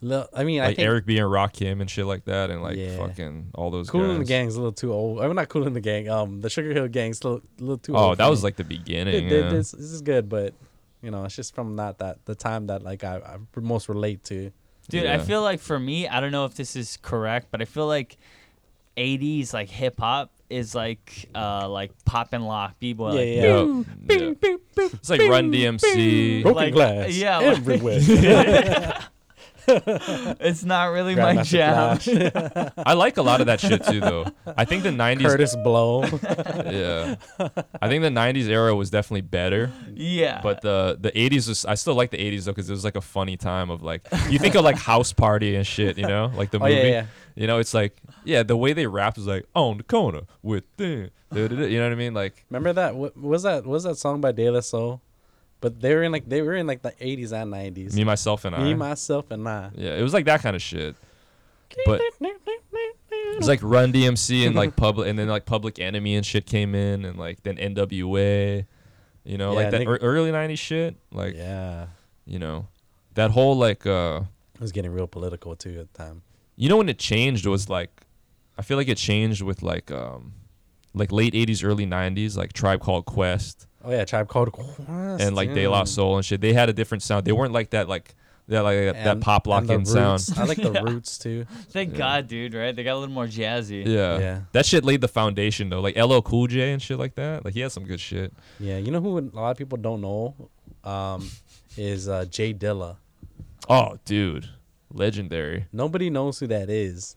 Li- I mean, I Like think Eric B. and Rakim and shit like that and like Yeah. fucking all those Cool guys. in the Gang's a little too old. I'm mean, not Cool in the Gang. Um, the Sugar Hill Gang's a little, little too old. Oh, that for was me. like the beginning. Th- th- yeah. this, this is good, but you know, it's just from not that the time that like I, I r- most relate to. Dude, I Yeah. feel like for me, I don't know if this is correct, but I feel like 80s like hip hop is like uh like pop and lock b-boy. like, Yeah, Yeah. Yeah. It's like Run DMC. Broken Like, glass. yeah, like- (laughs) everywhere. It's not really my Grandmaster jam. Flash, (laughs) I like a lot of that shit too, though. I think the 90s. Curtis Blow. (laughs) Yeah. I think the 90s era was definitely better. (laughs) yeah. But the the 80s was I still like the 80s though because it was like a funny time of like you think of like House Party and shit you know like the Oh, movie yeah, yeah. you know it's like yeah the way they rapped was like on the corner with the you know what I mean like Remember that? What was that? Was that song by De La Soul? But they were in like they were in like the 80s and 90s. me myself and I Me, myself, and I. yeah it was like that kind of shit but it was like Run DMC and (laughs) like public and then like Public Enemy and shit came in and like then NWA you know Yeah, like that Nick- ear- early 90s shit like yeah, you know that whole like uh it was getting real political too at the time. you know when it changed was like i feel like it changed with like um like late 80s early 90s like tribe called quest Oh yeah, Tribe Called Quest and like yeah. de la soul and shit they had a different sound they weren't like that like that like that, that And- pop and the locking sound (laughs) Roots. I like the Roots too. Thank God, dude, right? They got a little more jazzy. yeah. Yeah. that shit laid the foundation though like LL cool j and shit like that like he had some good shit Yeah, you know who a lot of people don't know um, is uh, Jay Dilla. oh dude legendary Nobody knows who that is.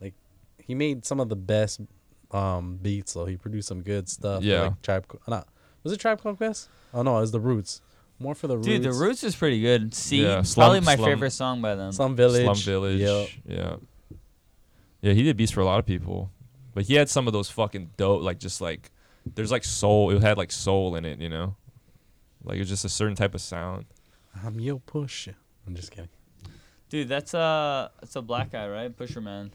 Like, he made some of the best um, beats, so he produced some good stuff. Yeah. like Tribe. Co- Not, was it Tribe Called Quest? Oh no, it was the Roots. More for the Roots. Dude, The Roots is pretty good. See, Yeah, Slum- probably my Slum- favorite song by them. Slum Village. slum village Yep. yeah yeah he did beats for a lot of people but he had some of those fucking dope like just like there's like soul it had like soul in it you know like it's just a certain type of sound I'm your push. I'm just kidding. Dude, that's a that's a black guy, right? Pusherman.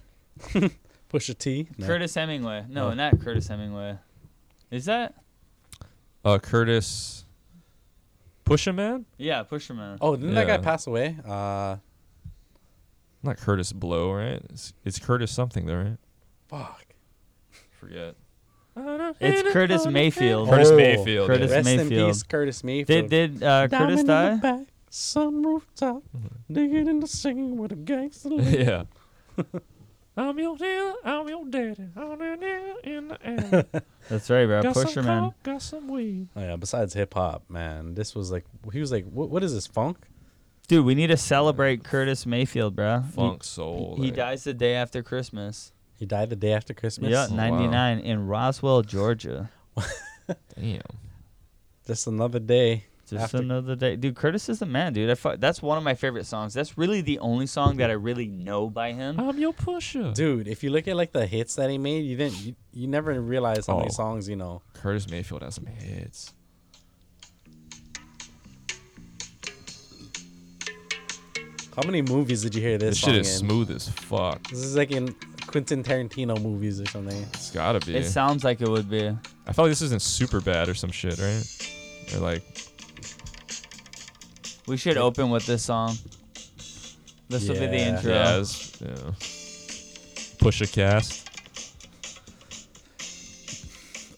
Push a T. No. Curtis Hemingway. No, not Curtis Hemingway. Is that? uh curtis pusha man Yeah, Pusherman. Oh, didn't that guy Yeah. pass away? Uh, not curtis blow right it's, it's curtis something though right fuck. forget It's Curtis Mayfield. curtis Oh, mayfield Curtis- yeah. Rest in Mayfield. peace, Curtis Mayfield. Did did uh, Down Curtis in the die? back, Some rooftop, Mm-hmm. digging in the sand with a gangster. live. (laughs) yeah I'm your dealer, I'm your daddy, I'm your nigga in the alley. That's right, bro. Got some Pusherman. coke, got some weed. Oh, yeah, besides hip hop, man, this was like he was like, what, what is this funk? Dude, we need to celebrate Curtis Mayfield, bro. funk soul He, he like- dies the day after Christmas. He died the day after Christmas. Yeah, wow. 99 in Roswell, Georgia. damn Just another day. Just After- another day, dude. Curtis is the man, dude. I fu- that's one of my favorite songs. That's really the only song that I really know by him. I'm your pusher. Dude, if you look at like the hits that he made, you didn't you, you never realized how many Oh. songs, you know. curtis mayfield has some hits How many movies did you hear this, this song shit is in? smooth as fuck This is like in Quentin Tarantino movies or something. it's gotta be It sounds like it would be. I felt like this isn't super bad or some shit, right? Or like, We should open with this song. This will be the Yeah. intro. yeah, it's- yeah. Push a cast.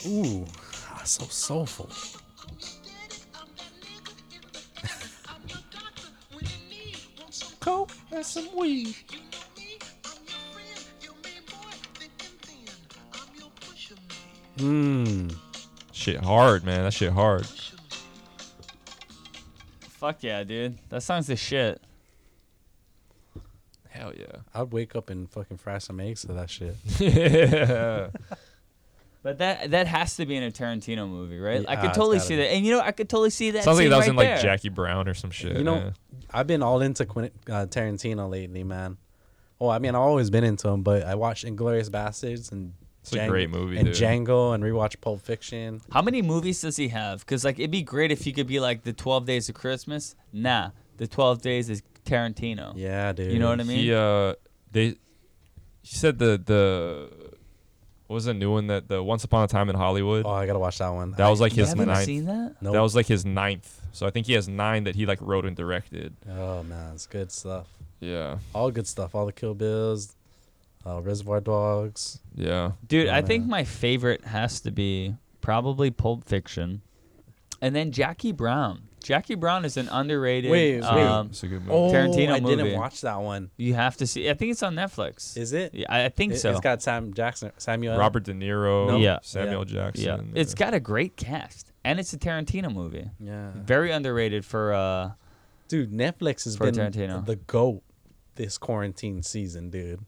Ooh, ah, so soulful. Coke, got some weed. Mmm. Shit hard, man. That shit hard. Fuck yeah, dude. That song's the shit. Hell yeah. I'd wake up and fucking fry some eggs to that shit. yeah. But that that has to be in a Tarantino movie, right? Yeah, I ah, could it's totally gotta see be. that. And you know, I could totally see that. Sounds like scene that was right in like there. Jackie Brown or some shit. You know, yeah. I've been all into Quentin uh, Tarantino lately, man. Well, I mean, I've always been into him, but I watched Inglorious Bastards and It's a great movie, and dude. Django and rewatched Pulp Fiction. How many movies does he have? Because like it'd be great if he could be like the Twelve Days of Christmas. Nah, the Twelve Days is Tarantino. Yeah, dude. uh, You know what I mean? He uh, they, he said the the What was the new one that the Once Upon a Time in Hollywood? Oh, I gotta watch that one. that was like You his haven't ninth. seen that? no. That was like his ninth. So I think he has nine that he like wrote and directed. oh man, it's good stuff. Yeah, All good stuff. All the Kill Bills, uh, Reservoir Dogs. yeah. Dude, I Oh, think yeah. my favorite has to be probably Pulp Fiction, and then Jackie Brown. Jackie Brown is an underrated. Wait, wait. um, it's a good movie. Oh, Tarantino I movie. didn't watch that one. You have to see. I think it's on Netflix. Is it? yeah, I I think It- so. It's got Sam Jackson, Samuel. L. Robert De Niro, No. Yeah. Samuel Jackson. yeah, it's got a great cast, and it's a Tarantino movie. Yeah. Very underrated for. uh Dude, Netflix has For been Tarantino. the goat this quarantine season, dude.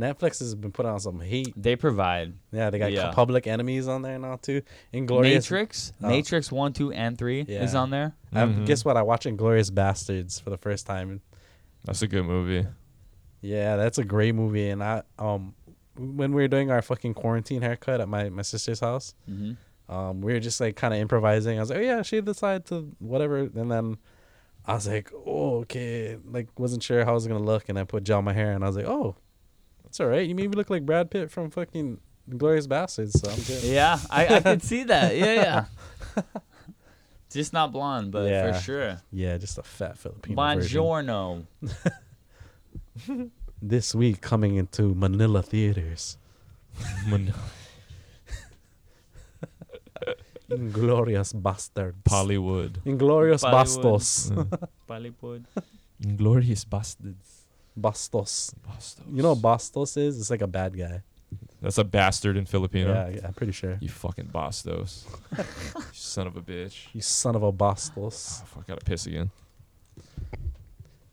Netflix has been putting on some heat. They provide Yeah, they got Yeah. Public Enemies on there now too. Inglorious. Matrix, Mm-hmm. Oh. Matrix one, two, and three is Yeah. on (laughs) there. I- Guess what? I watched Inglorious Bastards for the first time. That's a good movie. Yeah, that's a great movie. And I um, when we were doing our fucking quarantine haircut at my my sister's house, Mhm. um, we were just like kind of improvising. I was like, oh yeah, shade the side to whatever, and then I was like, oh okay, like wasn't sure how I was gonna look, and I put gel in my hair, and I was like, oh, it's all right. You maybe look like Brad Pitt from fucking Glorious Bastards, so I'm good. (laughs) Yeah, I, I could see that. Yeah, yeah. (laughs) Just not blonde, but Yeah. for sure. Yeah, just a fat Filipino version. Buongiorno. This week coming into (laughs) Manila theaters, Mon- Inglorious Bastards. Pollywood. Inglorious Bollywood. Bastos. (laughs) Bollywood. Inglorious Bastards. Bastos. You know what Bastos is? It's like a bad guy. That's a bastard in Filipino. Yeah, yeah, I'm pretty sure. You fucking Bastos. (laughs) You son of a bitch. You son of a Bastos. Oh, fuck, I gotta piss again.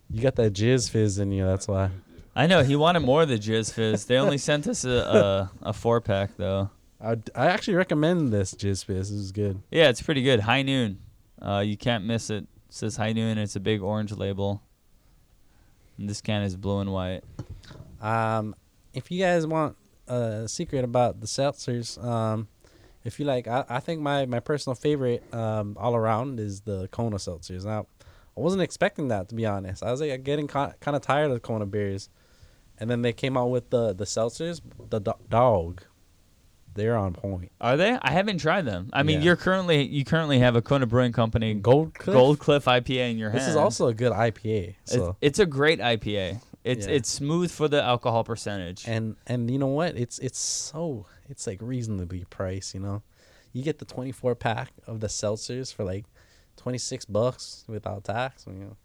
You got that jizz fizz in you, that's why. I know he wanted more of the Jizz Fizz. They only sent us a a, a four pack though. I, would- I actually recommend this jizz fizz. This is good. Yeah, it's pretty good. High noon. Uh, you can't miss it. It says High noon. It's a big orange label. And this can is blue and white. Um, if you guys want a secret about the seltzers, um, if you like, I, I think my, my personal favorite um, all around is the Kona seltzers. Now, I wasn't expecting that to be honest. I was like getting kind of tired of Kona beers, and then they came out with the the seltzers, the do- dog. They're on point. Are they? I haven't tried them. I mean, Yeah. you're currently you currently have a Kona Brewing Company Gold Cliff. Gold Cliff IPA in your hand. This is also a good IPA. It's, So it's a great IPA. It's Yeah. it's smooth for the alcohol percentage. and and you know what? It's it's so it's like reasonably priced. You know, you get the twenty four pack of the seltzers for like twenty six bucks without tax. You know,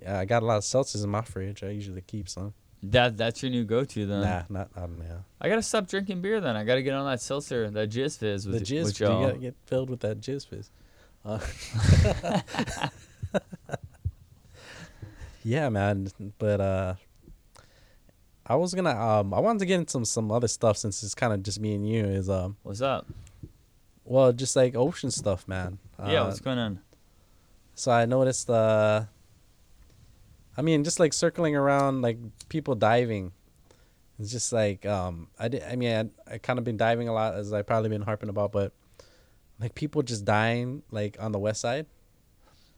yeah, I got a lot of seltzers in my fridge. I usually keep some. that that's your new go-to then. nah, not I don't know. I gotta stop drinking beer then. I gotta get on that seltzer, that Jizz Fizz with, The jizz, with you y'all. gotta get filled with that jizz fizz. Uh, (laughs) yeah, man. But uh, I was gonna um, I wanted to get into some some other stuff since it's kind of just me and you. Is um, What's up? well, just like ocean stuff, man. yeah, Uh, what's going on? So I noticed uh I mean just like circling around like people diving. It's just like um I did I mean I, I kind of been diving a lot as I probably been harping about but like people just dying like on the west side.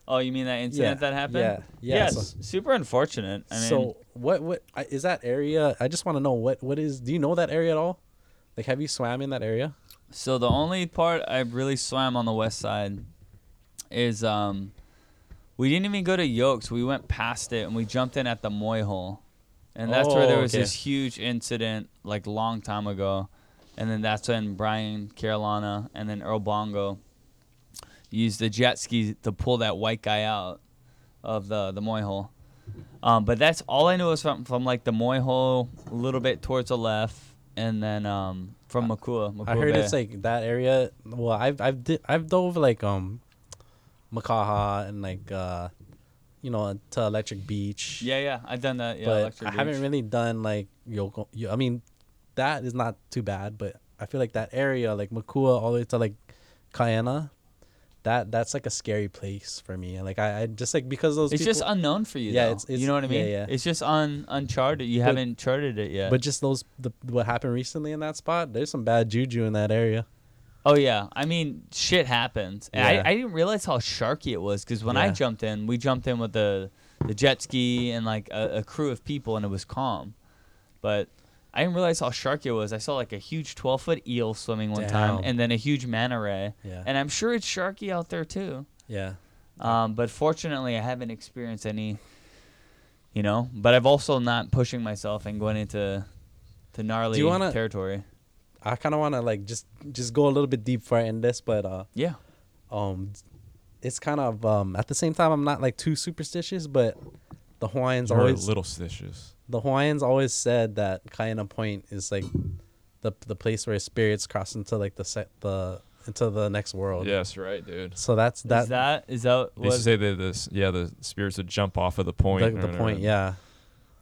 Oh, you mean that incident Yeah, that happened? yeah, yeah, Yes. so- super unfortunate. I mean, so what what I- is that area? I just want to know what what is do you know that area at all? Like have you swam in that area? so the only part I really swam on the west side is um, we didn't even go to Yokes. We went past it and we jumped in at the Moy Hole, and that's where there Oh, was okay. this huge incident like long time ago, and then that's when Brian Carolina and then Earl Bongo used the jet ski to pull that white guy out of the the Moy Hole. Um, but that's all I know is from, from like the Moy Hole, a little bit towards the left, and then um, from Makua. Makua I heard Bay. it's like that area. Well, I've I've di- I've dove like um, Makaha and like uh, you know, to Electric Beach. Yeah, yeah, I've done that. Yeah, but Electric I haven't Beach. really done like Yoko. Yo- I mean, that is not too bad, but I feel like that area, like Makua, all the way to like Kayana, that that's like a scary place for me. And like I, I just like because those It's people, just unknown for you. Yeah, though. it's- it's- you know what I yeah, mean. yeah. It's just un uncharted. You But- haven't charted it yet. but just those the what happened recently in that spot. There's some bad juju in that area. oh yeah, I mean shit happens. And Yeah. I, I didn't realize how sharky it was because when I Yeah. jumped in, we jumped in with the the jet ski and like a, a crew of people, and it was calm. But I didn't realize how sharky it was. I saw like a huge 12 foot eel swimming one time, Damn. and then a huge manta ray. Yeah. And I'm sure it's sharky out there too. Yeah. Um, but fortunately, I haven't experienced any. You know, but I've also not pushing myself and going into to gnarly wanna- territory. I kind of want to like just just go a little bit deep for in this, but uh, Yeah. um, it's kind of um at the same time I'm not like too superstitious, but the Hawaiians Or always little stitches. the Hawaiians always said that Kaina Point is like the the place where spirits cross into like the set the into the next world. Yes, right, dude. So that's Is that, that is that They used what to say that this, yeah, the spirits would jump off of the point. the, the or- point, yeah.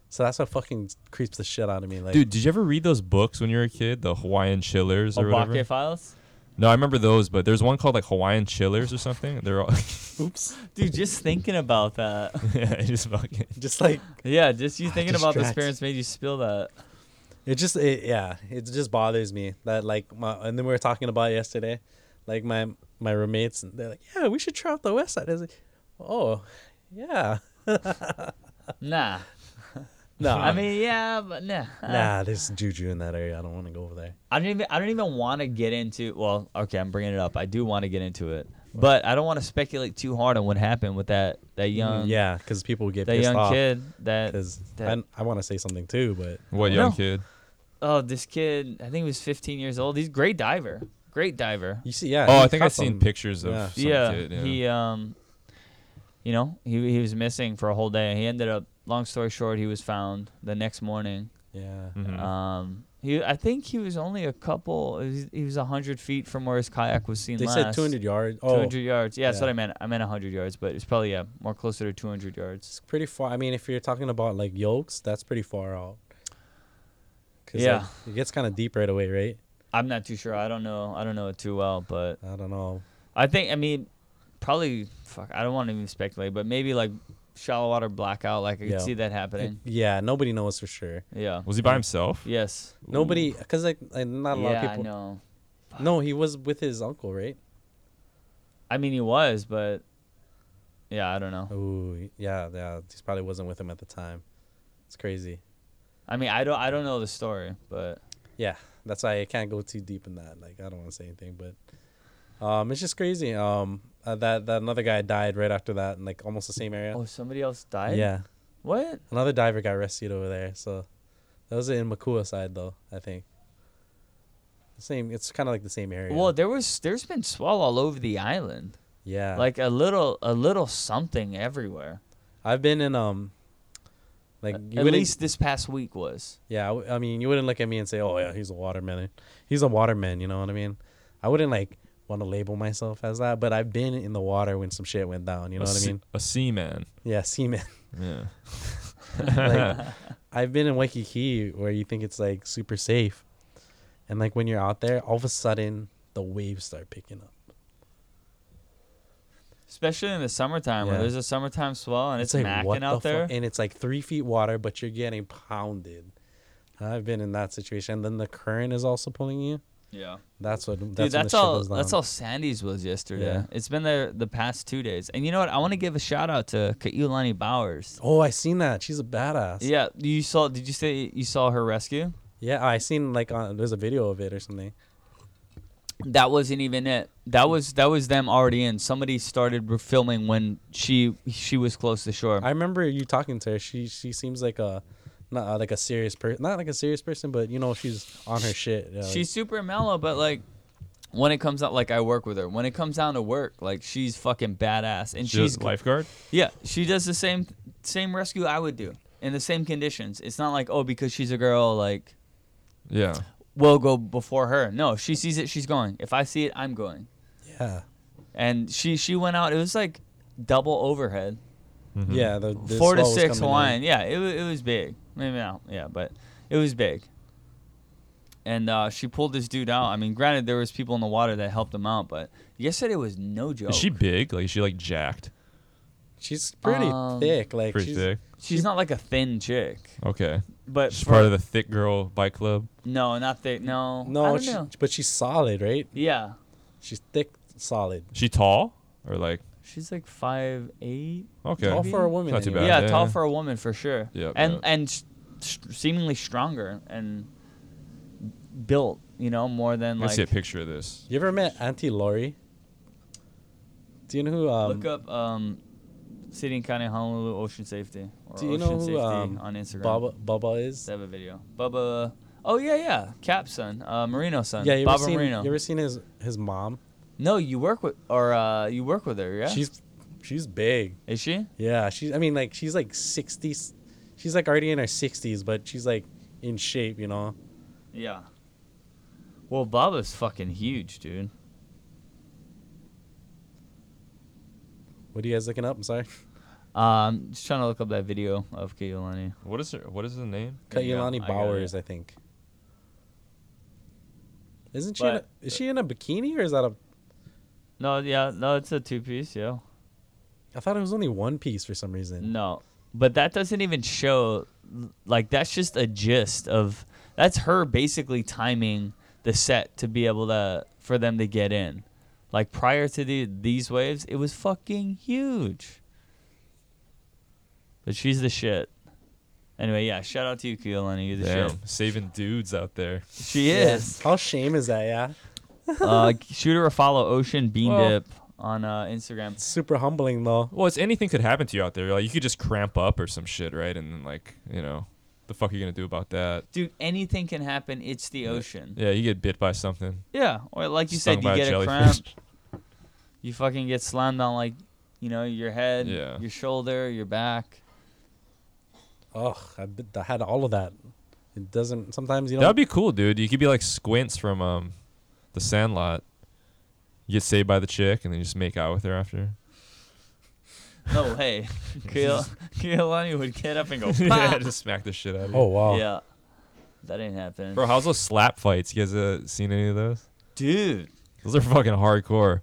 So that's what fucking creeps the shit out of me. Like, (laughs) Dude, did you ever read those books when you were a kid? The Hawaiian Chillers Oh, or whatever? Obake files? no, I remember those, but there's one called like Hawaiian Chillers or something. They're all (laughs) oops, Dude, just thinking about that. (laughs) yeah, I just fucking just like Yeah, just Ah, you thinking about the distracts. spirits made you spill that. It just it, yeah, it just bothers me that like my and then we were talking about it yesterday, like my my roommates and they're like, yeah, we should try out the West Side. I was like, oh, yeah, (laughs) Nah. (laughs) no, I mean, uh, yeah, but nah. nah, there's juju in that area. I don't want to go over there. I don't even I don't even want to get into well, okay, I'm bringing it up. I do want to get into it. But I don't want to speculate too hard on what happened with that that young Mm, yeah, because people get that pissed young off. kid that Because that- I, want to say something too, but what young No. kid? oh, this kid, I think he was 15 years old. He's a great diver. Great diver. you see, yeah. Oh, he I think I've caught seen them. pictures of Yeah. uh, some kid. Yeah. he um, you know, he he was missing for a whole day. He ended up. Long story short, he was found the next morning. Yeah, Mhm. Um, he I think he was only a couple. He was- he was hundred feet from where his kayak was seen they last. said 200 yards. Oh, 200 yards. Yeah, that's what Yeah. I meant. I meant hundred yards, but it's probably yeah more closer to two hundred yards. it's pretty far. I mean, if you're talking about like yolks, that's pretty far out. 'Cause, Yeah. like, it gets kind of deep right away, right? I'm not too sure. I don't know. I don't know it too well, but I don't know. I think I mean probably fuck. I don't want to even speculate, but maybe like shallow water blackout. Like I Yeah. could see that happening. Yeah, nobody knows for sure. Yeah. was he uh, by himself? Yes. Nobody, because like, like not a lot yeah, of people. I know. No, he was with his uncle, right? I mean, he was, but yeah, I don't know. Oh, yeah, yeah. He probably wasn't with him at the time. It's crazy. I mean, I don't, I don't know the story, but Yeah, that's why I can't go too deep in that. Like, I don't want to say anything, but um, it's just crazy. Um, uh, that that another guy died right after that, in like almost the same area. oh, somebody else died. yeah, What? another diver got rescued over there. So that was in Makua side, though. I think. Same. It's kind of like the same area. Well, there was, there's been swell all over the island. yeah. Like a little, a little something everywhere. I've been in um, like you At wouldn't- least this past week was. Yeah, I w- I mean, you wouldn't look at me and say, "Oh yeah, he's a waterman." He's a waterman. You know what I mean? I wouldn't like want to label myself as that, but I've been in the water when some shit went down. You know a what I sea- mean? A seaman. Yeah, seaman. (laughs) Yeah. (laughs) like, (laughs) I've been in Waikiki where you think it's like super safe, and like when you're out there, all of a sudden the waves start picking up. Especially in the summertime, where Yeah. there's a summertime swell and it's, like macking out the there. fuck? and it's like three feet water, but you're getting pounded. I've been in that situation. And then the current is also pulling you. yeah, That's what. That's when dude, the that's shit all. goes That's down. all Sandy's was yesterday. Yeah. It's been there the past two days. And you know what? I want to give a shout out to Kailani Bowers. Oh, I seen that. She's a badass. Yeah, you saw. Did you say you saw her rescue? Yeah, I seen like on there's a video of it or something. That wasn't even it. That was that was them already in. Somebody started re- filming when she she was close to shore. I remember you talking to her. She she seems like a not uh, like a serious person, not like a serious person, but you know she's on her shit. Yeah, like- she's super mellow, but like when it comes out, like I work with her. When it comes down to work, like she's fucking badass, and she's She's lifeguard. yeah, she does the same same rescue I would do in the same conditions. It's not like oh because she's a girl like Yeah. we'll go before her. No, she sees it, she's going. If I see it, I'm going. yeah, And she she went out. It was like double overhead. Mm-hmm. yeah. The, the four to swell was six coming in. Hawaiian. Yeah, it, wa- it was big. Maybe not. Yeah, but it was big. And uh, she pulled this dude out. I mean, granted, there was people in the water that helped him out, but yesterday was no joke. Is she big? Like is she like jacked? She's pretty Um, thick. Like Pretty she's, thick. She's not like a thin chick, Okay. but She's for- part of the thick girl bike club. no, not thick. No, I No, don't she, know. but she's solid, right? Yeah, She's thick, solid. Is she tall or like she's like five eight. okay? Tall for a woman. Not too bad. anyway. Yeah, yeah, tall yeah. for a woman for sure. Yep, and yep. and sh- sh- seemingly stronger and built, you know, more than I like. see a picture of this. You ever met Auntie Lori? Do you know who? Um, Look up um, City and County of Honolulu Ocean Safety or do you Ocean know Safety who um, on Instagram. Bubba, Bubba is? They have a video. Bubba. Oh yeah, yeah. Cap son, uh, Marino son. Yeah, you ever Bubba seen? Marino. You ever seen his his mom? no, you work with or uh, you work with her, yeah? She's she's big. Is she? Yeah, she's. I mean, like she's like sixty. She's like already in her sixties, but she's like in shape, you know. Yeah. Well, Bubba's fucking huge, dude. What are you guys looking up? I'm sorry. Um, just trying to look up that video of Keolani. What is her? What is the name? you go. Kailani I got Bowers, I think. Isn't she? In a, But- is she in a bikini or is that a? No, yeah, no, it's a two piece, yeah. I thought it was only one piece for some reason. No, but that doesn't even show. Like that's just a gist of. That's her basically timing the set to be able to for them to get in. Like prior to the these waves, it was fucking huge. But she's the shit. Anyway, yeah, shout out to you, Keolani. You're the shit. Damn, saving dudes out there. She is. How shame is that? Yeah. uh, (laughs) shoot her a follow, Ocean Bean Well- Dip on uh, Instagram. Super humbling though. Well, it's anything could happen to you out there. Like you could just cramp up or some shit, right? And then like you know, the fuck are you gonna do about that? Dude, anything can happen. It's the ocean. Yeah, you get bit by something. Yeah, or like you stung said, by you a get a cramp. jellyfish. you fucking get slammed on like you know your head Yeah. your shoulder your back Ugh, I, bet I had all of that. It doesn't. Sometimes you That'd don't. be cool, dude. You could be like squints from um, the Sandlot. You get saved by the chick, and then you just make out with her (laughs) after. (laughs) no way (laughs) Keil- Keilani would get up and go (laughs) yeah, (laughs) "Pah!" just smack the shit out of her. oh wow. yeah that didn't happen Bro, how's those slap fights? You guys uh, seen any of those? dude Those are fucking hardcore.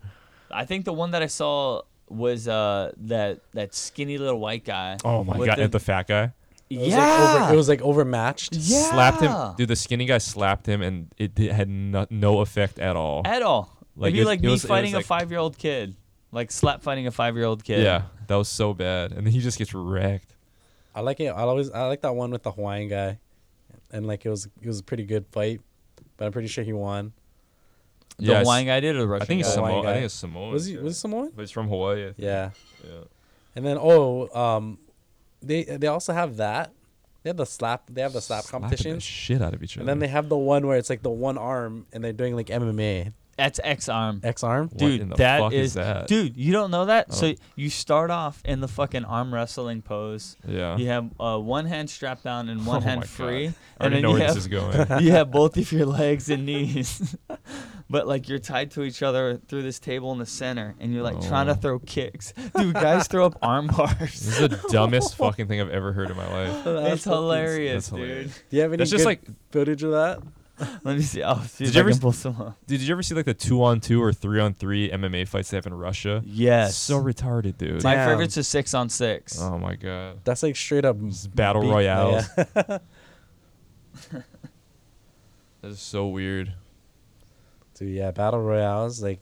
i think the one that i saw was uh that that skinny little white guy Oh my with god, at the fat guy It was, yeah Like over, it was like overmatched. yeah slapped him. Dude, the skinny guy slapped him, and it, it had no, no effect at all. at all Like, it'd be it was- like it me was- it was fighting like- a five-year-old kid like slap fighting a five-year-old kid yeah, that was so bad. And then he just gets wrecked. I like it. I always. I like that one with the Hawaiian guy, and like it was. It was a pretty good fight, but I'm pretty sure he won. the yeah, Hawaiian guy did or the Russian I think he's guy? Samoan. Samoa. guy. I think it's Samoa. Was he? Was he someone? But he's from Hawaii. I think. Yeah. Yeah. And then oh, um, they they also have that. They have the slap. They have the slap Slapping the competition. shit out of each other. and then they have the one where it's like the one arm, and they're doing like MMA that's X arm X arm. What in Dude, the that fuck is is, that? dude. You don't know that. Oh. So you start off in the fucking arm wrestling pose. Yeah. You have uh, one hand strapped down and one one hand free, Oh I and already then know you where have this is (laughs) going. (laughs) you have both of your legs and knees. (laughs) but like you're tied to each other through this table in the center, and you're like trying to Oh. throw kicks. Dude, guys throw up arm (laughs) This bars. is the dumbest fucking thing I've ever heard in my (laughs) life. it's hilarious, That's hilarious. dude. Do you have any That's just good like, footage of that? Let me see. Oh, see Did if you I ever can s- pull some up. dude, did you ever see like the two on two or three on three MMA fights they have in Russia? Yes. So retarded, dude. My Damn. favorite's a six on six. oh my god. That's like straight up This is battle beat- royales. (laughs) Yeah. That is so weird. Dude, yeah, battle royales like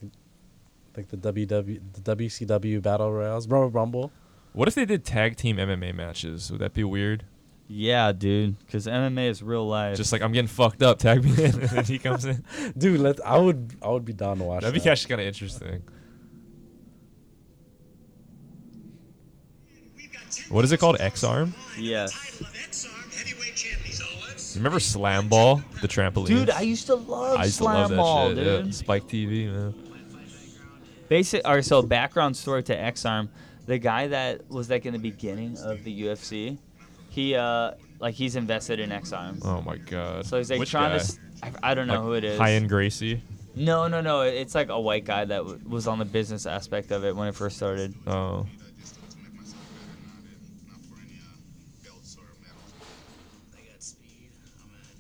like the WW the WCW battle royales, Rumble Rumble. What if they did tag team MMA matches? Would that be weird? Yeah, dude. Because MMA is real life. Just like I'm getting fucked up, tag me in, (laughs) (laughs) and then he comes in. Dude, let I would I would be down to watch That'd be that. actually kind of interesting. What is it called? X arm? Yes. You remember Slam Ball, the trampoline? Dude, I used to love I used to slam love that ball, shit. dude. Yeah. Spike TV, man. Basic. All right, so background story to X Arm, the guy that was like in the beginning of the UFC, he uh like he's invested in X Arm. Oh my god. So he's like Which trying guy? to. s- I, I don't know Like, who it is. High end Gracie. No, no, no. It's like a white guy that w- was on the business aspect of it when it first started. Oh.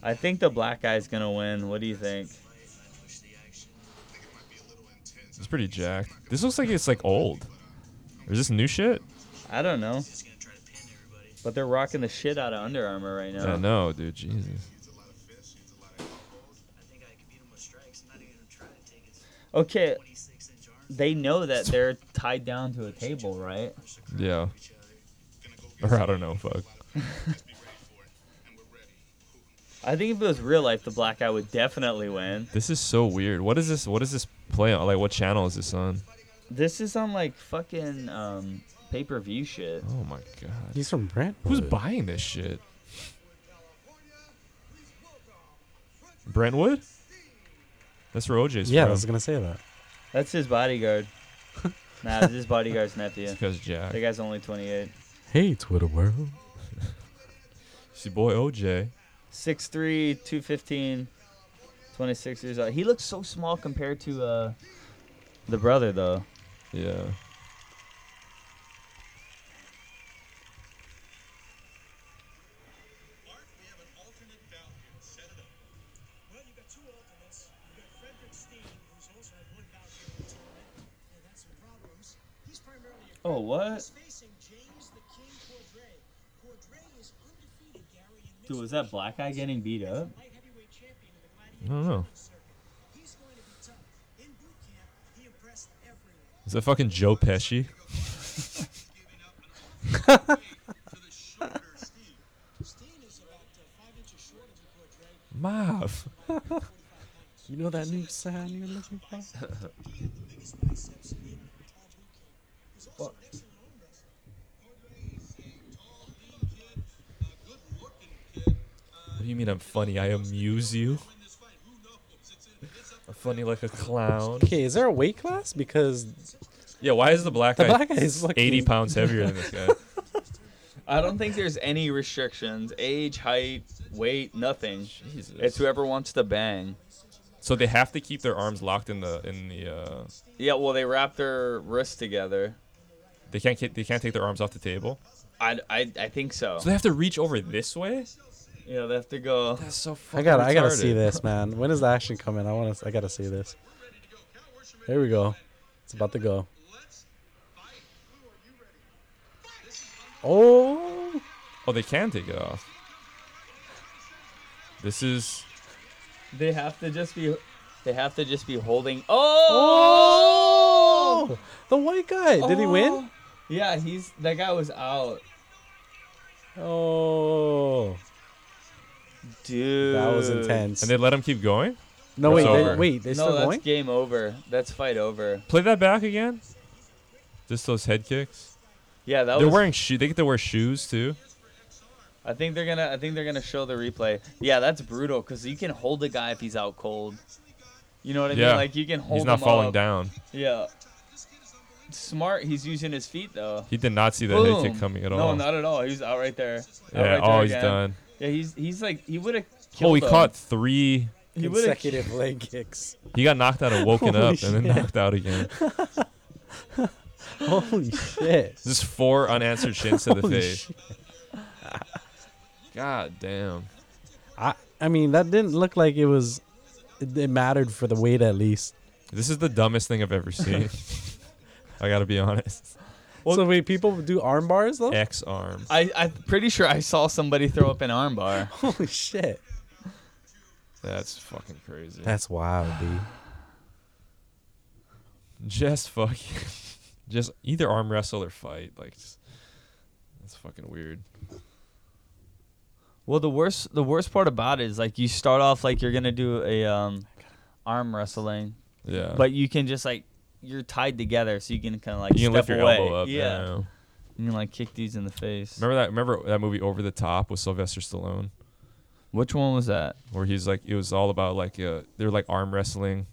I think the black guy's gonna win. What do you think? It's pretty jacked. This looks like it's like old. Or is this new shit? I don't know. But they're rocking the shit out of Under Armour right I now. know, dude. Jesus. Okay, they know that they're tied down to a table, right? Yeah. Or I don't know. Fuck. I think if it was real life, the black guy would definitely win. This is so weird. What is this? What is this play on? Like, what channel is this on? This is on like fucking um, pay per view shit. Oh my god. He's from Brent. Who's buying this shit? Brentwood? That's where OJ's Yeah, I from. was gonna say that. That's his bodyguard. (laughs) nah, this is his bodyguard's nephew. because Jack. That guy's only 28. Hey, Twitter world. It's your boy OJ. 6'3", 215, 26 years old. He looks so small compared to uh, the brother, though. Yeah. Oh, what? Dude, was that black guy getting beat up? I don't know. Is that fucking Joe Pesci? (laughs) Mav. You know that new sound you're looking for? What do you mean I'm funny? I amuse you? I'm funny like a clown. Okay, is there a weight class? Because Yeah, why is the black the guy, black guy is (laughs) fucking 80 pounds heavier than this guy? I don't think there's any restrictions. Age, height, weight, nothing. Jesus. It's whoever wants to bang. So they have to keep their arms locked in the in the. Uh, Yeah, well, they wrap their wrists together. they can't get, they can't take their arms off the table. I, I, I think so. So they have to reach over this way. Yeah, they have to go. That's so fucking. I got. to I gotta retarded. see this, man. When is the action coming? I want to. I gotta see this. There we go. It's about to go. Oh, Oh, they can take it off. This is They have to just be. They have to just be holding. Oh! oh, the white guy. Did he win? Yeah, he's that guy was out, Oh, dude. that was intense. and they let him keep going. no wait, It's they, over. wait. They No, still that's going? game over. That's fight over. Play that back again. Just those head kicks. Yeah, that They're was. wearing shoes. They get to wear shoes too. I think they're gonna. I think they're gonna show the replay. Yeah, that's brutal because you can hold the guy if he's out cold. You know what I Yeah. mean? Like you can hold. He's not him falling up. down. Yeah. Smart. He's using his feet though. He did not see that head Boom. kick coming at no, all. not at all. He's out right there. Out yeah. right there oh, he's again. done. Yeah, he's he's like he would have. Oh, he caught three. He would have Consecutive leg kicks. He got knocked out and woken Holy up, and shit. then knocked out again. (laughs) Holy shit! Just four unanswered shins to the Holy face. shit. God damn. I, I mean, that didn't look like it was. It, it mattered for the weight at least. This is the dumbest thing I've (laughs) ever seen. I gotta be honest. so wait, people do arm bars though? X arm. I I'm pretty sure I saw somebody throw up an armbar. (laughs) Holy shit! That's fucking crazy. That's wild, dude. (laughs) just fucking just either arm wrestle or fight like just, that's fucking weird Well, the worst the worst part about it is like you start off like you're gonna do a um, arm wrestling, yeah but you can just like you're tied together, so you can kind of like you step can lift your away. elbow up Yeah, yeah you can like kick these in the face. remember that remember that movie over the top with sylvester stallone Which one was that? where he's like it was all about like uh they were like arm wrestling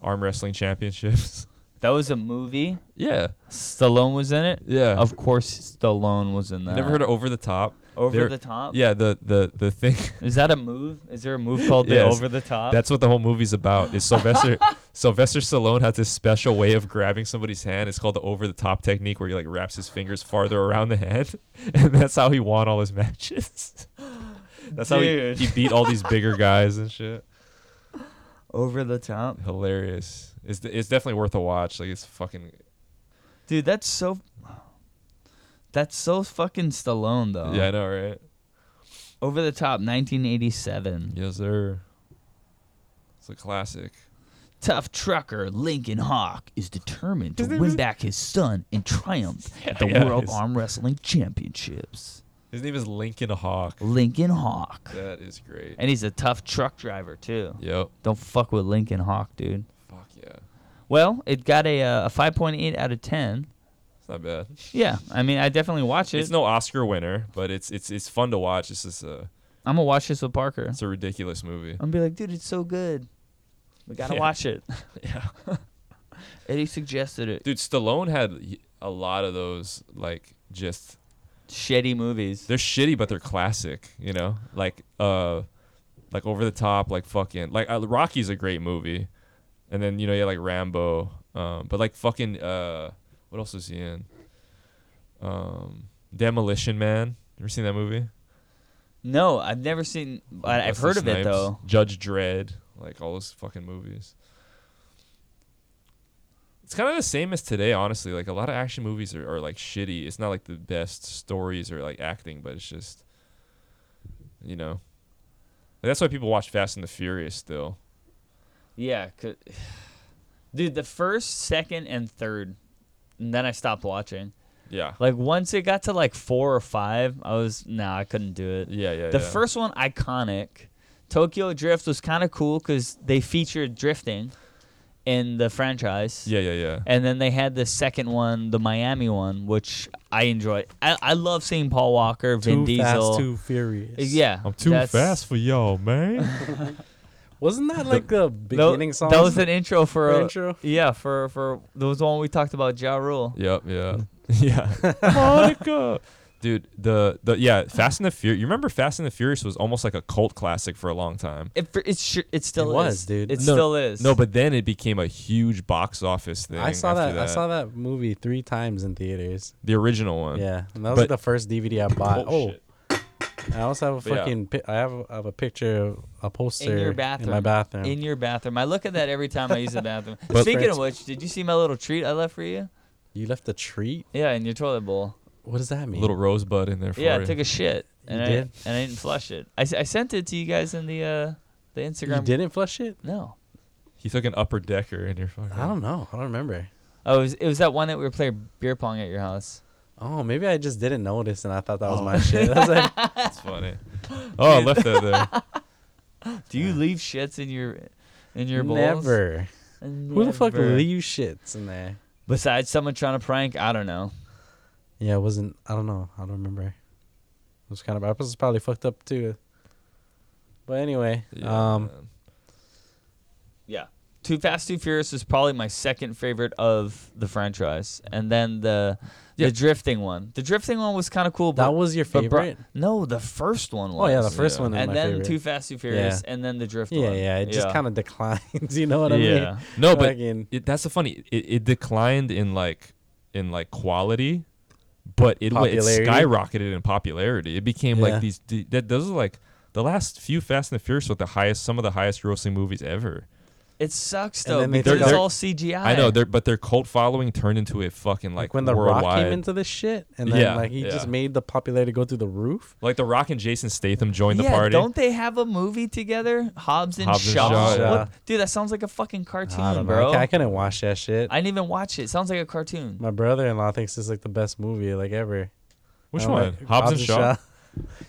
arm wrestling championships (laughs) That was a movie. yeah Stallone was in it. yeah Of course, Stallone was in that. never heard of over the top Uh, Over They're- the top. yeah the the the thing (laughs) Is that a move? Is there a move called the Yes. over the top? That's what the whole movie's about. Is (laughs) Sylvester Sylvester Stallone has this special way of grabbing somebody's hand. It's called the over the top technique, where he like wraps his fingers farther around the hand, (laughs) and that's how he won all his matches. (laughs) Dude. that's how he, he beat (laughs) all these bigger guys and shit. over the top. Hilarious. It's it's definitely worth a watch. Like it's fucking Dude, that's so. That's so fucking Stallone though. yeah, I know, right? Over the top, 1987. Yes, sir. It's a classic. Tough trucker Lincoln Hawk is determined (laughs) to win back his son and triumph at the yeah, World his- Arm Wrestling Championships. His name is Lincoln Hawk. Lincoln Hawk. That is great. And he's a tough truck driver too. Yep. Don't fuck with Lincoln Hawk, dude. Fuck yeah. Well, it got a uh, a 5.8 out of 10. It's not bad. Yeah, I mean, I definitely watch it. It's no Oscar winner, but it's it's it's fun to watch. It's just a I'm gonna watch this with Parker. it's a ridiculous movie. I'm gonna be like, dude, it's so good. We gotta Yeah. watch (laughs) it. yeah. (laughs) Eddie suggested it. Dude, Stallone had y- a lot of those like just Shitty movies. they're shitty but they're classic, you know? Like uh like over the top like fucking like uh, Rocky's a great movie. And then you know, yeah, like Rambo. Um but like fucking uh what else is he in? Um Demolition Man. You ever seen that movie? No, I've never seen. But I've Wesley heard of it Snipes, though. Judge Dredd, like all those fucking movies. It's kind of the same as today, honestly. Like a lot of action movies are, are like shitty. It's not like the best stories or like acting, but it's just, you know, Like, that's why people watch Fast and the Furious still. Yeah, 'cause- (sighs) dude, the first, second, and third, and then I stopped watching. Yeah, Like once it got to like four or five, I was nah, I couldn't do it. yeah, yeah. The yeah. first one, iconic. Tokyo Drift was kind of cool because they featured drifting in the franchise. Yeah, yeah, yeah. And then they had the second one, the Miami one, which I enjoy. I, I love seeing Paul Walker, Vin too Diesel. Uh, fast, too furious. yeah, that's- for y'all, (laughs) man. Wasn't that like the Tho- beginning song? That was an intro for, For a- intro? Yeah, for for there was the one we talked about Ja Rule. yep, yeah, Mm. (laughs) yeah. Monica. (laughs) Dude, the the yeah, Fast and the Furious. You remember Fast and the Furious was almost like a cult classic for a long time. It fr- it's sure- it still It is. was, dude. It No, still is. No, but then it became a huge box office thing. I saw that, after I saw that movie three times in theaters. The original one. Yeah, and that was But- the first DVD I bought. Oh, Oh, shit. and I also have a But yeah. fucking. pi- I have a, I have a picture, of a poster in your bathroom. in my bathroom. In your bathroom. I look at that every time I use the bathroom. (laughs) But- Speaking of which, did you see my little treat I left for you? you left a treat. Yeah, in your toilet bowl. What does that A mean? little rosebud in there for Yeah, you. I took a shit and You I did? and I didn't flush it. I, s- I sent it to you guys in the uh the Instagram. you didn't flush it? No. he took an upper decker in your fucking. I don't know. I don't remember. Oh, it was, it was that one that we were playing beer pong at your house. Oh, maybe I just didn't notice, and I thought that was Oh. my (laughs) shit. I was like, That's (laughs) funny. Oh, I left that there. Do you leave shits in your in your bowls? never. Who the fuck Never. leaves shits in there? Besides someone trying to prank, I don't know. Yeah, it wasn't. I don't know. I don't remember. It was kind of. I was probably fucked up too. But anyway, Yeah, um, man. Yeah. Too Fast, Too Furious is probably my second favorite of the franchise, and then the Yeah. the drifting one. The drifting one was kind of cool. But, that was your but bro- favorite. no, the first one oh was. yeah, the first Yeah. one. Is and my then favorite. Too Fast, Too Furious, and then the drift Yeah, one. yeah. It just kind of declines. (laughs) You know what I mean? Yeah. No, but Fucking- it, that's the funny. It, it declined in like in like quality, but it, went- it Popularity. skyrocketed in popularity. It became Yeah. like these. the- That those are like the last few Fast and the Furious with the highest, some of the highest grossing movies ever. It sucks And though then they because took it's out- all CGI. I know, they're, but their cult following turned into a fucking like, Like when the worldwide. Rock came into this shit, and then Yeah, like he just yeah. made the popularity go through the roof. Like The Rock and Jason Statham joined yeah, the party. don't they have a movie together? Hobbs and Hobbs and Shaw. Shaw, yeah. What- Dude, that sounds like a fucking cartoon, I don't know. bro. I, ca- I couldn't watch that shit. I didn't even watch it. It sounds like a cartoon. my brother-in-law thinks it's like the best movie like ever. Which I'm one? Oh, like, Hobbs, and Shaw. (laughs)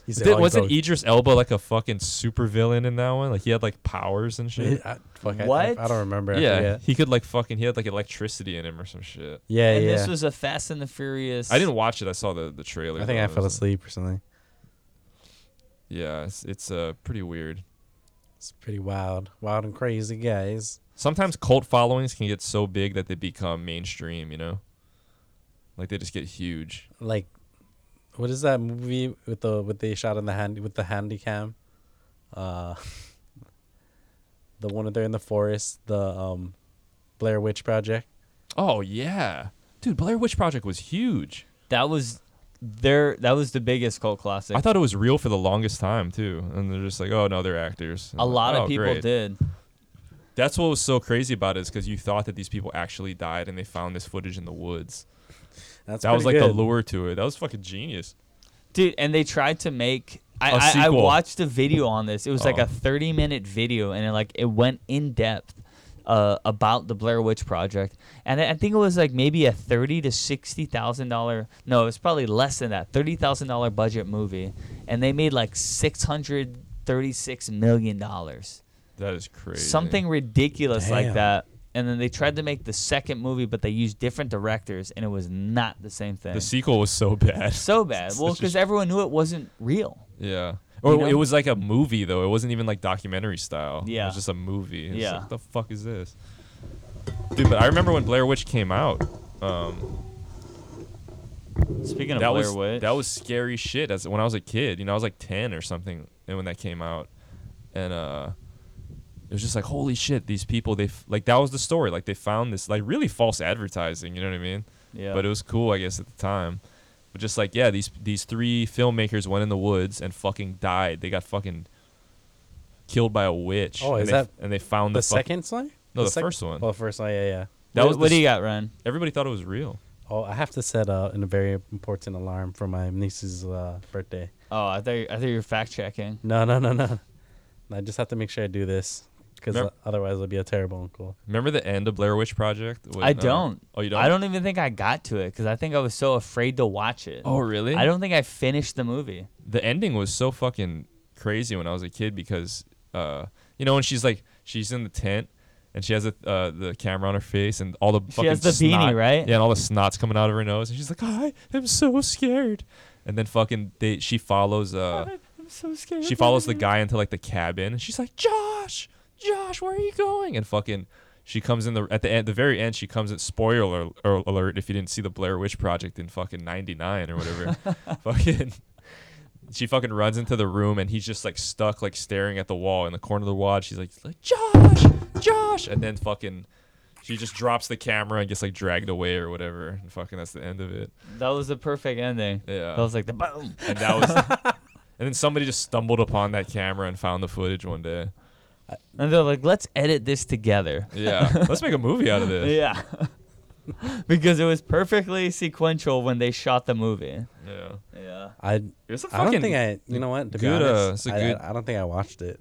He said, Did- "Oh, he's wasn't all- Idris Elba like a fucking super villain in that one? Like he had like powers and shit. I, fuck, I- What? I, don't remember. (laughs) I yeah, forget. he could like fucking. He had like electricity in him or some shit. yeah, and yeah. this was a Fast and the Furious. I didn't watch it. I saw the the trailer. I think though. I It fell was- asleep or something. Yeah, it's it's uh, pretty weird. It's pretty wild, wild and crazy guys. Sometimes cult followings can get so big that they become mainstream. You know, like they just get huge. Like, what is that movie with the with they shot in the hand with the handy cam? Uh, (laughs) the one where they're in the forest, the um, Blair Witch Project. Oh yeah, dude, Blair Witch Project was huge. That was their. That was the biggest cult classic. I thought it was real for the longest time too, and they're just like, oh no, they're actors. And a I'm like, lot "Oh, of people great." did. That's what was so crazy about it is because you thought that these people actually died and they found this footage in the woods. That's that was like pretty the good. lure to it. That was fucking genius. Dude, and they tried to make. I, A I, I sequel. watched a video on this. It was like Oh. a 30 minute video, and it like it went in depth uh, about the Blair Witch Project, and I I think it was like maybe a thirty to sixty thousand dollar. No, it's probably less than that. Thirty thousand dollar budget movie, and they made like six hundred thirty-six million dollars That is crazy. something ridiculous like Damn. that. And then they tried to make the second movie, but they used different directors, and it was not the same thing. The sequel was so bad. (laughs) so bad. Well, It's just- because everyone knew it wasn't real. yeah. Or You know? it was like a movie though. It wasn't even like documentary style. It Yeah. was just a movie. It's Yeah. Like, the fuck is this? Dude, but I remember when Blair Witch came out. Um, Speaking of that Blair was Witch, that was scary shit. As when I was a kid, you know, I was like ten or something, and when that came out, and uh, it was just like holy shit, these people they f- like that was the story. Like they found this like really false advertising. You know what I mean? yeah. But it was cool, I guess, at the time. But just like, yeah, these these three filmmakers went in the woods and fucking died. They got fucking killed by a witch. Oh, and is they, that and they found The the, fuck- second one? No, the sec- first one. Oh, the first one. Yeah, yeah. That what, was what the do you s- got, Ren? Everybody thought it was real. Oh, I have to set uh, in a very important alarm for my niece's uh, birthday. Oh, I thought you, I thought you were fact checking. No, no, no, no. I just have to make sure I do this because Remem- otherwise I'll be a terrible uncle. Remember the end of Blair Witch Project? When, I uh, don't. oh, you don't. I don't even think I got to it because I think I was so afraid to watch it. Oh, really? I don't think I finished the movie. the ending was so fucking crazy when I was a kid because uh you know when she's like she's in the tent and she has a, uh, the camera on her face and all the fucking has the beanie, snot- right? Yeah, and all the snot's coming out of her nose and she's like, I am so scared. And then fucking they she follows uh I'm so scared. she follows the guy into like the cabin and she's like, Josh, Josh, where are you going? And fucking she comes in the at the end the very end she comes in spoiler al- alert if you didn't see the Blair Witch Project in fucking ninety nine or whatever. (laughs) fucking she fucking runs into the room and he's just like stuck like staring at the wall in the corner of the wall. She's like, like Josh, Josh and then fucking she just drops the camera and gets like dragged away or whatever. And fucking that's the end of it. That was the perfect ending. Yeah. That was like the boom. And that was And then somebody just stumbled upon that camera and found the footage one day. And they're like, let's edit this together. Yeah, (laughs) let's make a movie out of this. Yeah. (laughs) because it was perfectly sequential when they shot the movie. Yeah, Yeah. I it's a I fucking. don't think I. You know what? To be good, uh, honest, it's a I- good- I, I don't think I watched it.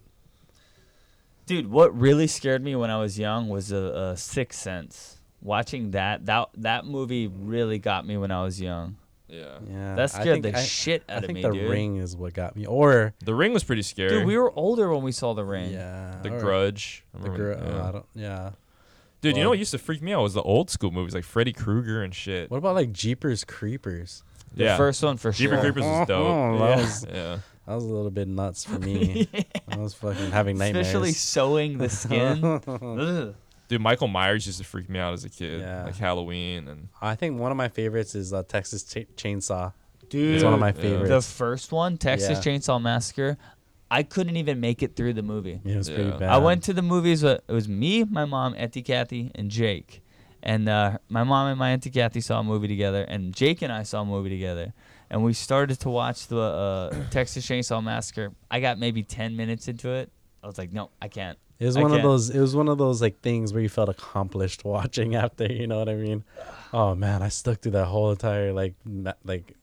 Dude, what really scared me when I was young was a uh, uh, Sixth Sense. Watching that, that that movie really got me when I was young. yeah, Yeah, That I scared think the I- shit I out of think me, the dude. ring is what got me, or The Ring was pretty scary. Dude, we were older when we saw The Ring. yeah, the or Grudge. I The remember- girl. yeah. I don't. Yeah. Dude, you know Well- what used to freak me out was the old school movies like Freddy Krueger and shit. What about like Jeepers Creepers? The yeah, first one for Jeepers sure. Creepers was dope. that yeah. was- yeah, That was a little bit nuts (laughs) for me. I was fucking having nightmares. Especially sewing the (laughs) skin. Ugh. dude, Michael Myers used to freak me out as a kid. Yeah. like (laughs) Halloween and I think one of my favorites is uh, Texas Ch- Chainsaw. Dude, It's one of my Yeah. favorites. the first one, Texas Yeah. Chainsaw Massacre, I couldn't even make it through the movie. Yeah, it was Yeah. pretty I bad. I went to the movies. With, it was me, my mom, Auntie Kathy, and Jake. And uh, my mom and my Auntie Kathy saw a movie together, and Jake and I saw a movie together. And we started to watch the uh, (coughs) Texas Chainsaw Massacre. I got maybe 10 minutes into it. I was like, no, I can't. It was I one of can't. those. It was one of those like things where you felt accomplished (laughs) watching after. You know what I mean? Oh man, I stuck through that whole entire like ma- like.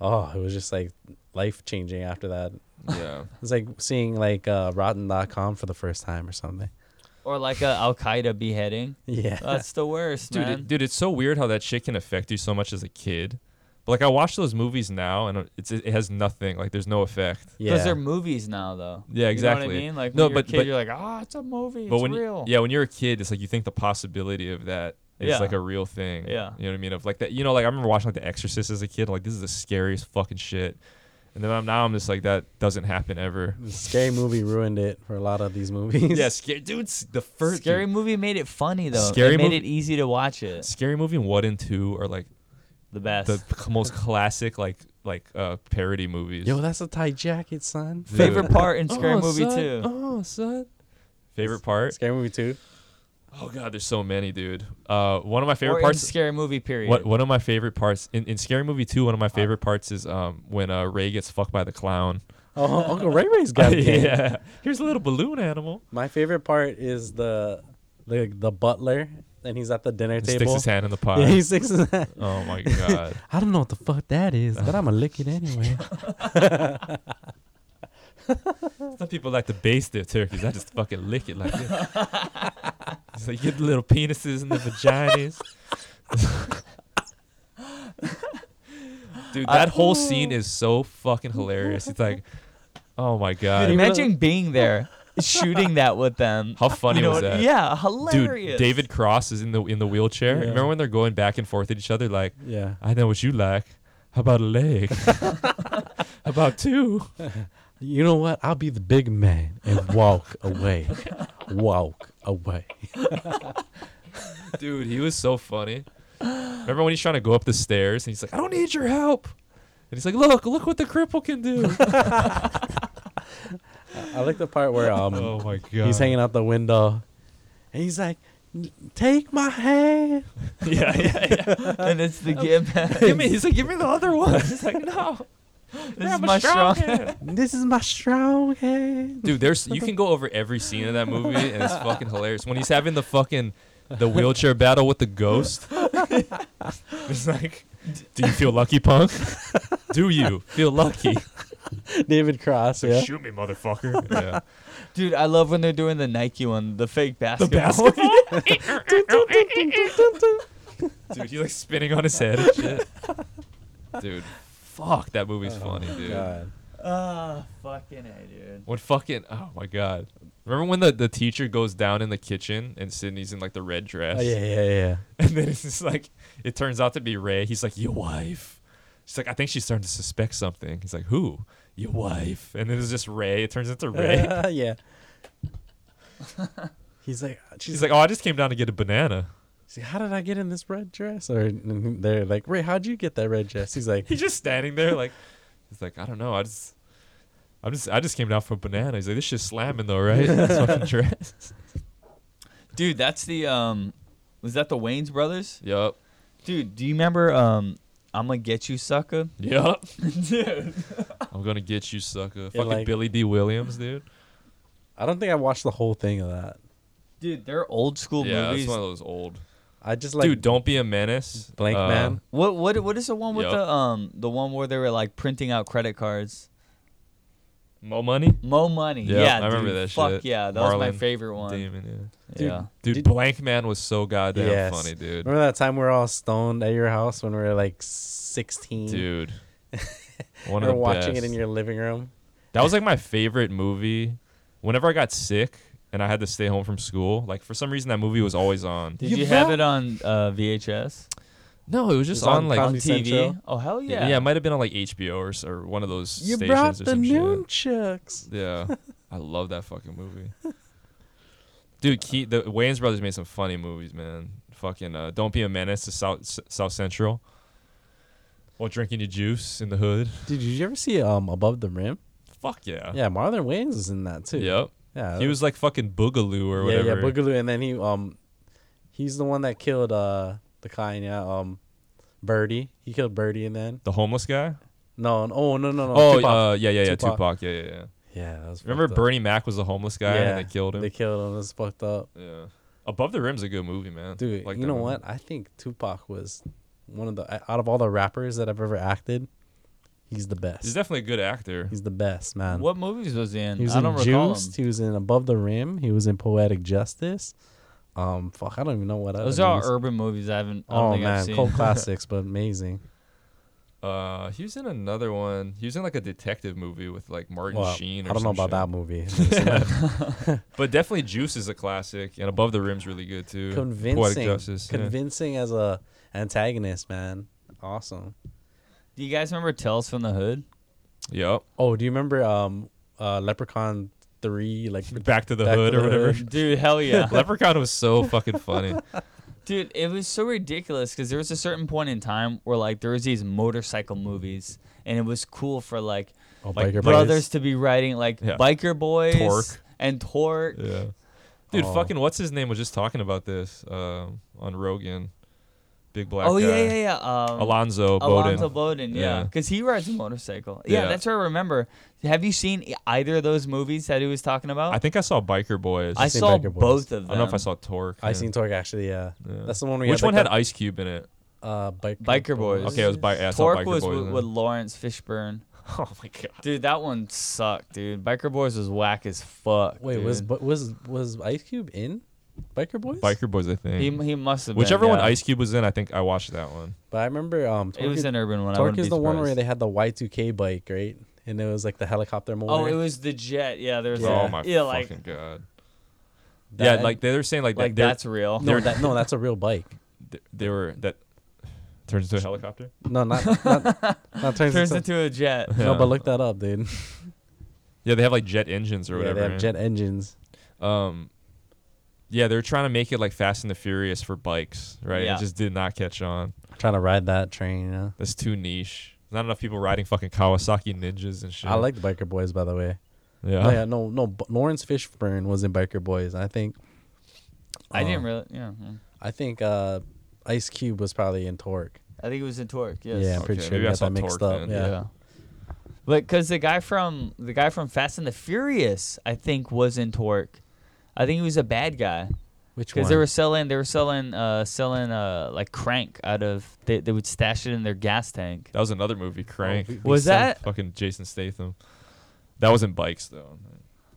Oh, it was just like life changing after that. yeah, It's like seeing like uh, Rotten.com for the first time or something. (laughs) Or like a Al Qaeda (laughs) beheading. Yeah. That's the worst, dude, man. it, dude, it's so weird how that shit can affect you so much as a kid. But like I watch those movies now and it's it has nothing. Like there's no effect. Because yeah. they're movies now, though. Yeah, You know exactly. what I mean? Like, No, no, but, but- but- you're like, ah, it's a movie. but it's when real. You, yeah, when you're a kid, it's like you think the possibility of that is Yeah. like a real thing. Yeah. you know what I mean. Of like that, you know, like I remember watching like The Exorcist as a kid. Like this is the scariest fucking shit. And then I'm, now I'm just like that doesn't happen ever. Scary movie ruined it for a lot of these movies. yeah, scary dude. s- The first Scary dude, movie made it funny though. Scary it made movie- it easy to watch it. scary movie one and two are like The best. the c- most classic like like uh parody movies. (laughs) Yo, that's a tight jacket, son. (laughs) Dude. Favorite part in Scary Oh, Movie son. too. Oh, son. Favorite part? Scary movie two. Oh god, there's so many, dude. Uh, one of my Or favorite in parts. Scary Movie period. What one of my favorite parts in, in Scary Movie Two? One of my favorite parts is um when uh, Ray gets fucked by the clown. Oh, Uncle Ray (laughs) Ray's got it. game. yeah, here's a little balloon animal. My favorite part is the the the butler, and he's at the dinner He table. sticks his hand in the pot. Yeah, he sticks his hand. oh my god, I don't know what the fuck that is, but I'ma lick (laughs) it anyway. some people like to baste their turkeys. I just fucking lick it like this. So you get the little penises and the vaginas. Dude, that whole scene is so fucking hilarious. It's like, oh my god, Imagine being (laughs) there, shooting that with them. how funny You know was what- that? Yeah, Dude, hilarious. David Cross is in the in the wheelchair. Yeah. Remember when they're going back and forth at each other? Like, Yeah. I know what you like. How about a leg? (laughs) How about two? You know what? I'll be the big man (laughs) and walk away. Walk away. Dude, he was so funny. Remember when he's trying to go up the stairs and he's like, I don't need your help. And he's like, Look, look what the cripple can do. I like the part where um (laughs) oh my god. he's hanging out the window and he's like, take my hand. yeah, yeah, yeah. (laughs) and it's the give back. Give me, he's like, Give me the (laughs) other one. He's like, No. This is my strong. This is my strong hand. Dude, there's you can go over every scene of that movie and it's fucking hilarious. When he's having the fucking the wheelchair battle with the (laughs) ghost. it's like Do you feel lucky, punk? (laughs) Do you feel lucky? (laughs) David Cross, yeah. Shoot me, motherfucker. (laughs) Yeah. (laughs) Dude, I love when they're doing the Nike one, the fake basketball. Dude, he's like spinning on his head and shit. Dude, fuck that movie's funny, dude. God. Ah, fucking A, dude. When fucking oh my god. Remember when the, the teacher goes down in the kitchen and Sydney's in like the red dress? Oh yeah, yeah, yeah. (laughs) And then it's just like it turns out to be Ray. He's like, Your wife. She's like, I think she's starting to suspect something. He's like, Who? Your wife. And then it's just Ray. It turns into (laughs) Ray. yeah. (laughs) He's like, she's She's like, like, Oh, I just came down to get a banana. (laughs) she's like, how did I get in this red dress? Or they're like, Ray, how'd you get that red dress? He's like, He's just standing there like he's like, I don't know, I just I just I just came down for a banana. He's like, This shit's slamming though, right? This (laughs) fucking dress. (laughs) Dude, that's the um, was that the Wayne's brothers? Yup. Dude, do you remember um, I'm gonna get you, (laughs) sucker? Yup. I'm gonna get you, sucker. Fucking like- Billy D. Williams, dude. I don't think I watched the whole thing of that. Dude, they're old school yeah, movies. that's one of those old. I just like dude, don't be a menace. Blank Uh, Man. What what what is the one with Yup. the um the one where they were like printing out credit cards? Mo Money. Mo money. Yup, yeah, I remember dude. that Fuck shit. yeah, that was my Marlon favorite one. Damon, Dude, yeah. yeah. Dude, Did- Blank Man was so goddamn Yes. funny, dude. Remember that time we were all stoned at your house when we were like 16? (laughs) Dude. We One were of the watching it in best. your living room. That was like my favorite movie. Whenever I got sick and I had to stay home from school, like for some reason that movie was always on. Did you, have it on uh, VHS? No, it was just It was on on, like Comedy on TV? Central. Oh hell yeah. yeah. it might have been on like HBO or, s- or one of those You stations brought or the some shit. nunchucks. (laughs) Yeah, I love that fucking movie. Dude, Ke- the Wayans brothers made some funny movies, man. Fucking uh, don't be a menace to South S- South Central. While drinking your juice in the hood. Dude, did you ever see um Above the Rim? Fuck yeah. Yeah, Marlon Wayans is in that too. Yep. Yeah. He was like fucking Boogaloo or yeah, whatever. yeah, Boogaloo, and then he um, he's the one that killed uh the kind yeah um, Birdie. He killed Birdie, and then The homeless guy. no, no, oh no, no, no. Oh, Tupac. uh, yeah, yeah, yeah. Tupac. Tupac. Yeah, yeah, yeah. yeah. That was Remember fucked up. Bernie Mac was the homeless guy Yeah, and they killed him. They killed him. That's fucked up, yeah. Above the Rim's a good movie, man. dude. Like you that know movie. what? I think Tupac was one of the out of all the rappers that I've ever acted, he's the best. He's definitely a good actor. he's the best, man. What movies was he in? He was I in don't recall him. Juiced. He was in Above the Rim. He was in Poetic Justice. Um, fuck, I don't even know what other. Those are all movies- urban movies I haven't. I don't Oh think I've man, seen. (laughs) cold classics, but amazing. Uh, he was in another one. He was in like a detective movie with like Martin Well, Sheen. (laughs) Or I don't know some about shit. that movie. I've never (laughs) seen that. But definitely Juice is a classic, and Above the Rim's really good too. Poetic convincing, Justice. yeah. convincing as a antagonist, man. Awesome. (laughs) Do you guys remember Tales from the Hood? Yep. Oh, do you remember um, uh, Leprechaun Three? Like, (laughs) Back to the Back to Hood the or whatever. Hood. Dude, hell (laughs) yeah. (laughs) Leprechaun was so fucking funny. Dude, it was so ridiculous because there was a certain point in time where like there was these motorcycle movies, and it was cool for like, oh, like Biker brothers Boys. to be riding like Yeah. biker boys Torque. and torque. Yeah. Dude, Oh. fucking what's his name was just talking about this um, on Rogan. Big black Oh guy. yeah, yeah, yeah. Um, uh, Alonzo Bowden. Alonzo Bowden, yeah, Yeah. because he rides a motorcycle. Yeah, Yeah. that's what I remember. Have you seen e- either of those movies that he was talking about? I think I saw Biker Boys. I I, seen saw Biker Boys. both of them. don't know if I saw Torque. I yeah. seen Torque actually. Yeah, Yeah. that's the one we. Which one had like, Ice Cube in it? the, uh, biker, Biker Boys. Okay, it was by yeah, I saw Torque Biker was Boys. with, then. with Lawrence Fishburne. (laughs) oh my god. Dude, that one sucked, dude. Biker Boys was whack as fuck. Wait, was dude. was was Ice Cube in? Biker Boys. Biker Boys, I think. He, he must have. Whichever been, one yeah. Ice Cube was in, I think I watched that one. But I remember um. Torque, It was is- an urban one. I Torque wouldn't is be the one where surprised. they had the Y2K bike, right? And it was like the helicopter motor. Oh, it was the jet. Yeah, there's. Yeah. a- Oh my (laughs) yeah, like fucking god. That- yeah, like they were saying, like, like that they're- that's real. (laughs) no, that, no, that's a real bike. th- they were that turns into a helicopter. No, not (laughs) not, not turns, (laughs) turns into. into a (laughs) jet. No, Yeah. but look that up, (laughs) dude. Yeah, they have like jet engines or yeah, whatever. they have right? jet engines. Um, yeah, they're trying to make it like Fast and the Furious for bikes, right? Yeah. It just did not catch on. Trying to ride that train, you know. That's too niche. Not enough people riding fucking Kawasaki ninjas and shit. I like the Biker Boys, by the way. Yeah. No, yeah, no, no. B- Lawrence Fishburne was in Biker Boys. and I think. I didn't um, Uh-huh. really. Yeah. mm. I think uh, Ice Cube was probably in Torque. I think it was in Torque. Yes. Yeah, I'm pretty Okay, sure we maybe I got saw that mixed Torque up. then. Yeah. Yeah. Like, cause the guy from the guy from Fast and the Furious, I think, was in Torque. I think he was a bad guy Which one? because they were selling they were selling uh selling uh like crank out of they they would stash it in their gas tank. That was another movie, Crank. Oh, we- we Was sent- that fucking Jason Statham. That wasn't bikes though.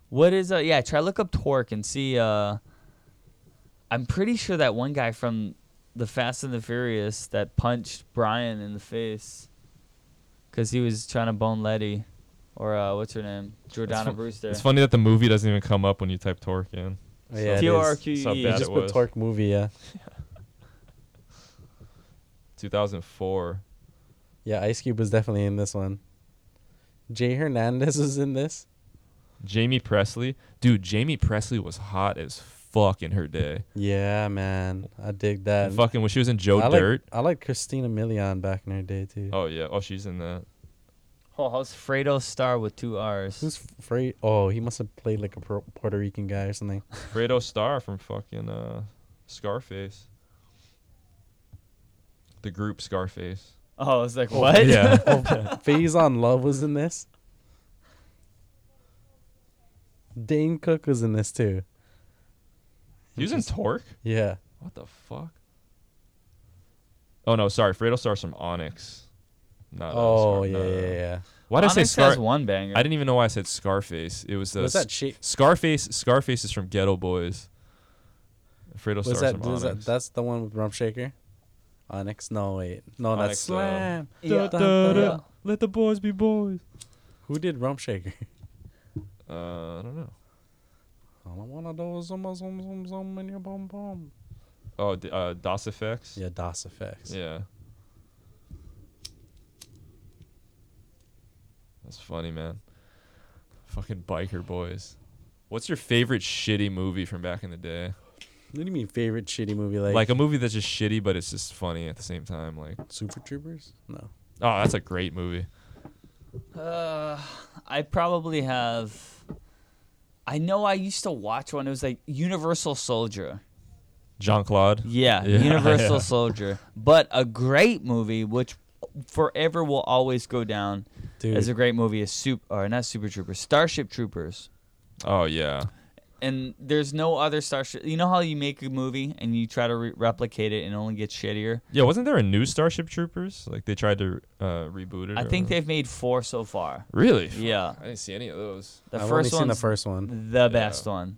what is uh yeah? Try look up Torque and see. uh I'm pretty sure that one guy from the Fast and the Furious that punched Brian in the face because he was trying to bone Letty or uh what's her name Jordana fu- Brewster. It's funny that the movie doesn't even come up when you type Torque in. Oh, yeah, it T O R is. Q So E. You bad just it put was. Torque movie, yeah. 2004. Yeah, Ice Cube was definitely in this one. Jay Hernandez (laughs) was in this. Jamie Presley, dude. Jamie Presley was hot as fuck in her day. Yeah, man, I dig that. fucking when she was in Joe I like, Dirt. I like Christina Milian back in her day too. Oh yeah. Oh, she's in that. Oh, how's Fredo Star with two R's? Who's Fre? Oh, he must have played like a Pu- Puerto Rican guy or something. Fredo Starr from fucking uh, Scarface. The group Scarface. oh, it's like what? (laughs) oh, Phase on Love was in this. Dane Cook was in this too. (laughs) He was in Torque. Yeah. What the fuck? Oh no, sorry. Fredo Starr's from Onyx. Not oh Onyx, yeah, sorry, no, no, yeah, no. yeah. Why did I say Onyx has Scar? one banger. I didn't even know why I said Scarface. It was the Was s- that shape? Scarface. Scarface is from Ghetto Boys. Fredo Was Starr's that, from was Onyx. that? That's the one with Rump Shaker. Onyx? No, wait. No, Onyx, that's uh, Slam. Yeah. Dun, dun, Yeah. dun. Let the boys be boys. Who did Rump Shaker? (laughs) Uh, I don't know. All I wanna do is zoom, zoom, zoom, zoom in your bum bum. Oh, d- uh, DOS effects. Yeah, DOS effects. Yeah. That's funny, man. Fucking biker boys. What's your favorite shitty movie from back in the day? What do you mean favorite shitty movie? Like, Like, a movie that's just shitty, but it's just funny at the same time. Like, oh, Super Troopers? No. that's a great movie. Uh, I probably have. I know I used to watch one. It was like Universal Soldier. Jean Claude. Yeah, Yeah, Universal yeah. (laughs) Soldier. But a great movie, which forever will always go down Dude. as a great movie, is Super or not Super Troopers, Starship Troopers. Oh yeah. and there's no other starship. You know how you make a movie and you try to re- replicate it and it only gets shittier. Yeah. Wasn't there a new Starship Troopers? Like they tried to uh, reboot it. I or think whatever. they've made four so far. really. Yeah. I didn't see any of those. The I've first only seen one, the first one. the best one.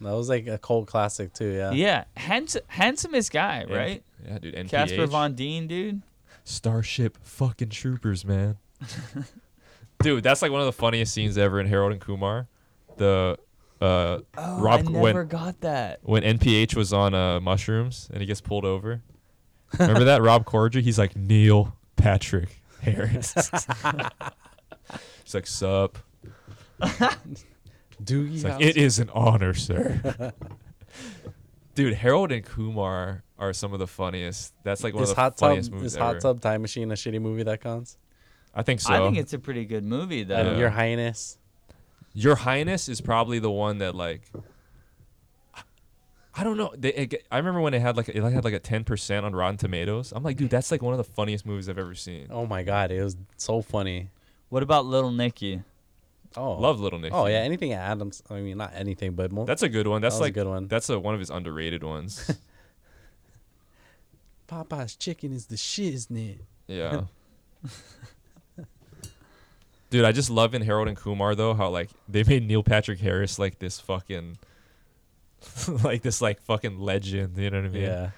That was like a cult classic too. Yeah. Yeah, Hands- handsomest guy, right? Yeah, dude. NPH. Casper Von Dien, dude. Starship fucking (laughs) troopers, man. Dude, that's like one of the funniest scenes ever in Harold and Kumar. The uh Oh, Rob I never when got that. when NPH was on uh mushrooms and he gets (laughs) pulled over. Remember that Rob Corddry? He's like Neil Patrick (laughs) Harris. He's like sup. Doogie It's like Howser. it is an honor, sir. (laughs) Dude, Harold and Kumar are some of the funniest. That's like one is of the hot tub funniest movies is ever. hot tub time machine a shitty movie that counts? I think so. I think it's a pretty good movie though. And Yeah. Your Highness. Your Highness is probably the one that like. I- I don't know. They, it, get- I remember when it had like it like had like a ten percent on Rotten Tomatoes. I'm like, dude, that's like one of the funniest movies I've ever seen. Oh my god, it was so funny. What about Little Nicky? Oh. Love Little Nicky. Oh yeah, anything Adams. I mean, not anything, but more. that's a good one. That's was a like good one. That's a, one of his underrated (laughs) ones. Popeye's chicken is the shit, isn't it? (laughs) yeah. dude, I just love in Harold and Kumar though how like they made Neil Patrick Harris like this fucking (laughs) like this like fucking legend. You know what I mean? Yeah.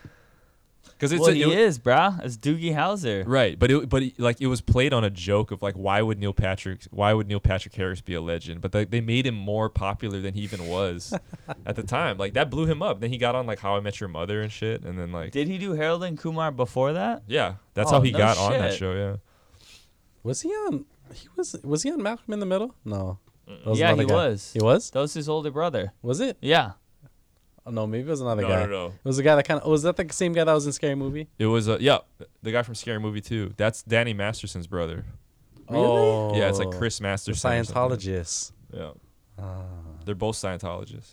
Because it's well, a, he it, is, brah. It's Doogie Howser. Right, but it, but it, like it was played on a joke of like why would Neil Patrick why would Neil Patrick Harris be a legend? But they, they made him more popular than he (laughs) even was at the time. Like that blew him up. Then he got on like How I Met Your Mother and shit, and then like Did he do Harold and Kumar before that? yeah, that's Oh, how he no got on that shit. show. Yeah, Was he on? He was. Was he on Malcolm in the Middle? No. That was Yeah, another he guy. was. He was. That was his older brother. Was it? Yeah. Oh, no, maybe it was another No, guy. no, no. It was the guy that kind of. Was that the same guy that was in Scary Movie? it was uh, yeah the guy from Scary Movie too. That's Danny Masterson's brother. Really? Oh, Yeah, it's like Chris the Masterson. or something. Scientologist. Yeah, they're both Scientologists.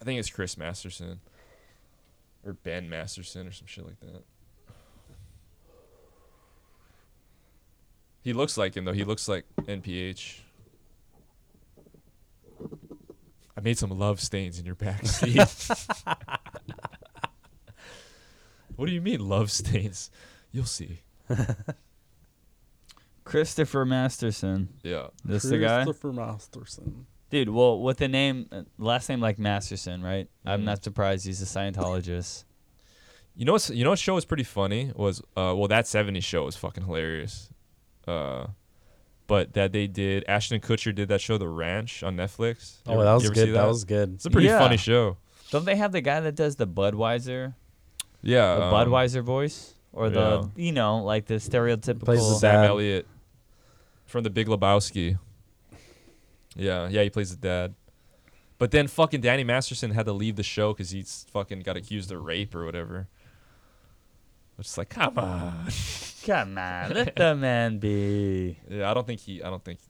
I think it's Chris Masterson or Ben Masterson or some shit like that. He looks like him though. He looks like NPH. I made some love stains in your back seat. what do you mean love stains? You'll see. Christopher Masterson. Yeah. This the guy? Christopher Masterson. Dude, well, with the name, uh, last name like Masterson, right? Mm-hmm. I'm not surprised he's a Scientologist. You know what's you know what show was pretty funny was uh well that 70s show was fucking hilarious. Uh but that they did Ashton Kutcher did that show The Ranch on Netflix. You Oh, ever- that you was ever good. see That? was good. It's a pretty Yeah. funny show. Don't they have the guy that does the Budweiser, Yeah. the um, Budweiser voice, or the you know, like the Plays stereotypical? the Sam dad. Elliott from The Big Lebowski. Yeah, yeah, he plays the dad. But then fucking Danny Masterson had to leave the show cuz he's fucking got accused of rape or whatever. It's like, come on. Come on, let the man be. Yeah, I don't think he. I don't think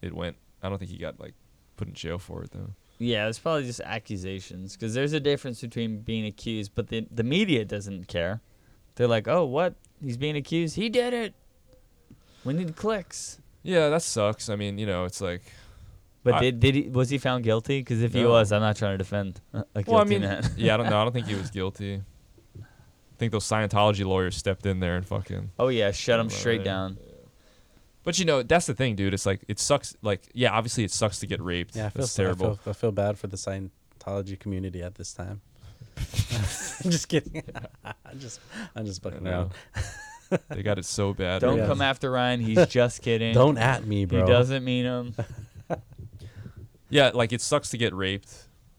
it went. I don't think he got like put in jail for it though. Yeah, it's probably just accusations because there's a difference between being accused, but the the media doesn't care. They're like, oh, what? He's being accused. He did it. We need clicks. Yeah, that sucks. I mean, you know, it's like. But I- did, did he, was he found guilty? Because if he No. was, I'm not trying to defend (laughs) uh, a guilty Well, I mean, man. yeah, I don't know. I don't think he was guilty. I think those Scientology lawyers stepped in there and fucking. (laughs) Oh yeah, shut him straight Right. down. But you know, that's the thing, dude. It's like it sucks. Like, yeah, obviously it sucks to get raped. Yeah, I feel that's so- terrible. I feel, I feel bad for the Scientology community at this time. just kidding. I'm just, I'm just fucking I know. (laughs) around. they got it so bad. Don't Yeah. come after Ryan. (laughs) He's just kidding. Don't at me, He bro. doesn't mean (laughs) him. Yeah, like it sucks to get raped,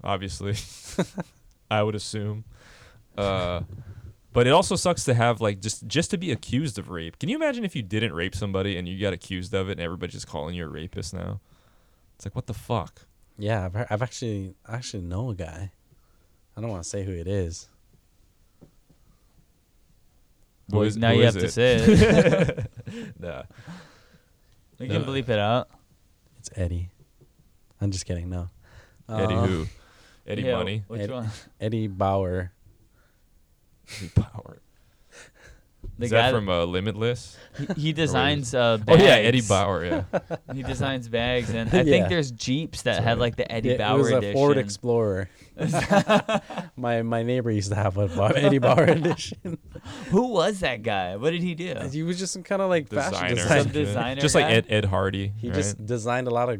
obviously. (laughs) I would assume. Uh but it also sucks to have like just just to be accused of rape. Can you imagine if you didn't rape somebody and you got accused of it and everybody's just calling you a rapist now? It's like what the fuck? Yeah, I've, heard, I've actually, I actually know a guy. I don't want to say who it is. Who Well, is- now who you is have to say it. (laughs) Nah. we can No. bleep it out. It's Eddie. I'm just kidding. No, Eddie Uh, who? Eddie Yeah, Money. Which Eddie- (laughs) one? Eddie Bauer. Eddie Power. The is guy that from uh, Limitless? (laughs) he, he designs. Uh, Oh bags. yeah, Eddie Bauer, yeah. (laughs) He designs bags, (laughs) and I Yeah. think there's Jeeps that had like the Eddie Yeah, Bauer it was edition. a Ford Explorer. my my neighbor used to have one, Bob Eddie Bauer edition. Who was that guy? What did he do? he was just some kind of like fashion Designer. designer. Some designer just guy? like Ed Ed Hardy. He right? just designed a lot of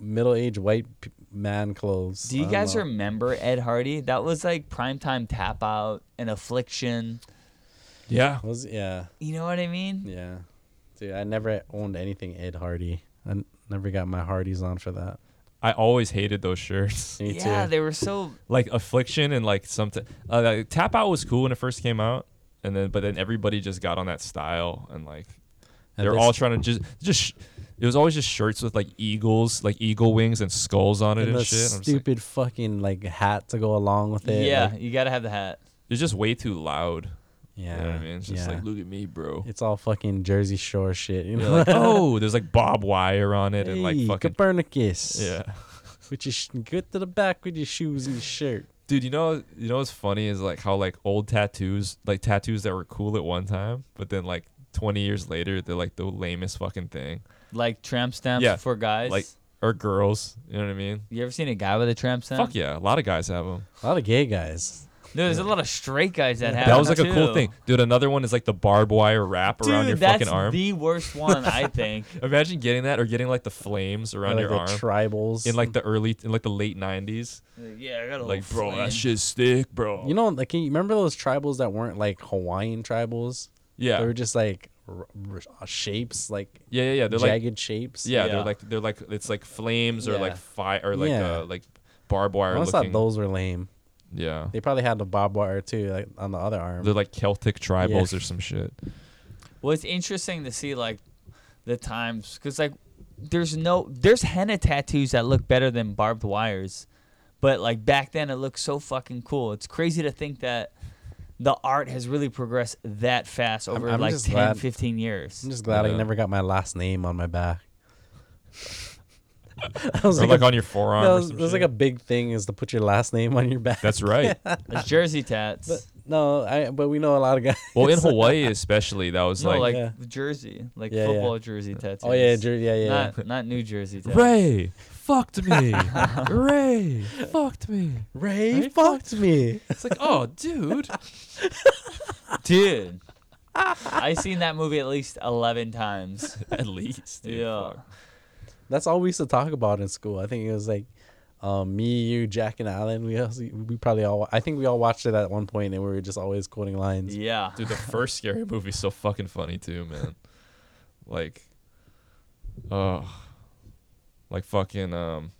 middle-aged white p- man clothes. Do you I don't guys know. remember Ed Hardy? That was like primetime tap out and affliction. Yeah. Was yeah, You know what I mean? yeah, dude. I never owned anything Ed Hardy. I n- never got my Hardys on for that. I always hated those shirts. Me yeah too. they were so like affliction and like something uh, like, tap out was cool when it first came out and then but then everybody just got on that style and like And they're they all s- trying to just just sh- it was always just shirts with like eagles like eagle wings and skulls on it and and, the shit I'm just like, stupid fucking like hat to go along with it. yeah like- you gotta have the hat it's just way too loud yeah. you know what i mean it's just yeah. like look at me (laughs) bro it's all fucking Jersey Shore shit. You You're know, (laughs) like oh there's like bob wire on it hey, and like fucking Copernicus. (laughs) yeah With your sh- get to the back with your shoes and your shirt. dude you know you know what's funny is like how like old tattoos like tattoos that were cool at one time but then like 20 years later they're like the lamest fucking thing like tramp stamps Yeah, for guys like or girls you know what i mean you ever seen a guy with a tramp stamp Fuck yeah, a lot of guys have them. A lot of gay guys. No, there's a lot of straight guys that have That was like a too. cool thing, dude. Another one is like the barbed wire wrap around Dude, your that's fucking arm. the worst one, (laughs) I think. Imagine getting that or getting like the flames around like your the arm tribals in like the early, in like the late '90s. Like, yeah, I got a Like, little bro, flame. that shit's thick, bro. you know, like can you remember those tribals that weren't like Hawaiian tribals? yeah, They were just like r- r- uh, shapes, like yeah, yeah, yeah. They're like, jagged shapes. yeah, Yeah. they're like, they're like, it's like flames or Yeah. like fire or like, Yeah. uh, like barbed wire I always looking. thought those were lame. Yeah, They probably had the barbed wire too, like on the other arm. they're like Celtic tribals or some shit. Well, it's interesting to see like the times because like there's no there's henna tattoos that look better than barbed wires, but like back then it looked so fucking cool. It's crazy to think that the art has really progressed that fast over I'm like just 10, glad- 15 years. I'm just glad I Yeah. never got my last name on my back. (laughs) I was Or like, like, a, on your forearm. that or was, some that was shit. like a big thing is to put your last name on your back. That's right. There's jersey tats. But, (laughs) no, I but we know a lot of guys. well, in Hawaii especially, that was no, like, like Yeah. jersey, like Yeah, yeah. football jersey tattoos. (laughs) oh yeah, jer- yeah, yeah. yeah. Not, not New Jersey tattoos. Ray fucked (laughs) me. Ray fucked me. Ray fucked me. It's like, oh, dude. (laughs) Dude. I've seen that movie at least 11 times. (laughs) At least. dude, yeah. fuck. That's all we used to talk about in school. I think it was like um, me, you, Jack, and Alan. We also, we probably all I think we all watched it at one point, and we were just always quoting lines. Yeah. Dude, the first scary movie's so fucking funny too, man. Like, oh, like fucking um.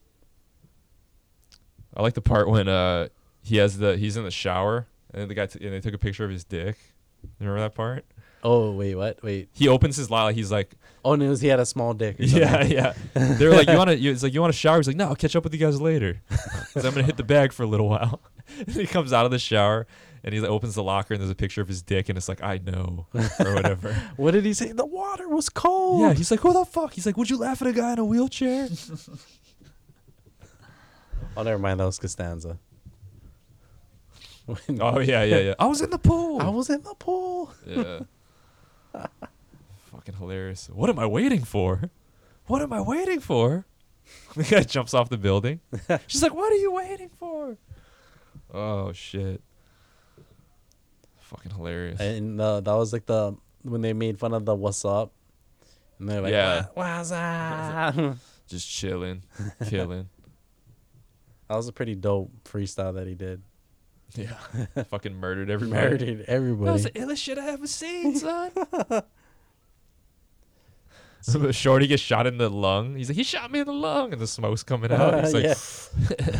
I like the part when uh he has the he's in the shower and then the guy t- and they took a picture of his dick. You remember that part? Oh wait, what? Wait. He opens his lolly. He's like, Oh no, it was- he had a small dick. Or Yeah, something. yeah. They were like, "You want to?" It's like, "You want to shower?" He's like, "No, I'll catch up with you guys later. (laughs) 'Cause I'm gonna hit the bag for a little while." (laughs) and he comes out of the shower and he like, opens the locker and there's a picture of his dick and it's like, "I know" or (laughs) whatever. (laughs) What did he say? The water was cold. yeah, he's like, "Who the fuck?" He's like, "Would you laugh at a guy in a (laughs) wheelchair?" Oh, never mind. That was Costanza. (laughs) When- oh yeah, yeah, yeah. I was in the pool. I was in the pool. (laughs) yeah. Fucking hilarious. What am I waiting for? What am I waiting for? (laughs) The guy jumps off the (laughs) building. She's like, "What are you waiting for?" Oh shit. Fucking hilarious. And uh, that was like the when they made fun of the what's up. And they're like, Yeah. "What- what's (laughs) up? that Just chilling, (laughs) killing. was a pretty dope freestyle that he did. Yeah. (laughs) Fucking murdered everybody. Murdered everybody. That (laughs) was the illest shit I ever seen, son. So Shorty gets shot in the lung. He's like, he shot me in the lung, and the smoke's coming out. Oh, He's like,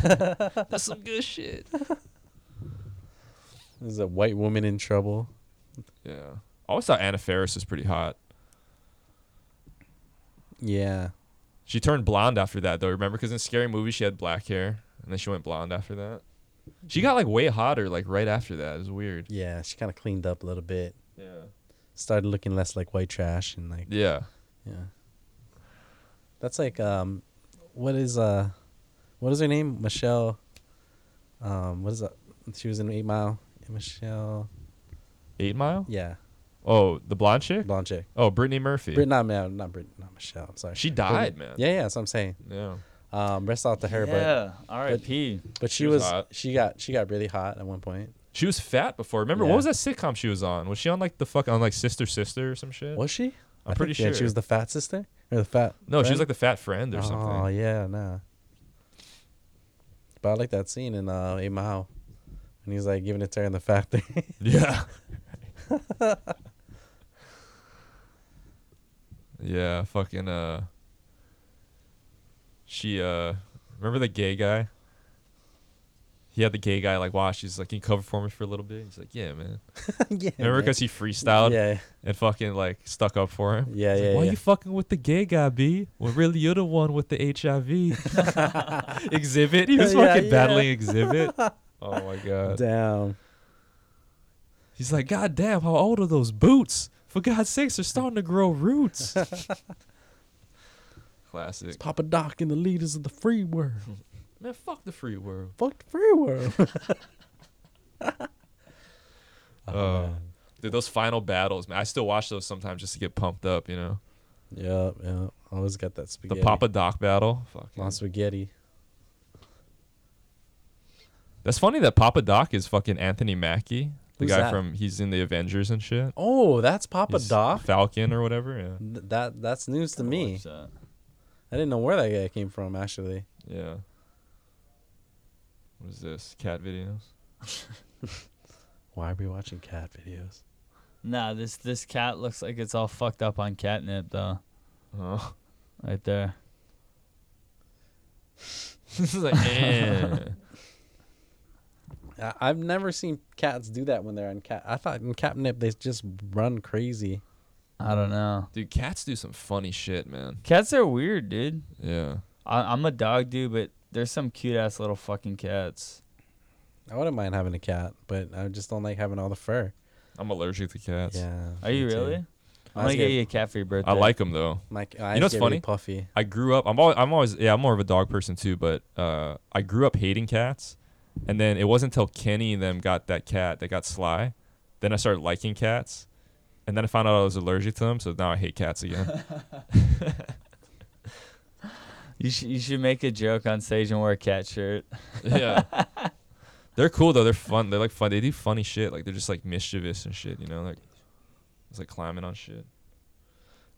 Uh, yeah. that's some good shit. There's a white woman in trouble. Yeah. I always thought Anna Ferris was pretty hot. Yeah. She turned blonde after that, though. Remember, because in Scary Movie she had black hair, and then she went blonde after that. She got like way hotter, like right after that. It was weird. Yeah. She kind of cleaned up a little bit. Yeah. Started looking less like white trash and like Yeah. yeah. That's like um, what is uh, what is her name? Michelle. Um, what is that? She was in Eight Mile. Michelle. Eight Mile. Yeah. Oh, the blonde chick. Blonde chick. Oh, Brittany Murphy. Brit, not, no, not Brit, not Michelle. I'm sorry. She Brit- died, man. Yeah, yeah, that's what I'm saying. Yeah. Um, rest out to her, yeah. R.I.P. but but she, She was was, hot. she got she got really hot at one point. She was fat before. Remember Yeah. what was that sitcom she was on? Was she on like the fuck on like Sister Sister or some shit? Was she? I'm I pretty think, yeah, sure. she was the fat sister or the fat. No, she was like friend? the fat friend or Oh something. yeah, nah. But I like that scene in uh, Eight Mile, and he's like giving it to her in the factory. Yeah. yeah, fucking uh she uh remember the gay guy? He had the gay guy like watch, he's like, Can you cover for me for a little bit? He's like, Yeah, man. (laughs) yeah, Remember man. because he freestyled Yeah, and fucking like stuck up for him? yeah, He's like, yeah. Why yeah. you fucking with the gay guy, B? Well, really, you're the one with the (laughs) HIV. (laughs) exhibit? He was Yeah, fucking yeah. battling Exhibit. Oh my god. (laughs) Damn. He's like, God damn, how old are those boots? For God's sakes, they're starting to grow (laughs) roots. Classic. Papa Doc and the leaders of the free world. Man, fuck the free world. Fuck the free world. (laughs) Oh, Dude, those final battles, man. I still watch those sometimes just to get pumped up, you know? Yep, yep. Always got that The spaghetti. Papa Doc battle. Fuck. on spaghetti. That's funny that Papa Doc is fucking Anthony Mackie, the Who's guy that? from he's in the Avengers and shit. Oh, that's Papa He's Doc. Mm-hmm. Falcon or whatever. Yeah. Th- that that's news to I'll me. watch that. I didn't know where that guy came from actually. Yeah. What is this? Cat videos. Why are we watching cat videos? Nah, this this cat looks like it's all fucked up on catnip though. Oh. Right there. (laughs) this is like. (laughs) (laughs) eh. I, I've never seen cats do that when they're on cat. I thought in catnip they just run crazy. I don't know. Dude, cats do some funny shit, man. Cats are weird, dude. Yeah. I, I'm a dog dude, but there's some cute ass little fucking cats. I wouldn't mind having a cat, but I just don't like having all the fur. I'm allergic to cats. Yeah. Are you me too. really? I'm Eyes gonna get get- you a cat for your birthday. I like them though. My c- eyes know what's get really funny? puffy. I grew up. I'm always, I'm always. Yeah, I'm more of a dog person too. But uh, I grew up hating cats, and then it wasn't until Kenny and them got that cat that got Sly, then I started liking cats, and then I found out I was allergic to them. So now I hate cats (laughs) again. You should you should make a joke on stage and wear a cat shirt. yeah. (laughs) They're cool though. They're fun. They're like fun. They do funny shit. Like they're just like mischievous and shit. You know, like it's like climbing on shit.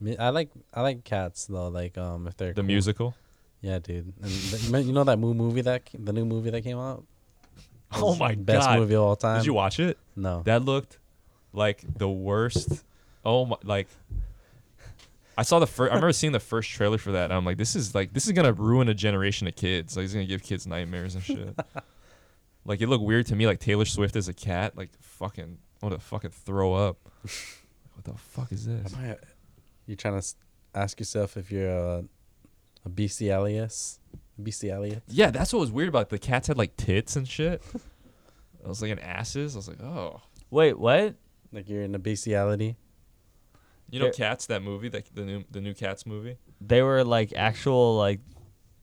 Me- I like I like cats though. Like um, if they're The cool. musical. Yeah, dude. And the, you know that new movie that ca- the new movie that came out. Oh my Best god! movie of all time. Did you watch it? No. That looked like the worst. Oh my! Like I saw the first. I remember seeing the first trailer for that. And I'm like, this is like this is gonna ruin a generation of kids. Like, it's gonna give kids nightmares and shit. like it looked weird to me. Like Taylor Swift as a cat. Like fucking. I want to fucking throw up. what the fuck is this? Oh, You're trying to s- ask yourself if you're a, a bestialius. Bestialius. (laughs) Yeah, that's what was weird about it. the cats had like tits and shit. I was like an asses. I was like, oh. Wait, what? Like you're in a bestiality. You know, Yeah. Cats that movie, that the new the new Cats movie. They were like actual like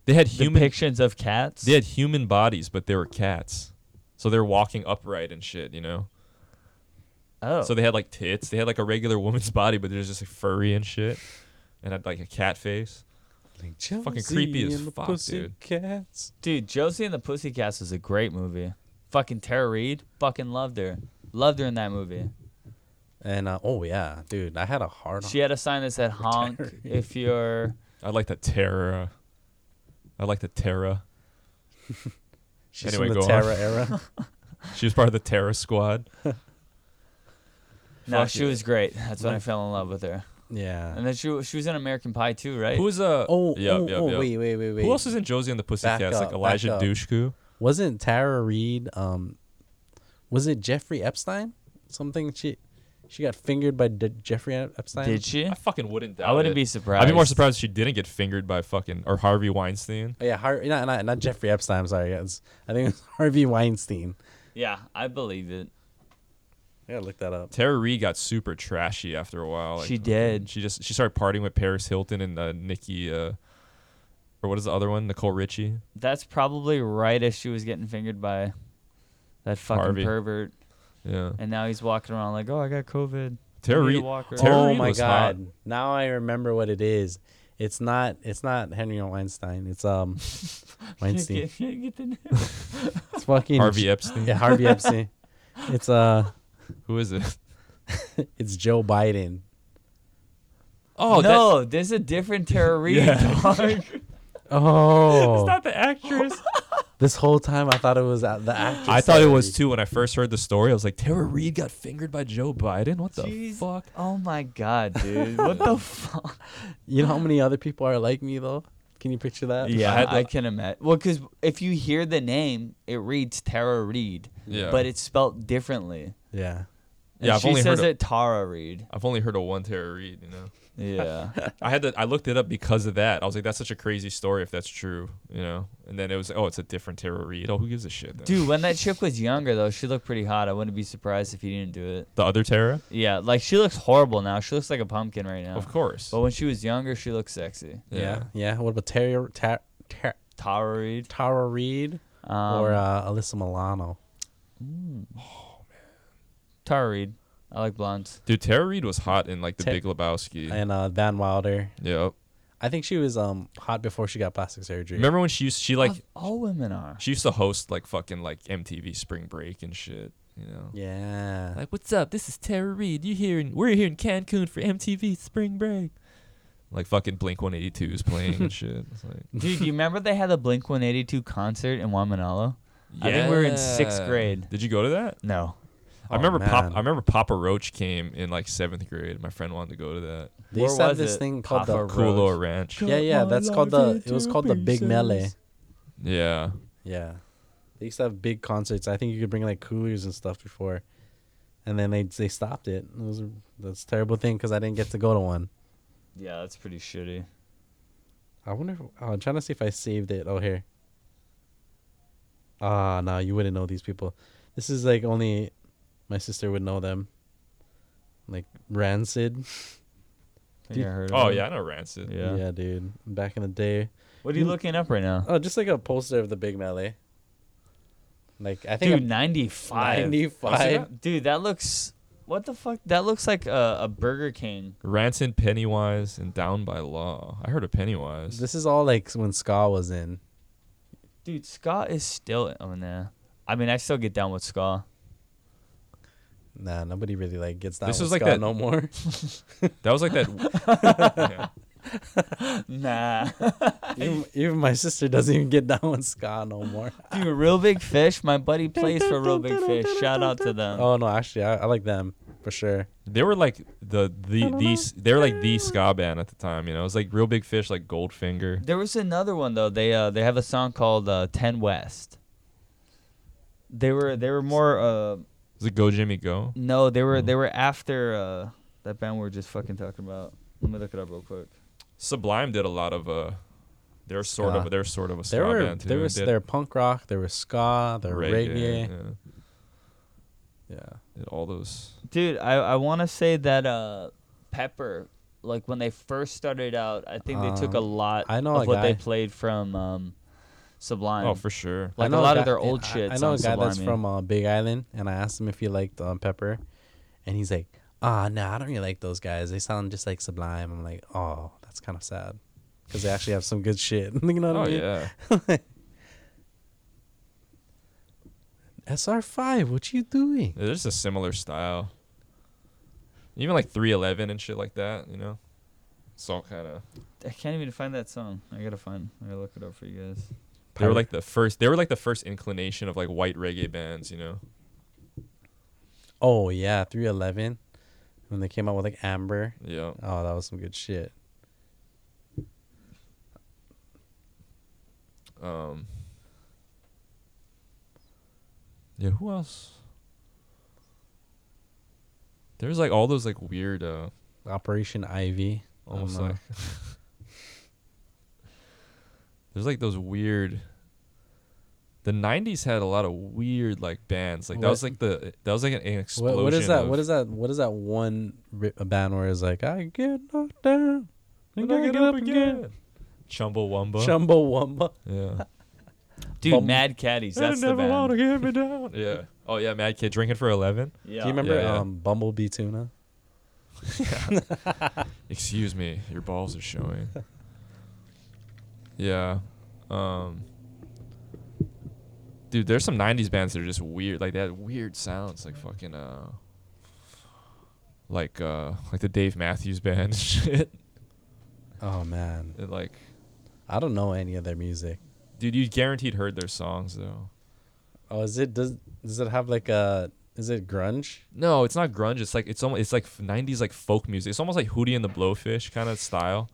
They had human depictions of cats. They had human bodies, but they were cats. So they're walking upright and shit, you know? Oh. So they had like tits. They had like a regular (laughs) woman's body, but there's just like furry and shit. And had like a cat face. Like Fucking creepy Josie as and the fuck, dude. Pussycats. Dude, Josie and the Pussycats was a great movie. Fucking Tara Reid, fucking loved her. Loved her in that movie. And uh, oh yeah, dude, I had a hard. She had a sign that (laughs) said honk Tara Reid. if you're I like the terror. I like the terror. She's Anyway, go from the on. Terra (laughs) era. She was part of the terror squad. No, Fuck she yeah. was great. That's when I fell in love with her. yeah. And then she wa- she was in American Pie too, right? (laughs) Who was uh Oh, yep, oh, yep, oh yep. wait, wait, wait, wait. Who else is in Josie and the Pussycats? up, like back Elijah up. Dushku. Wasn't Tara Reed? Um, was it Jeffrey Epstein? Something she, she got fingered by D- Jeffrey Ep- Epstein. Did she? I fucking wouldn't doubt I wouldn't it. be surprised. I'd be more surprised if she didn't get fingered by fucking or Harvey Weinstein. Oh, yeah, Har- not, not not Jeffrey Epstein. I'm sorry, guys. I think it was (laughs) Harvey Weinstein. Yeah, I believe it. I gotta look that up. Tara Reid got super trashy after a while. Like, She did. She just she started partying with Paris Hilton and uh, Nikki, uh, or what is the other one? Nicole Richie. That's probably right as she was getting fingered by that fucking Harvey. pervert. Yeah. And now he's walking around like, oh, I got COVID. Anita Tara Reid. Walker. Tara oh Reid my was hot. God! Now I remember what it is. It's not. It's not Henry Weinstein. (laughs) It's um, (laughs) Weinstein. Get- get the name. It's fucking Harvey Epstein. Yeah, Harvey Epstein. It's uh, Who is it? (laughs) it's Joe Biden. Oh no, there's a (laughs) different Tara Reid. Yeah. dog. Oh, the actress. (laughs) this whole time I thought it was uh, the actress. I thought it was already. too when I first heard the story. I was like, Tara Reid got fingered by Joe Biden. What (laughs) the Jeez. fuck? Oh my god, dude. (laughs) What the fuck? You know how many other people are like me though? Can you picture that? I Yeah, had I, to- can imagine. Well, because if you hear the name, it reads Tara Reid, Yeah. but it's spelled differently. Yeah. And Yeah, I've she only heard says of- it Tara Reid. I've only heard of one Tara Reid. You know. Yeah. I had to. I looked it up because of that. I was like, that's such a crazy story if that's true. You know. And then it was, oh, it's a different Tara Reid. Oh, who gives a shit? Then? Dude, when that chick was younger though, she looked pretty hot. I wouldn't be surprised if he didn't do it. The other Tara. Yeah, like she looks horrible now. She looks like a pumpkin right now. Of course. But when she was younger, she looked sexy. Yeah. Yeah. What about Tara Tara Tara, Tara Reid. Tara Reed Um, or uh, Alyssa Milano? Tara Reid. I like blondes. Dude, Tara Reid was hot in like the Ta- Big Lebowski. And uh, Van Wilder. yep. I think she was um hot before she got plastic surgery. Remember when she used she like all women (laughs) are. she used to host like fucking like MTV Spring Break and shit. You know. Yeah. Like, what's up? This is Tara Reid. You here? In, we're here in Cancun for MTV Spring Break. Like fucking Blink 182 is playing (laughs) and shit. It's like, Dude, you remember they had the Blink 182 concert in Wamanalo? I think we were in sixth yeah. grade. Did you go to that? No. Oh, I remember Pop. man. I remember Papa Roach came in like seventh grade. My friend wanted to go to that They Where used to have was this it? thing called Papa the Roach. Coolor Ranch. Yeah, yeah, that's called the it was called the Big Melee. Yeah. Yeah. They used to have big concerts. I think you could bring like coolers and stuff before. And then they they stopped it. It was a, that's a terrible thing cuz I didn't get to go to one. Yeah, that's pretty shitty. I wonder if oh, I'm trying to see if I saved it. Oh, here. Ah, no, you wouldn't know these people. This is like only my sister would know them. Like Rancid. Think I heard of Oh it. yeah, I know Rancid. Yeah. yeah dude. Back in the day. What are Hmm. you looking up right now? Oh, just like a poster of the Big Melee. Like I think Dude, 95. 95. Dude, that looks. What the fuck? That looks like a, a Burger King. Rancid, Pennywise, and Down by Law. I heard of Pennywise. This is all like when ska was in. Dude, Scott is still. Oh, nah. I mean, I still get down with (laughs) Scott. Nah, nobody really like gets down. This This was like was ska that- no (laughs) more. that was like that. Yeah. Nah. even, even my sister doesn't even get down with ska no more. (laughs) Dude, Real Big Fish. My buddy plays for Real Big Fish. Shout out to them. (laughs) Oh no, actually, I, I like them for sure. They were like the the these. They were like the ska band at the time. You know, it was like Real Big Fish, like Goldfinger. There was another one though. They uh they have a song called uh, Ten West. They were they were more uh Was it Go Jimmy Go? no they were they were after uh that band we were just fucking talking about. Let me look it up real quick. Sublime did a lot of uh. They're sort Ska. of they're sort of a ska There were band too. there They was did there were punk rock, there was ska, there were reggae. yeah. Yeah. Did all those. Dude, I I want to say that uh Pepper like when they first started out, I think they took a Um, lot I know of a what they guy. played from um Sublime. Oh, for sure. I like a know lot of guy- their yeah, old I- shit. I know a guy that's from uh, Big Island, and I asked him if he liked um, Pepper, and he's like, "Ah, no, I don't really like those guys. They sound just like Sublime." I'm like, "Oh, that's kind of sad, because they actually have some good shit." (laughs) you know what Oh I mean? yeah. SR5, what you doing? Yeah, There's a similar style. Even like 311 and shit like that, you know? It's all kind of. I can't even find that song. I gotta find. I gotta look it up for you guys. They were Pirate- like the first. They were like the first inclination of like white reggae bands, you know? Oh yeah, 311, when they came out with like Amber. Yeah. Oh, that was some good shit. Um. Yeah. Who else? There's like all those like weird, uh, Operation Oh, Ivy. don't almost know. like. (laughs) There's like those weird. The '90s had a lot of weird like bands. Like that What- was like the that was like an, an What, explosion. what is that? of- What is that? What is that one ri- a band where it's like I get knocked down, Then and I I get up again. Chumbawamba. Chumbawamba. yeah. Dude, Bum- Mad Caddies. That's I the never band. want to get me down. (laughs) Yeah. Oh yeah, Mad Kid drinking for eleven. Yeah. Do you remember yeah. um, Bumblebee Tuna? Excuse me, your balls are showing. yeah. Um Dude, there's some nineties bands that are just weird. Like they had weird sounds like fucking uh like uh like the Dave Matthews band (laughs) and shit. Oh man, It, like I don't know any of their music. dude, you guaranteed heard their songs though. Oh, is it does does it have like a is it grunge? No, it's not grunge. It's like it's almost it's like '90s like folk music. It's almost like Hootie and the Blowfish kind of style,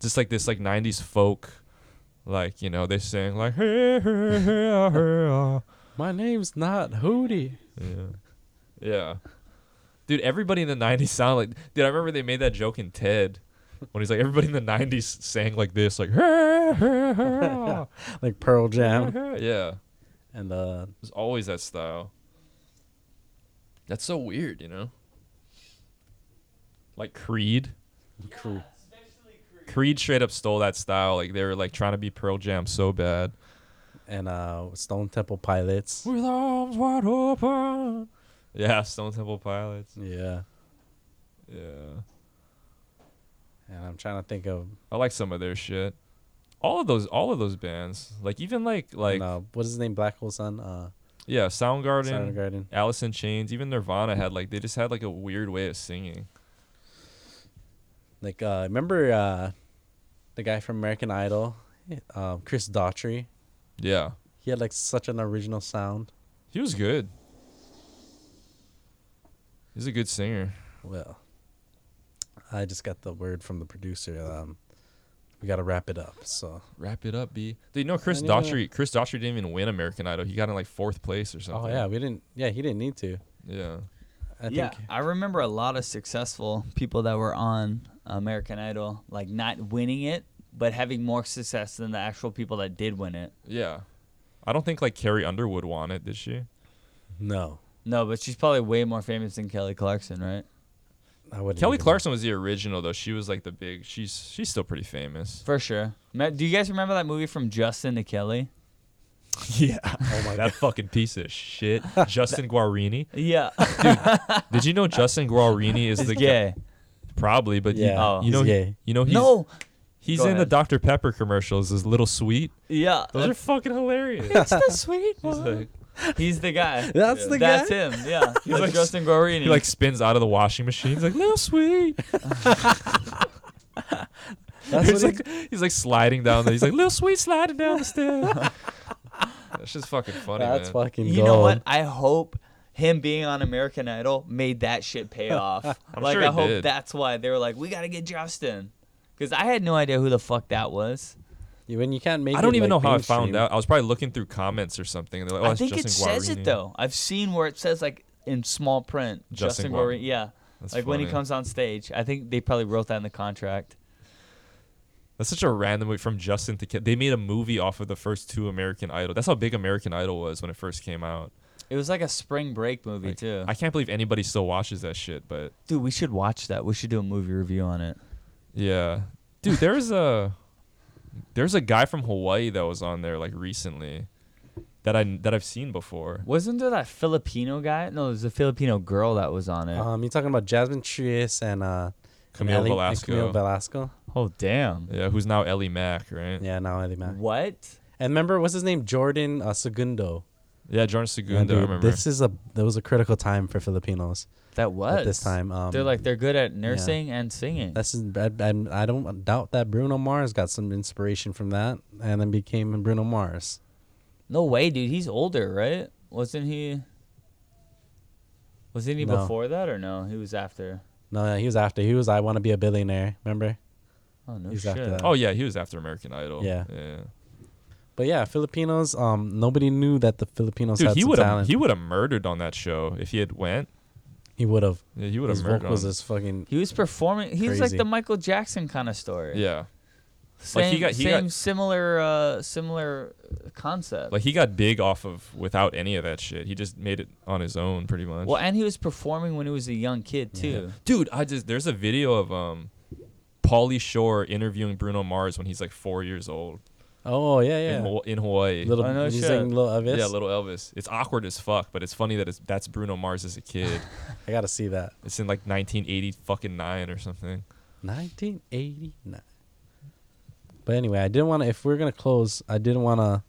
just like this like '90s folk, like you know they sing like hey hey hey ah, hey ah." My name's not Hootie. yeah, yeah, dude. Everybody in the '90s sound like dude. I remember they made that joke in Ted when he's like everybody in the '90s sang like this like hey hey hey (laughs) ah, Like Pearl hey, (laughs) Jam hey." yeah. and uh There's always that style. That's so weird, you know. Like Creed. Crew. Creed straight up stole that style. Like they were like trying to be Pearl Jam so bad. and uh Stone Temple Pilots. With arms wide open. Yeah, Stone Temple Pilots. Yeah. Yeah. And I'm trying to think of I like some of their shit. All of those, all of those bands, like even like like like uh, what's his name, Black Hole Sun, uh, yeah, Soundgarden, Soundgarden. Alice in Chains, even Nirvana had like they just had like a weird way of singing. Like uh, remember uh, the guy from American Idol, uh, Chris Daughtry. Yeah, He had like such an original sound. he was good. He's a good singer. Well, I just got the word from the producer. Um, we got to wrap it up. So Wrap it up, B. Dude, you know Chris know. Daughtry? Chris Daughtry didn't even win American Idol. He got in like fourth place or oh something. yeah, we didn't. Yeah, he didn't need to. yeah. I yeah, think I remember a lot of successful people that were on American Idol, like not winning it, but having more success than the actual people that did win it. Yeah. I don't think like Carrie Underwood won it, did she? no. No, but she's probably way more famous than Kelly Clarkson, right? I wouldn't Kelly even- Clarkson was the original though. She was like the big. She's she's still (laughs) pretty famous. For sure. Ma- Do you guys remember that movie from Justin to Kelly? Yeah. Oh my that fucking piece of shit, Justin Guarini. (laughs) Yeah. Did you know Justin Guarini is the (laughs) guy? gay. Probably, but you- Yeah, Oh. you know he's he- gay. you know he's no. he's Go in the ahead. Dr Pepper commercials. His little sweet. Yeah. Those are that's- fucking hilarious. it's the sweet he's one. like, He's the (laughs) guy. (laughs) That's Yeah. the That's guy? him. Yeah. He's like- like Justin Guarini. he like spins out of the washing machine. He's like little sweet. That's he's what he- like he's like sliding down. The, he's like little sweet sliding down the stairs. That's just fucking funny. that's man. fucking. you know what? gold. I hope him being on American Idol made that shit (laughs) pay off. I'm like sure I it hope did. that's why they were like, we gotta get Justin, because I had no idea who the fuck that was. You- When you can't make. I don't it, even like, know how I found mainstream. out. I was probably looking through comments or something. and They're like, oh, I it's think Justin it says Guarini. it though. I've seen where it says like in small print, Justin Justin, Guar- Guarini. Yeah, That's like when he funny. comes on stage. I think they probably wrote that in the contract. That's such a random way from Justin to Ke- They made a movie off of the first two American Idol. That's how big American Idol was when it first came out. It was like a spring break movie Like, too. I can't believe anybody still watches that shit, but Dude, we should watch that. We should do a movie review on it. yeah. Dude, there's a there's a guy from Hawaii that was on there like recently that I that I've seen before. Wasn't there that Filipino guy? No, there's a Filipino girl that was on it. Um, you talking about Jasmine Trias and uh, Camille and Ellie- and Velasco. Camille Velasco. oh damn. Yeah, who's now Ellie Mack, right? Yeah, now Eddie Mac. What? And remember, what's his name? Jordan uh, Segundo. Yeah, Jordan Yeah, Segundo, I dude, remember. This is a that was a critical time for Filipinos That was at this time. Um, they're like they're good at nursing and singing. That's I, I, I don't doubt that Bruno Mars got some inspiration from that, and then became Bruno Mars. no way, dude. He's older, right? Wasn't he? Wasn't he No. before that or no? He was after. No, he was after. He was I want to be a billionaire. Remember? Oh no He's shit. after that. oh yeah, he was after American Idol. Yeah. Yeah. But yeah, Filipinos. Um, nobody knew that the Filipinos Dude, had he some would have talent. he would have murdered on that show if he had went. He would have. Yeah, he would His have murdered. vocals on- is fucking. He was performing. He was like Crazy. the Michael Jackson kind of story. yeah. Same, Like, he got- he same got- similar, uh, similar uh, concept. Like he got big off of without any of that shit. He just made it on his own, pretty much. well, and he was performing when he was a young kid too. Dude, I just there's a video of um, Pauly Shore interviewing Bruno Mars when he's like four years old Oh yeah, in, yeah. Haw- in Hawaii. Little, I know he's shit. saying little Elvis. yeah, little Elvis. It's awkward as fuck, but it's funny that it's that's Bruno Mars as a (sighs) kid. I gotta see that. it's in like 1980 fucking nine or something. 1989. But anyway, I didn't want to. If we're gonna close, I didn't want to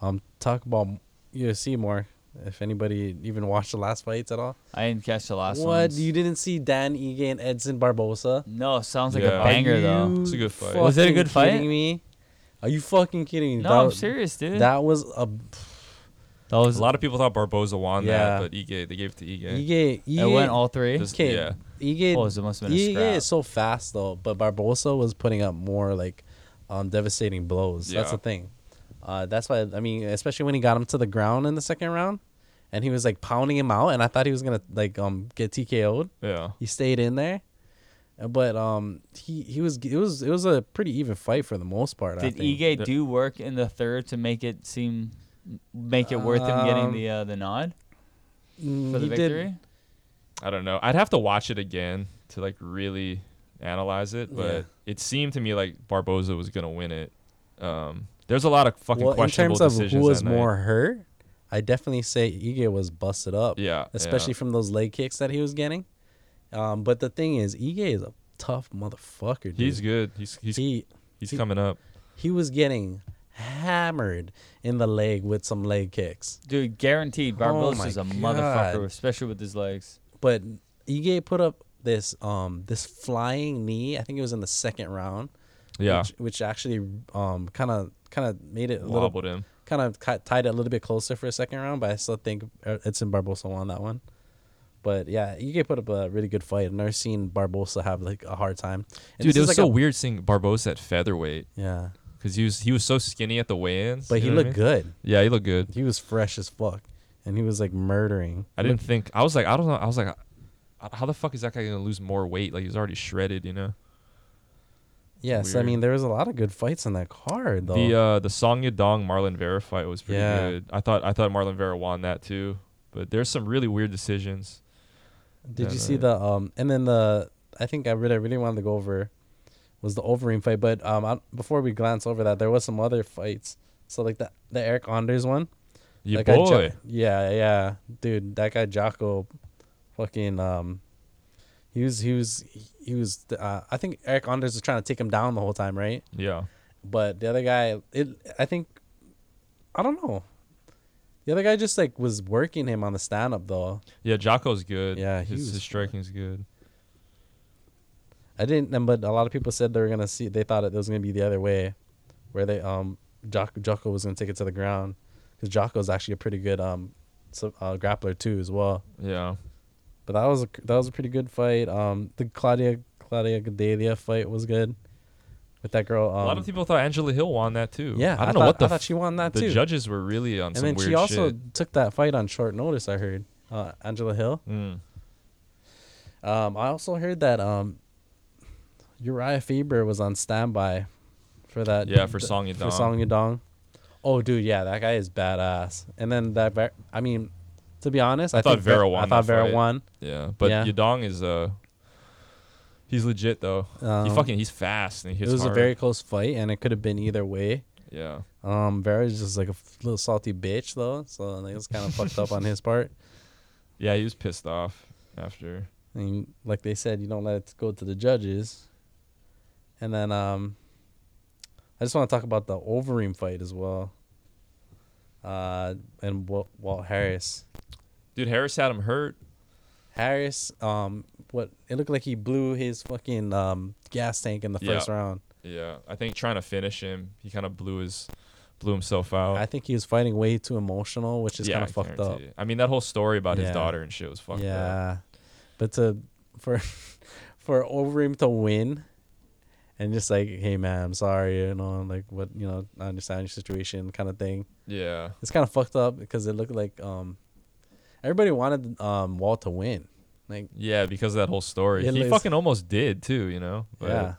um talk about UFC more. If anybody even watched the last fights at all, I didn't catch the last what one. you didn't see Dan Ige and Edson Barbosa? No, sounds like Yeah. a banger Are though. you It's a good fight. Was it a fucking good fight? Kidding me? Are you fucking kidding me? No, That- I'm serious, dude. That, That was a was A lot of people thought Barboza won that, Yeah. but Ige they gave it to Ige. Ige. Ige It went all three. Just- Okay, yeah. Ige. Oh, so it must have been a Ige scrap. is so fast though, but Barbosa was putting up more like um, devastating blows. That's Yeah. the thing. Uh, that's why I mean, especially when he got him to the ground in the second round, and he was like pounding him out, and I thought he was gonna like um get TKO'd. Yeah. He stayed in there, Uh, but um he he was it was it was a pretty even fight for the most part. I Did think. Ige do work in the third to make it seem, make it worth him getting the uh, the nod Um, Mm, for the he did- victory? I don't know. I'd have to watch it again to like really analyze it, but Yeah. it seemed to me like Barboza was gonna win it. Um, there's a lot of fucking well, in questionable terms of decisions. who was that night. more hurt, I definitely say Ige was busted up. Yeah, yeah. especially from those leg kicks that he was getting. Um, but the thing is, Ige is a tough motherfucker. Dude. He's good. He's he's He he's he- coming up. he was getting hammered in the leg with some leg kicks. Dude, guaranteed, Barbosa's is Oh my a motherfucker, God. especially with his legs. But Ige put up this um this flying knee. I think it was in the second round. Yeah, Which, which actually um kind of kind of made it a little wobbled him. kind of tied it a little bit closer for a second round, but I still think uh, it's in Barbosa won that one. But yeah, Ige put up a really good fight. I've never seen Barbosa have like a hard time. And Dude, this it is was like so a- weird seeing Barbosa at featherweight Yeah, because he was he was so skinny at the weigh-ins. but you he know what I looked mean? good. Yeah, he looked good. He was fresh as fuck, and he was like murdering. I didn't think. I was like, I don't know. I was like, I- how the fuck is that guy gonna lose more weight? Like he's already shredded, you know. Yes, I weird. mean there was a lot of good fights in that card though. The uh, the Song Yadong Marlon Vera fight was pretty Yeah. good. I thought I thought Marlon Vera won that too, but there's some really weird decisions. Did Yeah, you no, see yeah. the um and then the I think I really I really wanted to go over was the Overeem fight, but um I, before we glance over that there was some other fights. So like the the Eric Anders one. Your That guy Ja- boy, yeah, yeah, dude. That guy Jocko, fucking um, he was he was he was. Uh, I think Eric Anders was trying to take him down the whole time, right? yeah, But the other guy, it I think, I don't know. The other guy just like was working him on the stand up though. yeah. Jocko's good. Yeah, he his, was- his striking's good. I didn't, and but a lot of people said they were gonna see. They thought it was gonna be the other way, where they um Jocko, Jocko was gonna take it to the ground, because Jocko's actually a pretty good um so, uh, grappler too as well. Yeah, But that was a that was a pretty good fight. Um, the Claudia Claudia Gadelia fight was good with that girl. Um, a lot of people thought Angela Hill won that too. Yeah, I don't I know thought- what the I thought f- she won that the too. judges were really on and some then weird she also shit. took that fight on short notice. I heard uh, Angela Hill. Mm. Um, I also heard that um, Uriah Faber was on standby for that. Yeah, for Song for Yadong. Song Yadong. Oh, dude, yeah, that guy is badass. And then that, Ver- I mean, to be honest, I, thought think Ver- Vera won I thought that Vera fight. won. Yeah, but Yeah. Yadong is uh, he's legit though. he Um, fucking he's fast and he It hits was hard. a very close fight, and it could have been either way. yeah. Um, Vera's just like a f- little salty bitch though, so like, it was kind of fucked (laughs) up on his part. Yeah, he was pissed off after. And like they said, you don't let it go to the judges. And then um, I just want to talk about the Overeem fight as well. Uh, and Walt, Walt Harris. Dude, Harris had him hurt. Harris, um, what it looked like he blew his fucking um gas tank in the Yeah. first round. Yeah, I think trying to finish him, he kind of blew his, blew himself out. I think he was fighting way too emotional, which is Oh. yeah, kind of I fucked up. guarantee it. I mean, that whole story about his Yeah. daughter and shit was fucked up. yeah, but to for (laughs) for Overeem to win, and just like, hey man, I'm sorry, you know, like what you know, I understand your situation, kind of thing. Yeah, It's kind of fucked up because it looked like um everybody wanted um Walt to win, like yeah, because of that whole story, Yeah, he like- fucking almost did too. You know, But yeah,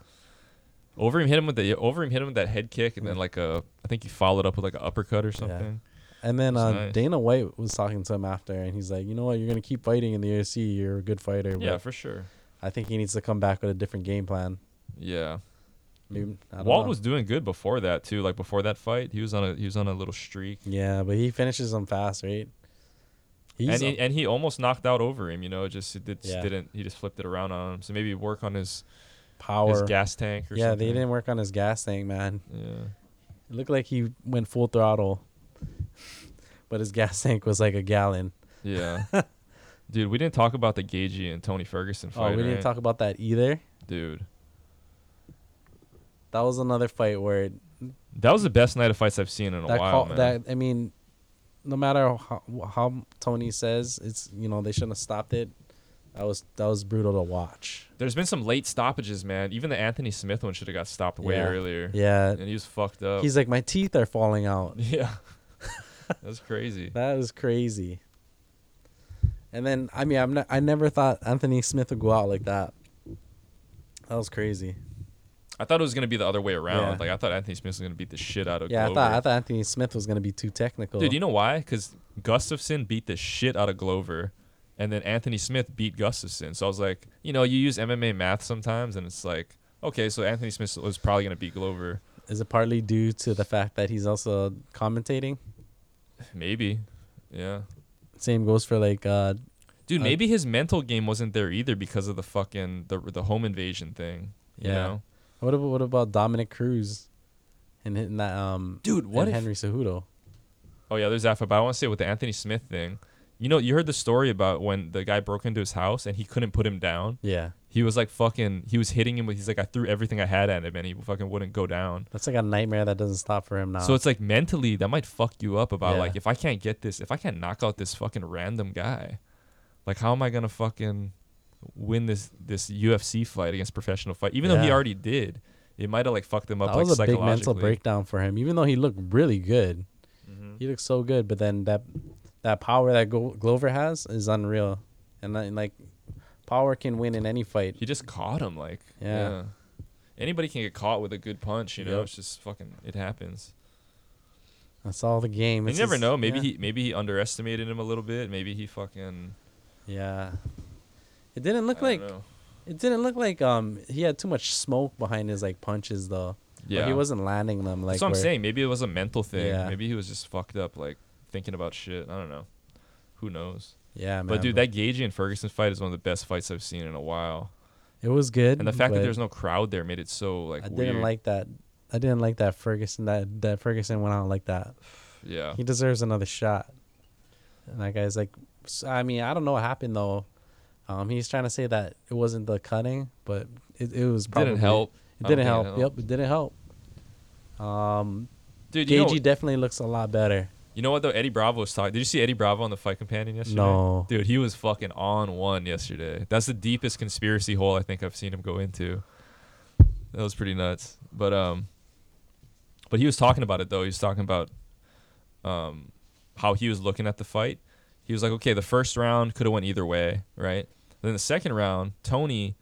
Overeem hit him with the Overeem hit him with that head kick, Mm. and then like a, I think he followed up with like an uppercut or something. and then it's uh, nice. Dana White was talking to him after, and he's like, you know what, you're gonna keep fighting in the UFC, you're a good fighter, Yeah, but for sure. I think he needs to come back with a different game plan. Yeah, Maybe, I don't Walt know. was doing good before that too. Like before that fight, he was on a he was on a little streak. yeah, but he finishes them fast, right? He's and he, and he almost knocked out over him, you know. It just it did, just Yeah. didn't. He just flipped it around on him. So maybe work on his his power. gas tank or Yeah, something. they didn't work on his gas tank, man. Yeah, It looked like he went full throttle, (laughs) but his gas tank was like a gallon. (laughs) yeah. Dude, we didn't talk about the Gagey and Tony Ferguson Oh, fight. we didn't right? talk about that either. Dude, That was another fight where that was the best night of fights I've seen in a that while, call man. that I mean, no matter how, how Tony says it's you know they shouldn't have stopped it. That was that was brutal to watch. There's been some late stoppages, man. Even the Anthony Smith one should have got stopped way Yeah. earlier. Yeah, and he was fucked up. he's like my teeth are falling (laughs) out. (laughs) yeah, that's crazy. That was crazy. And then I mean I'm not, I never thought Anthony Smith would go out like that. That was crazy. I thought it was gonna be the other way around. Yeah. Like I thought Anthony Smith was gonna beat the shit out of. Yeah, I Glover. thought I thought Anthony Smith was gonna be too technical. Dude, you know why? Because Gustafson beat the shit out of Glover, and then Anthony Smith beat Gustafson. So I was like, you know, you use MMA math sometimes, and it's like, okay, so Anthony Smith was probably gonna beat Glover, Is it partly due to the fact that he's also commentating? maybe. Yeah, Same goes for like uh, dude, Dude, I- maybe his mental game wasn't there either because of the fucking the the home invasion thing. You Yeah. know? What about what about Dominic Cruz and hitting that um Dude, what if- and Henry Cejudo? Oh yeah, there's that. But I want to say with the Anthony Smith thing, you know, you heard the story about when the guy broke into his house and he couldn't put him down. Yeah. He was like fucking. He was hitting him with. He's like, I threw everything I had at him, and he fucking wouldn't go down. That's like a nightmare that doesn't stop for him now. So it's like mentally that might fuck you up about Uh-huh. Yeah. like if I can't get this, if I can't knock out this fucking random guy, like how am I gonna fucking win this this UFC fight against professional fight? Even though he Yeah. already did, it might have like fucked him up that like was a big mental psychologically. Mm-hmm. breakdown for him, even though he looked really good. He looked so good, but then that that power that Glo- Glover has is unreal, and then, like power can win in any fight. He just caught him like yeah. Yeah. Anybody can get caught with a good punch, you know. Yep. It's just fucking it happens. That's all the game. And It's you never just- know. Maybe yeah. he maybe he underestimated him a little bit. Maybe he fucking Yeah. It didn't I look don't like know. it didn't look like um he had too much smoke behind his like punches though. yeah. Like, he wasn't landing them like That's what I'm where- saying. Maybe it was a mental thing. Yeah. Maybe he was just fucked up, like thinking about shit. I don't know. Who knows? Yeah, man. but dude, that Gagey and Ferguson fight is one of the best fights I've seen in a while. it was good. And the fact that Mm, but there's no crowd there made it so like I didn't weird. like that. I didn't like that Ferguson. That that Ferguson went out like that. yeah. He deserves another shot. And that guy's like, s- I mean, I don't know what happened though. Um, he's trying to say that it wasn't the cutting, but it, it was probably Didn't help. It I don't didn't help. think it Yep, it didn't help. Um, Dude, you know, Gagey definitely looks a lot better. you know what though? Eddie Bravo was talking. Did you see Eddie Bravo on the Fight Companion yesterday? No. Dude, he was fucking on one yesterday. That's the deepest conspiracy hole I think I've seen him go into. That was pretty nuts. But um but he was talking about it though. He was talking about um how he was looking at the fight. He was like, "Okay, the first round could have went either way, right?" then the second round, Tony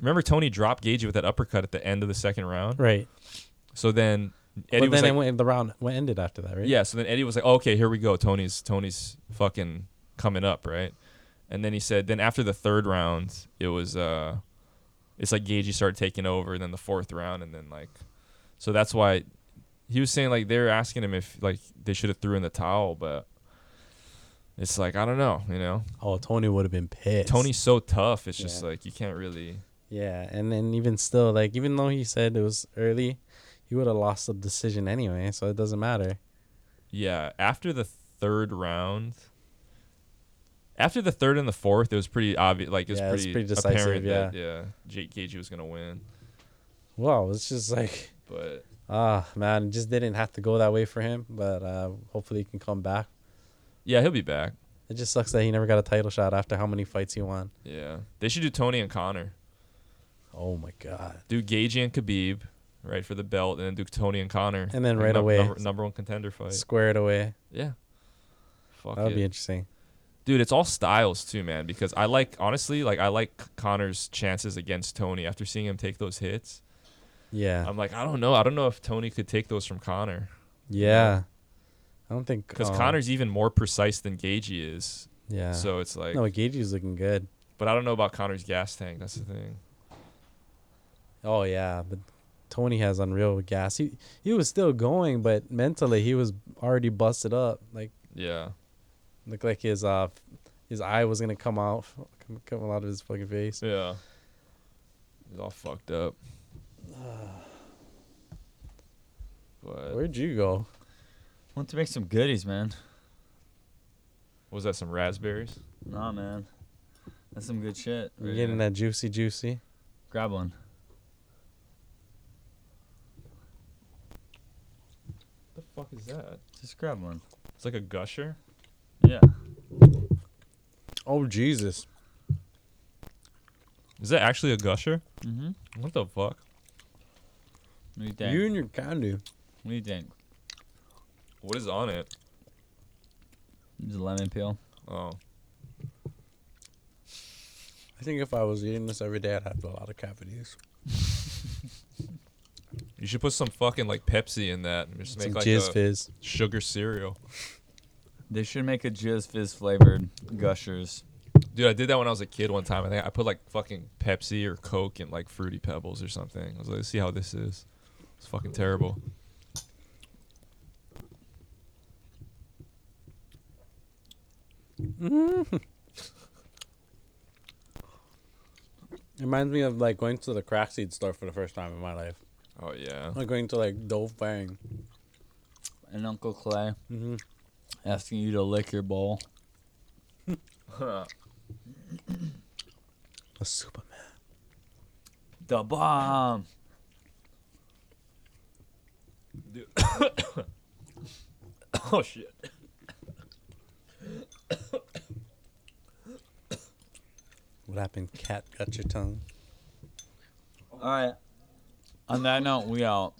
Remember Tony dropped Gagey with that uppercut at the end of the second round? Right. So then Eddie but was then like, it went, the round went ended after that, right? yeah, so then Eddie was like, oh, "Okay, here we go. Tony's Tony's fucking coming up, right?" And then he said, then after the third round, it was uh it's like Gagey started taking over, and then the fourth round, and then like so that's why he was saying like they were asking him if like they should have threw in the towel, but it's like I don't know, you know. Oh, Tony would have been pissed. Tony's so tough, it's just Yeah. like you can't really Yeah, and then even still, like even though he said it was early, he would have lost the decision anyway, so it doesn't matter. Yeah, after the third round, after the third and the fourth, it was pretty obvious. Like it was Yeah, it was pretty, pretty decisive, apparent that yeah, Jake Gagey was gonna win. Wow, it's just like But ah man, it just didn't have to go that way for him. But uh, hopefully he can come back. yeah, he'll be back. It just sucks that he never got a title shot after how many fights he won. Yeah, they should do Tony and Connor. Oh my god. Do Gagey and Khabib, right for the belt, and then do Tony and Connor, And then like, right num- away- number, number one contender fight. Square it away. yeah, fuck That would it. be interesting. dude it's all styles too man because i like honestly like i like connor's chances against tony after seeing him take those hits Yeah. i'm like i don't know i don't know if tony could take those from connor yeah. I don't think because um, Connor's even more precise than Gagey is. Yeah. So it's like, no, Gagey's looking good. but I don't know about Connor's gas tank. That's the thing. Oh yeah, but Tony has unreal gas. He he was still going, but mentally he was already busted up. Like Yeah, looked like his uh his eye was gonna come out, come, come out of his fucking face. yeah. It's all fucked (sighs) up. But Where'd you go? Want to make some goodies, man? was that some raspberries? Nah, man. That's some good shit. You Right getting there. that juicy juicy? Grab one. The fuck is that? Just grab one. It's like a gusher. Yeah. Oh Jesus! Is that actually a gusher? Mm-hmm. What What the fuck? do you think? You and your candy. What do you think? What is on it? Just lemon peel. Oh, I think if I was eating this every day, I'd have a lot of cavities. you should put some fucking like Pepsi in that and just Some make like jizz a fizz. sugar cereal. They should make a Jizz Fizz flavored gushers. Dude, I did that when I was a kid one time. I think I put like fucking Pepsi or Coke and like Fruity Pebbles or something. I was like, let's see how this is. It's fucking terrible. reminds me of like going to the crack seed store for the first time in my life. Oh yeah. Like going to like Dove Bang. And Uncle Clay Mm-hmm. asking you to lick your bowl. A Superman. The bomb. (coughs) Oh shit. What happened? Cat got your tongue. All right. On that note, we out.